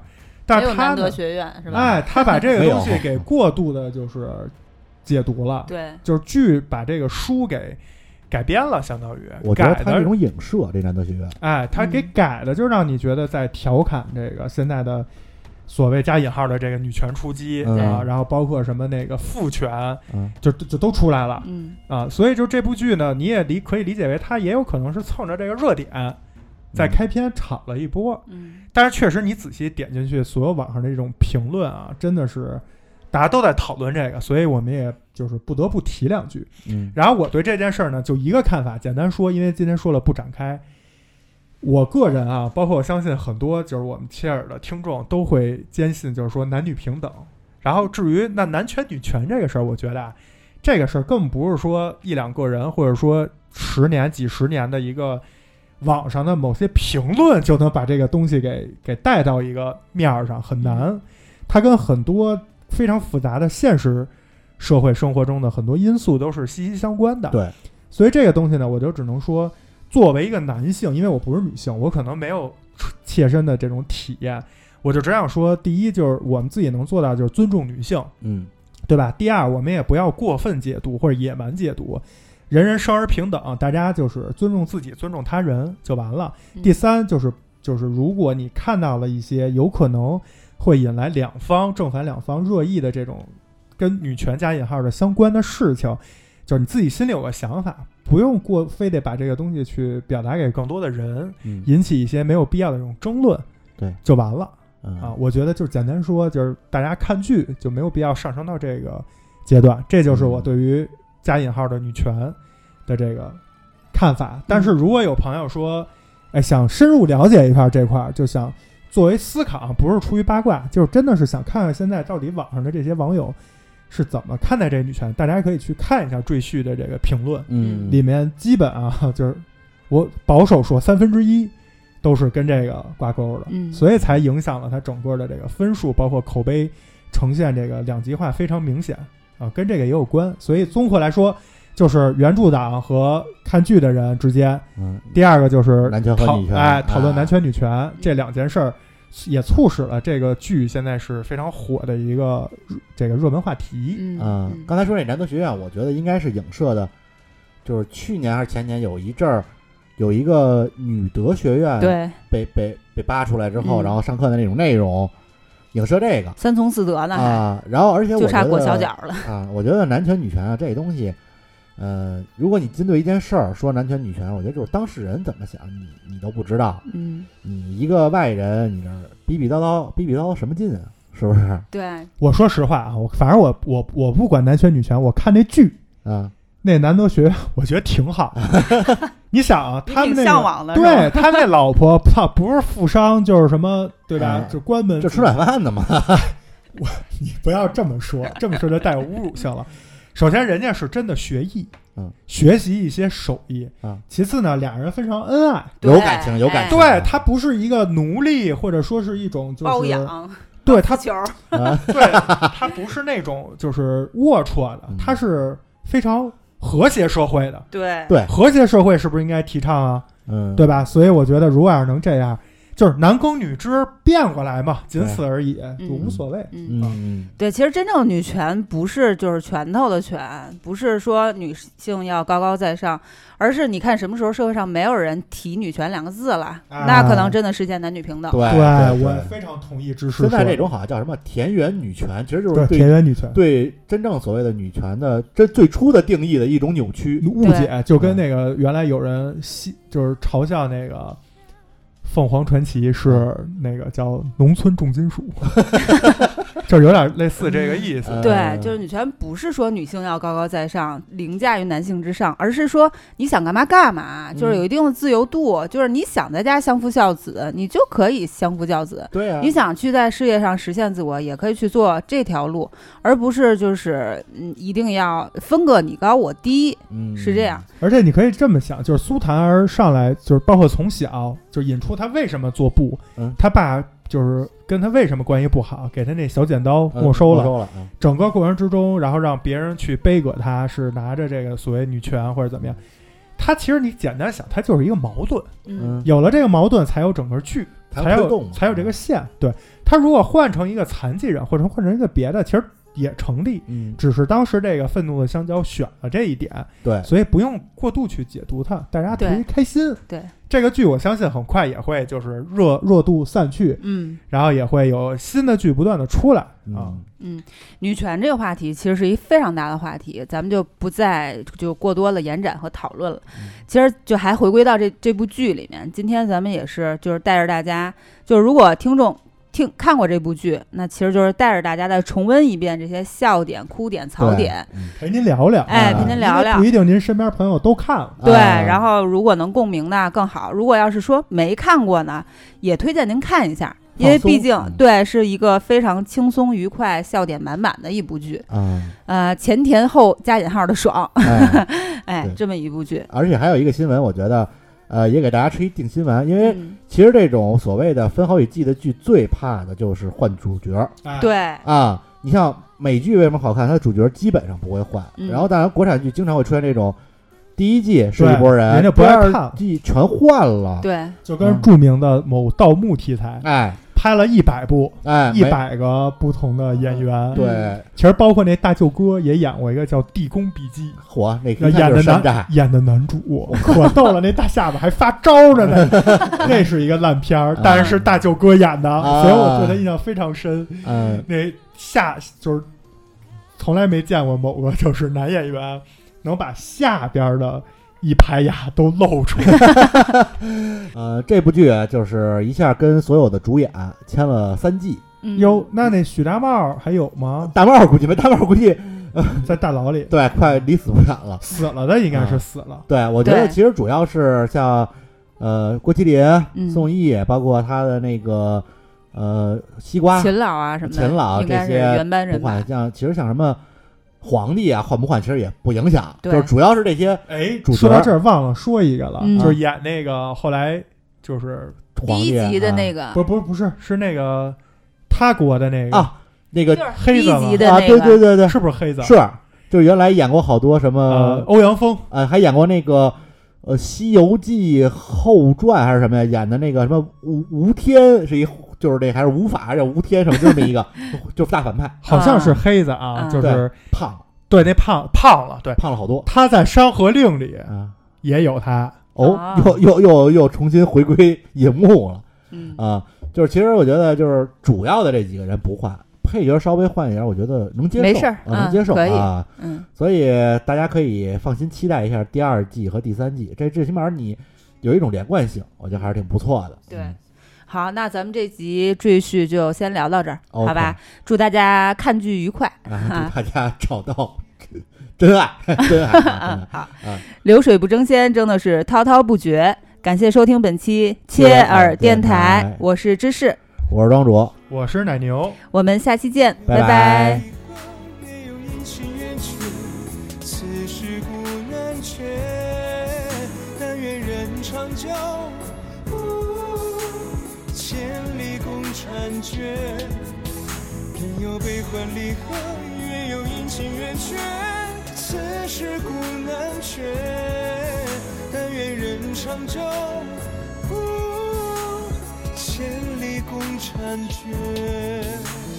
S8: 嗯
S3: 但
S8: 没
S3: 是
S8: 有
S3: 他
S8: 男
S3: 呢
S8: 德，学院是吧？
S3: 哎，他把这
S4: 没
S3: 个
S4: 有
S3: 东西给过度的就是解读了，
S8: 对，
S3: 就是剧把这个书给改编了，相当于
S4: 啊我觉得
S3: 改
S4: 他这
S3: 的，
S4: 种影射，这男德学院，
S3: 哎，他给
S2: 嗯
S3: 改的，就让你觉得在调侃这个现在的。所谓加引号的这个女权出击、
S4: 嗯
S3: 啊，然后包括什么那个父权，
S4: 嗯
S3: 就就就都出来了。
S2: 嗯
S3: 啊，所以就这部剧呢，你也理可以理解为它也有可能是蹭着这个热点，在开篇炒了一波。
S2: 嗯
S3: 但是确实，你仔细点进去，所有网上的这种评论啊，真的是大家都在讨论这个，所以我们也就是不得不提两句。
S4: 嗯，
S3: 然后我对这件事儿呢，就一个看法，简单说，因为今天说了不展开。我个人啊，包括我相信很多就是我们切尔的听众都会坚信，就是说男女平等。然后至于那男权女权这个事儿，我觉得啊，这个事儿更不是说一两个人，或者说十年、几十年的一个网上的某些评论就能把这个东西给给带到一个面儿上，很难。它跟很多非常复杂的现实社会生活中的很多因素都是息息相关的。
S4: 对，
S3: 所以这个东西呢，我就只能说，作为一个男性，因为我不是女性，我可能没有切身的这种体验，我就只想说，第一就是我们自己能做到就是尊重女性，
S4: 嗯，
S3: 对吧？第二，我们也不要过分解读或者野蛮解读，人人生而平等，大家就是尊重自己、尊重他人就完了。
S8: 嗯
S3: 第三，就是就是如果你看到了一些有可能会引来两方正反两方热议的这种跟女权加引号的相关的事情，就是你自己心里有个想法，不用过非得把这个东西去表达给更多的人，
S4: 嗯
S3: 引起一些没有必要的这种争论，
S4: 对，
S3: 就完了。啊
S4: 啊，，
S3: 我觉得就是简单说，就是大家看剧就没有必要上升到这个阶段，这就是我对于加引号的女权的这个看法。但是如果有朋友说，哎，想深入了解一块儿这块儿，就想作为思考，不是出于八卦，就是真的是想看看现在到底网上的这些网友是怎么看待这女权，大家可以去看一下赘婿的这个评论，
S4: 嗯，
S3: 里面基本啊， 就是我保守说三分之一都是跟这个挂钩的，
S2: 嗯
S3: 所以才影响了它整个的这个分数，包括口碑呈现这个两极化非常明显啊，跟这个也有关。所以综合来说，就是原著党和看剧的人之间，
S4: 嗯，
S3: 第二个就是
S4: 男权和
S3: 讨
S4: 女权
S3: 哎
S4: 啊
S3: 讨论男权女权这两件事儿。也促使了这个剧现在是非常火的一个这个热门话题。
S2: 嗯
S4: 啊，刚才说那男德学院，我觉得应该是影射的，就是去年还是前年有一阵儿，有一个女德学院
S2: 对，
S4: 被被被扒出来之
S2: 嗯
S4: 后，然后上课的那种内容，影射这个
S2: 三从四德呢，还
S4: 啊，然后而且我
S2: 就差
S4: 觉
S2: 裹
S4: 得
S2: 小脚了。
S4: 啊，我觉得男权女权啊这东西，呃，如果你针对一件事儿说男权女权，我觉得就是当事人怎么想，你你都不知道，
S2: 嗯，
S4: 你一个外人，你这儿逼逼叨叨，逼逼叨叨什么劲啊？是不是？
S2: 对，
S3: 我说实话啊，我反正我我我不管男权女权，我看那剧
S4: 啊，
S3: 那男德学院，我觉得挺好。 你想啊，
S8: 你
S3: 他们
S8: 挺
S3: 那个
S8: 向往的，是吧
S3: 对他那老婆，操，不是富商就是什么，对吧
S4: 哎？
S3: 就关门
S4: 这吃软饭的嘛，
S3: 你不要这么说，这么说就带有侮辱性了。首先，人家是真的学艺，
S4: 嗯，
S3: 学习一些手艺
S4: 嗯。
S3: 其次呢，俩人非常恩爱，
S8: 对
S4: 有感情，有感
S2: 哎
S8: 哎
S4: 情。
S3: 对他不是一个奴隶，或者说是一种就
S8: 包
S3: 是
S8: 养
S3: 对他
S8: 球，
S4: 啊
S3: 对，他不是那种就是龌龊的
S4: 嗯，
S3: 他是非常和谐社会的。
S8: 对
S4: 对
S3: 和谐社会是不是应该提倡啊？
S4: 嗯，
S3: 对吧？所以我觉得，如果要是能这样，就是男耕女织变过来嘛，仅此而已，就无所谓。
S2: 嗯
S4: 嗯，嗯，
S2: 对，其实真正女权不是就是拳头的拳，不是说女性要高高在上，而是你看什么时候社会上没有人提女权两个字了，那可能真的实现男女平等。
S4: 对
S3: 啊对
S4: 哎对
S3: 我
S4: 对
S3: 非常同意支持
S4: 现在
S3: 说的
S4: 这种好像叫什么田园女权，其实就是
S3: 对田园女权
S4: 对真正所谓的女权的这最初的定义的一种扭曲。
S3: 误解，就
S4: 嗯
S3: 跟那个原来有人戏就是嘲笑那个。
S4: 嗯
S3: 凤凰传奇是那个叫农村重金属， 就是有点类似这个意思。
S4: 呃
S2: 对，就是女权不是说女性要高高在上、凌驾于男性之上，而是说你想干嘛干嘛，就是有一定的自由度，就是你想在家相夫教子，你就可以相夫教子。
S4: 对啊，
S2: 你想去在事业上实现自我，也可以去做这条路，而不是就是嗯，一定要分个你高我低，
S4: 嗯
S2: 是这样。。
S3: 而且你可以这么想，就是苏檀儿上来就是包括从小就引出他为什么做布，
S4: 嗯
S3: 他爸就是跟他为什么关系不好，给他那小剪刀
S4: 嗯
S3: 没收了，
S4: 没收了，嗯
S3: 整个过程之中，然后让别人去背葛他，是拿着这个所谓女权或者怎么样。他其实你简单想，他就是一个矛盾，
S2: 嗯，
S4: 嗯，
S3: 有了这个矛盾，才有整个剧，
S4: 才
S3: 才
S4: 推动
S3: 有
S4: 嘛啊
S3: 才有这个线。对他如果换成一个残疾人，或者换成一个别的，其实也成立。
S4: 嗯，
S3: 只是当时这个愤怒的香蕉选了这一点，
S4: 对，
S3: 所以不用过度去解读它，大家图
S2: 对
S3: 一开心。
S2: 对
S3: 这个剧，我相信很快也会就是热热度散去，
S2: 嗯
S3: 然后也会有新的剧不断的出来啊。
S4: 嗯
S2: 嗯，女权这个话题其实是一非常大的话题，咱们就不再就过多的延展和讨论了。其实就还回归到这这部剧里面，今天咱们也是就是带着大家，就是如果听众。听看过这部剧，那其实就是带着大家再重温一遍这些笑点、哭点、槽
S4: 对
S2: 点，
S4: 嗯
S3: 陪您聊聊，
S2: 哎，
S4: 啊
S2: 陪您聊聊
S3: 因为不。一定您身边朋友都看了。
S2: 对，
S4: 啊
S2: 然后如果能共鸣呢更好。如果要是说没看过呢，也推荐您看一下，因为
S4: 放松
S2: 毕竟
S4: 嗯
S2: 对是一个非常轻松愉快、笑点满满的一部剧。
S4: 啊，
S2: 呃，前甜后加引号的爽，
S4: 哎
S2: 哎
S4: 对，
S2: 这么一部剧。
S4: 而且还有一个新闻，我觉得呃也给大家吃一定心丸，因为
S2: 嗯，
S4: 其实这种所谓的分好几季的剧，最怕的就是换主角儿
S3: 哎，
S2: 对，
S4: 啊。你像美剧为什么好看？它的主角基本上不会换，
S2: 嗯
S4: 然后当然国产剧经常会出现这种。第一季是一
S3: 对
S4: 拨人，
S3: 人家不
S4: 第
S3: 爱
S4: 二
S3: 看
S4: 季全换了。，
S2: 对，
S3: 就
S4: 嗯
S3: 跟著名的某盗墓题材，
S4: 哎
S3: 拍了一百部，
S4: 哎，
S3: 一
S4: 没嗯
S3: 百嗯个不同的演员。
S4: 对，
S3: 其实包括那大舅哥也演过一个叫《地宫笔记》，
S4: 火那个
S3: 那演
S4: 就是
S3: 的
S4: 山寨
S3: 男，演的男主可逗了，那大下巴还发招着 呢，那是一个烂片儿，但是是大舅哥演的，
S4: 嗯啊
S3: 所以我对他印象非常深。
S4: 嗯，
S3: 那下就是从来没见过某个就是男演员能把下边的一排牙都露出来，
S4: 呃，这部剧啊就是一下跟所有的主演签了三季，
S2: 嗯
S3: 哟，那那许大茂还有吗？
S4: 大帽估计没大帽估计
S3: 在大牢里
S4: 对快离死不远了。
S3: 死了的应该是死了。
S4: 对，我觉得
S2: 对
S4: 其实主要是像呃郭麒
S2: 嗯
S4: 麟、宋轶，包括他的那个呃西瓜
S2: 秦老啊什么的，
S4: 秦老
S2: 应该是
S4: 这些
S2: 原班
S4: 不
S2: 人马
S4: 换，。像其实像什么皇帝啊换不换其实也不影响，就
S2: 对
S4: 是主要是这些
S3: 哎
S4: 主角
S3: 说到这儿忘了说一个了，啊
S2: 嗯
S3: 就是演那个后来就是
S4: 皇
S2: 第
S4: 帝啊
S2: 一集的那
S4: 个
S2: 个，
S3: 不不不是是那个他国的那个
S4: 啊那个
S2: 就是
S3: 黑
S2: 第
S3: 子
S2: 一
S3: 嘛
S2: 集的
S4: 啊，
S2: 那
S4: 对
S2: 个，
S4: 对对对，
S3: 是不是黑子？啊
S4: 是，就原来演过好多什
S3: 呃
S4: 么
S3: 欧阳锋
S4: 呃，还演过那个呃《西游记后传》还是什么呀？演的那个什么吴吴天是一，就是那还是无法还是吴天什么这么一个， 就是大反派，
S3: 好像是黑子
S2: 啊
S3: 啊，就是
S4: 胖
S3: 对那胖胖了，对
S4: 胖了好多
S3: 他在《山河令》里
S4: 啊。
S3: 也有他，
S4: 哦
S2: 啊，
S4: 又又又又重新回归荧幕了
S2: 嗯，
S4: 啊！就是其实我觉得就是主要的这几个人不换，配角稍微换一点，我觉得能接受，
S2: 没事儿
S4: 啊能
S2: 嗯
S4: 接受
S2: 可以
S4: 啊。
S2: 嗯，
S4: 所以大家可以放心期待一下第二季和第三季，这最起码你有一种连贯性，我觉得还是挺不错的。
S2: 对
S4: 嗯
S2: 好，那咱们这集赘婿就先聊到这儿，
S4: OK
S2: 好吧？祝大家看剧愉快。
S4: 啊，祝大家找到 真爱， 真爱啊，真爱。
S2: 好
S4: 嗯，
S2: 流水不争先，真的是滔滔不绝。感谢收听本期
S4: 切
S2: 切
S4: 耳
S2: 耳
S4: 电
S2: 电
S4: 台
S2: 台，我是芝士，
S4: 我是庄主，
S3: 我是奶牛。
S2: 我们下期见，
S4: 拜拜
S2: 拜
S1: 没有音讯远去，此事古难全。但愿人长久，千里共婵娟。人有悲欢离合，月有阴晴圆缺，此事古难全。但愿人长久，千里共婵娟。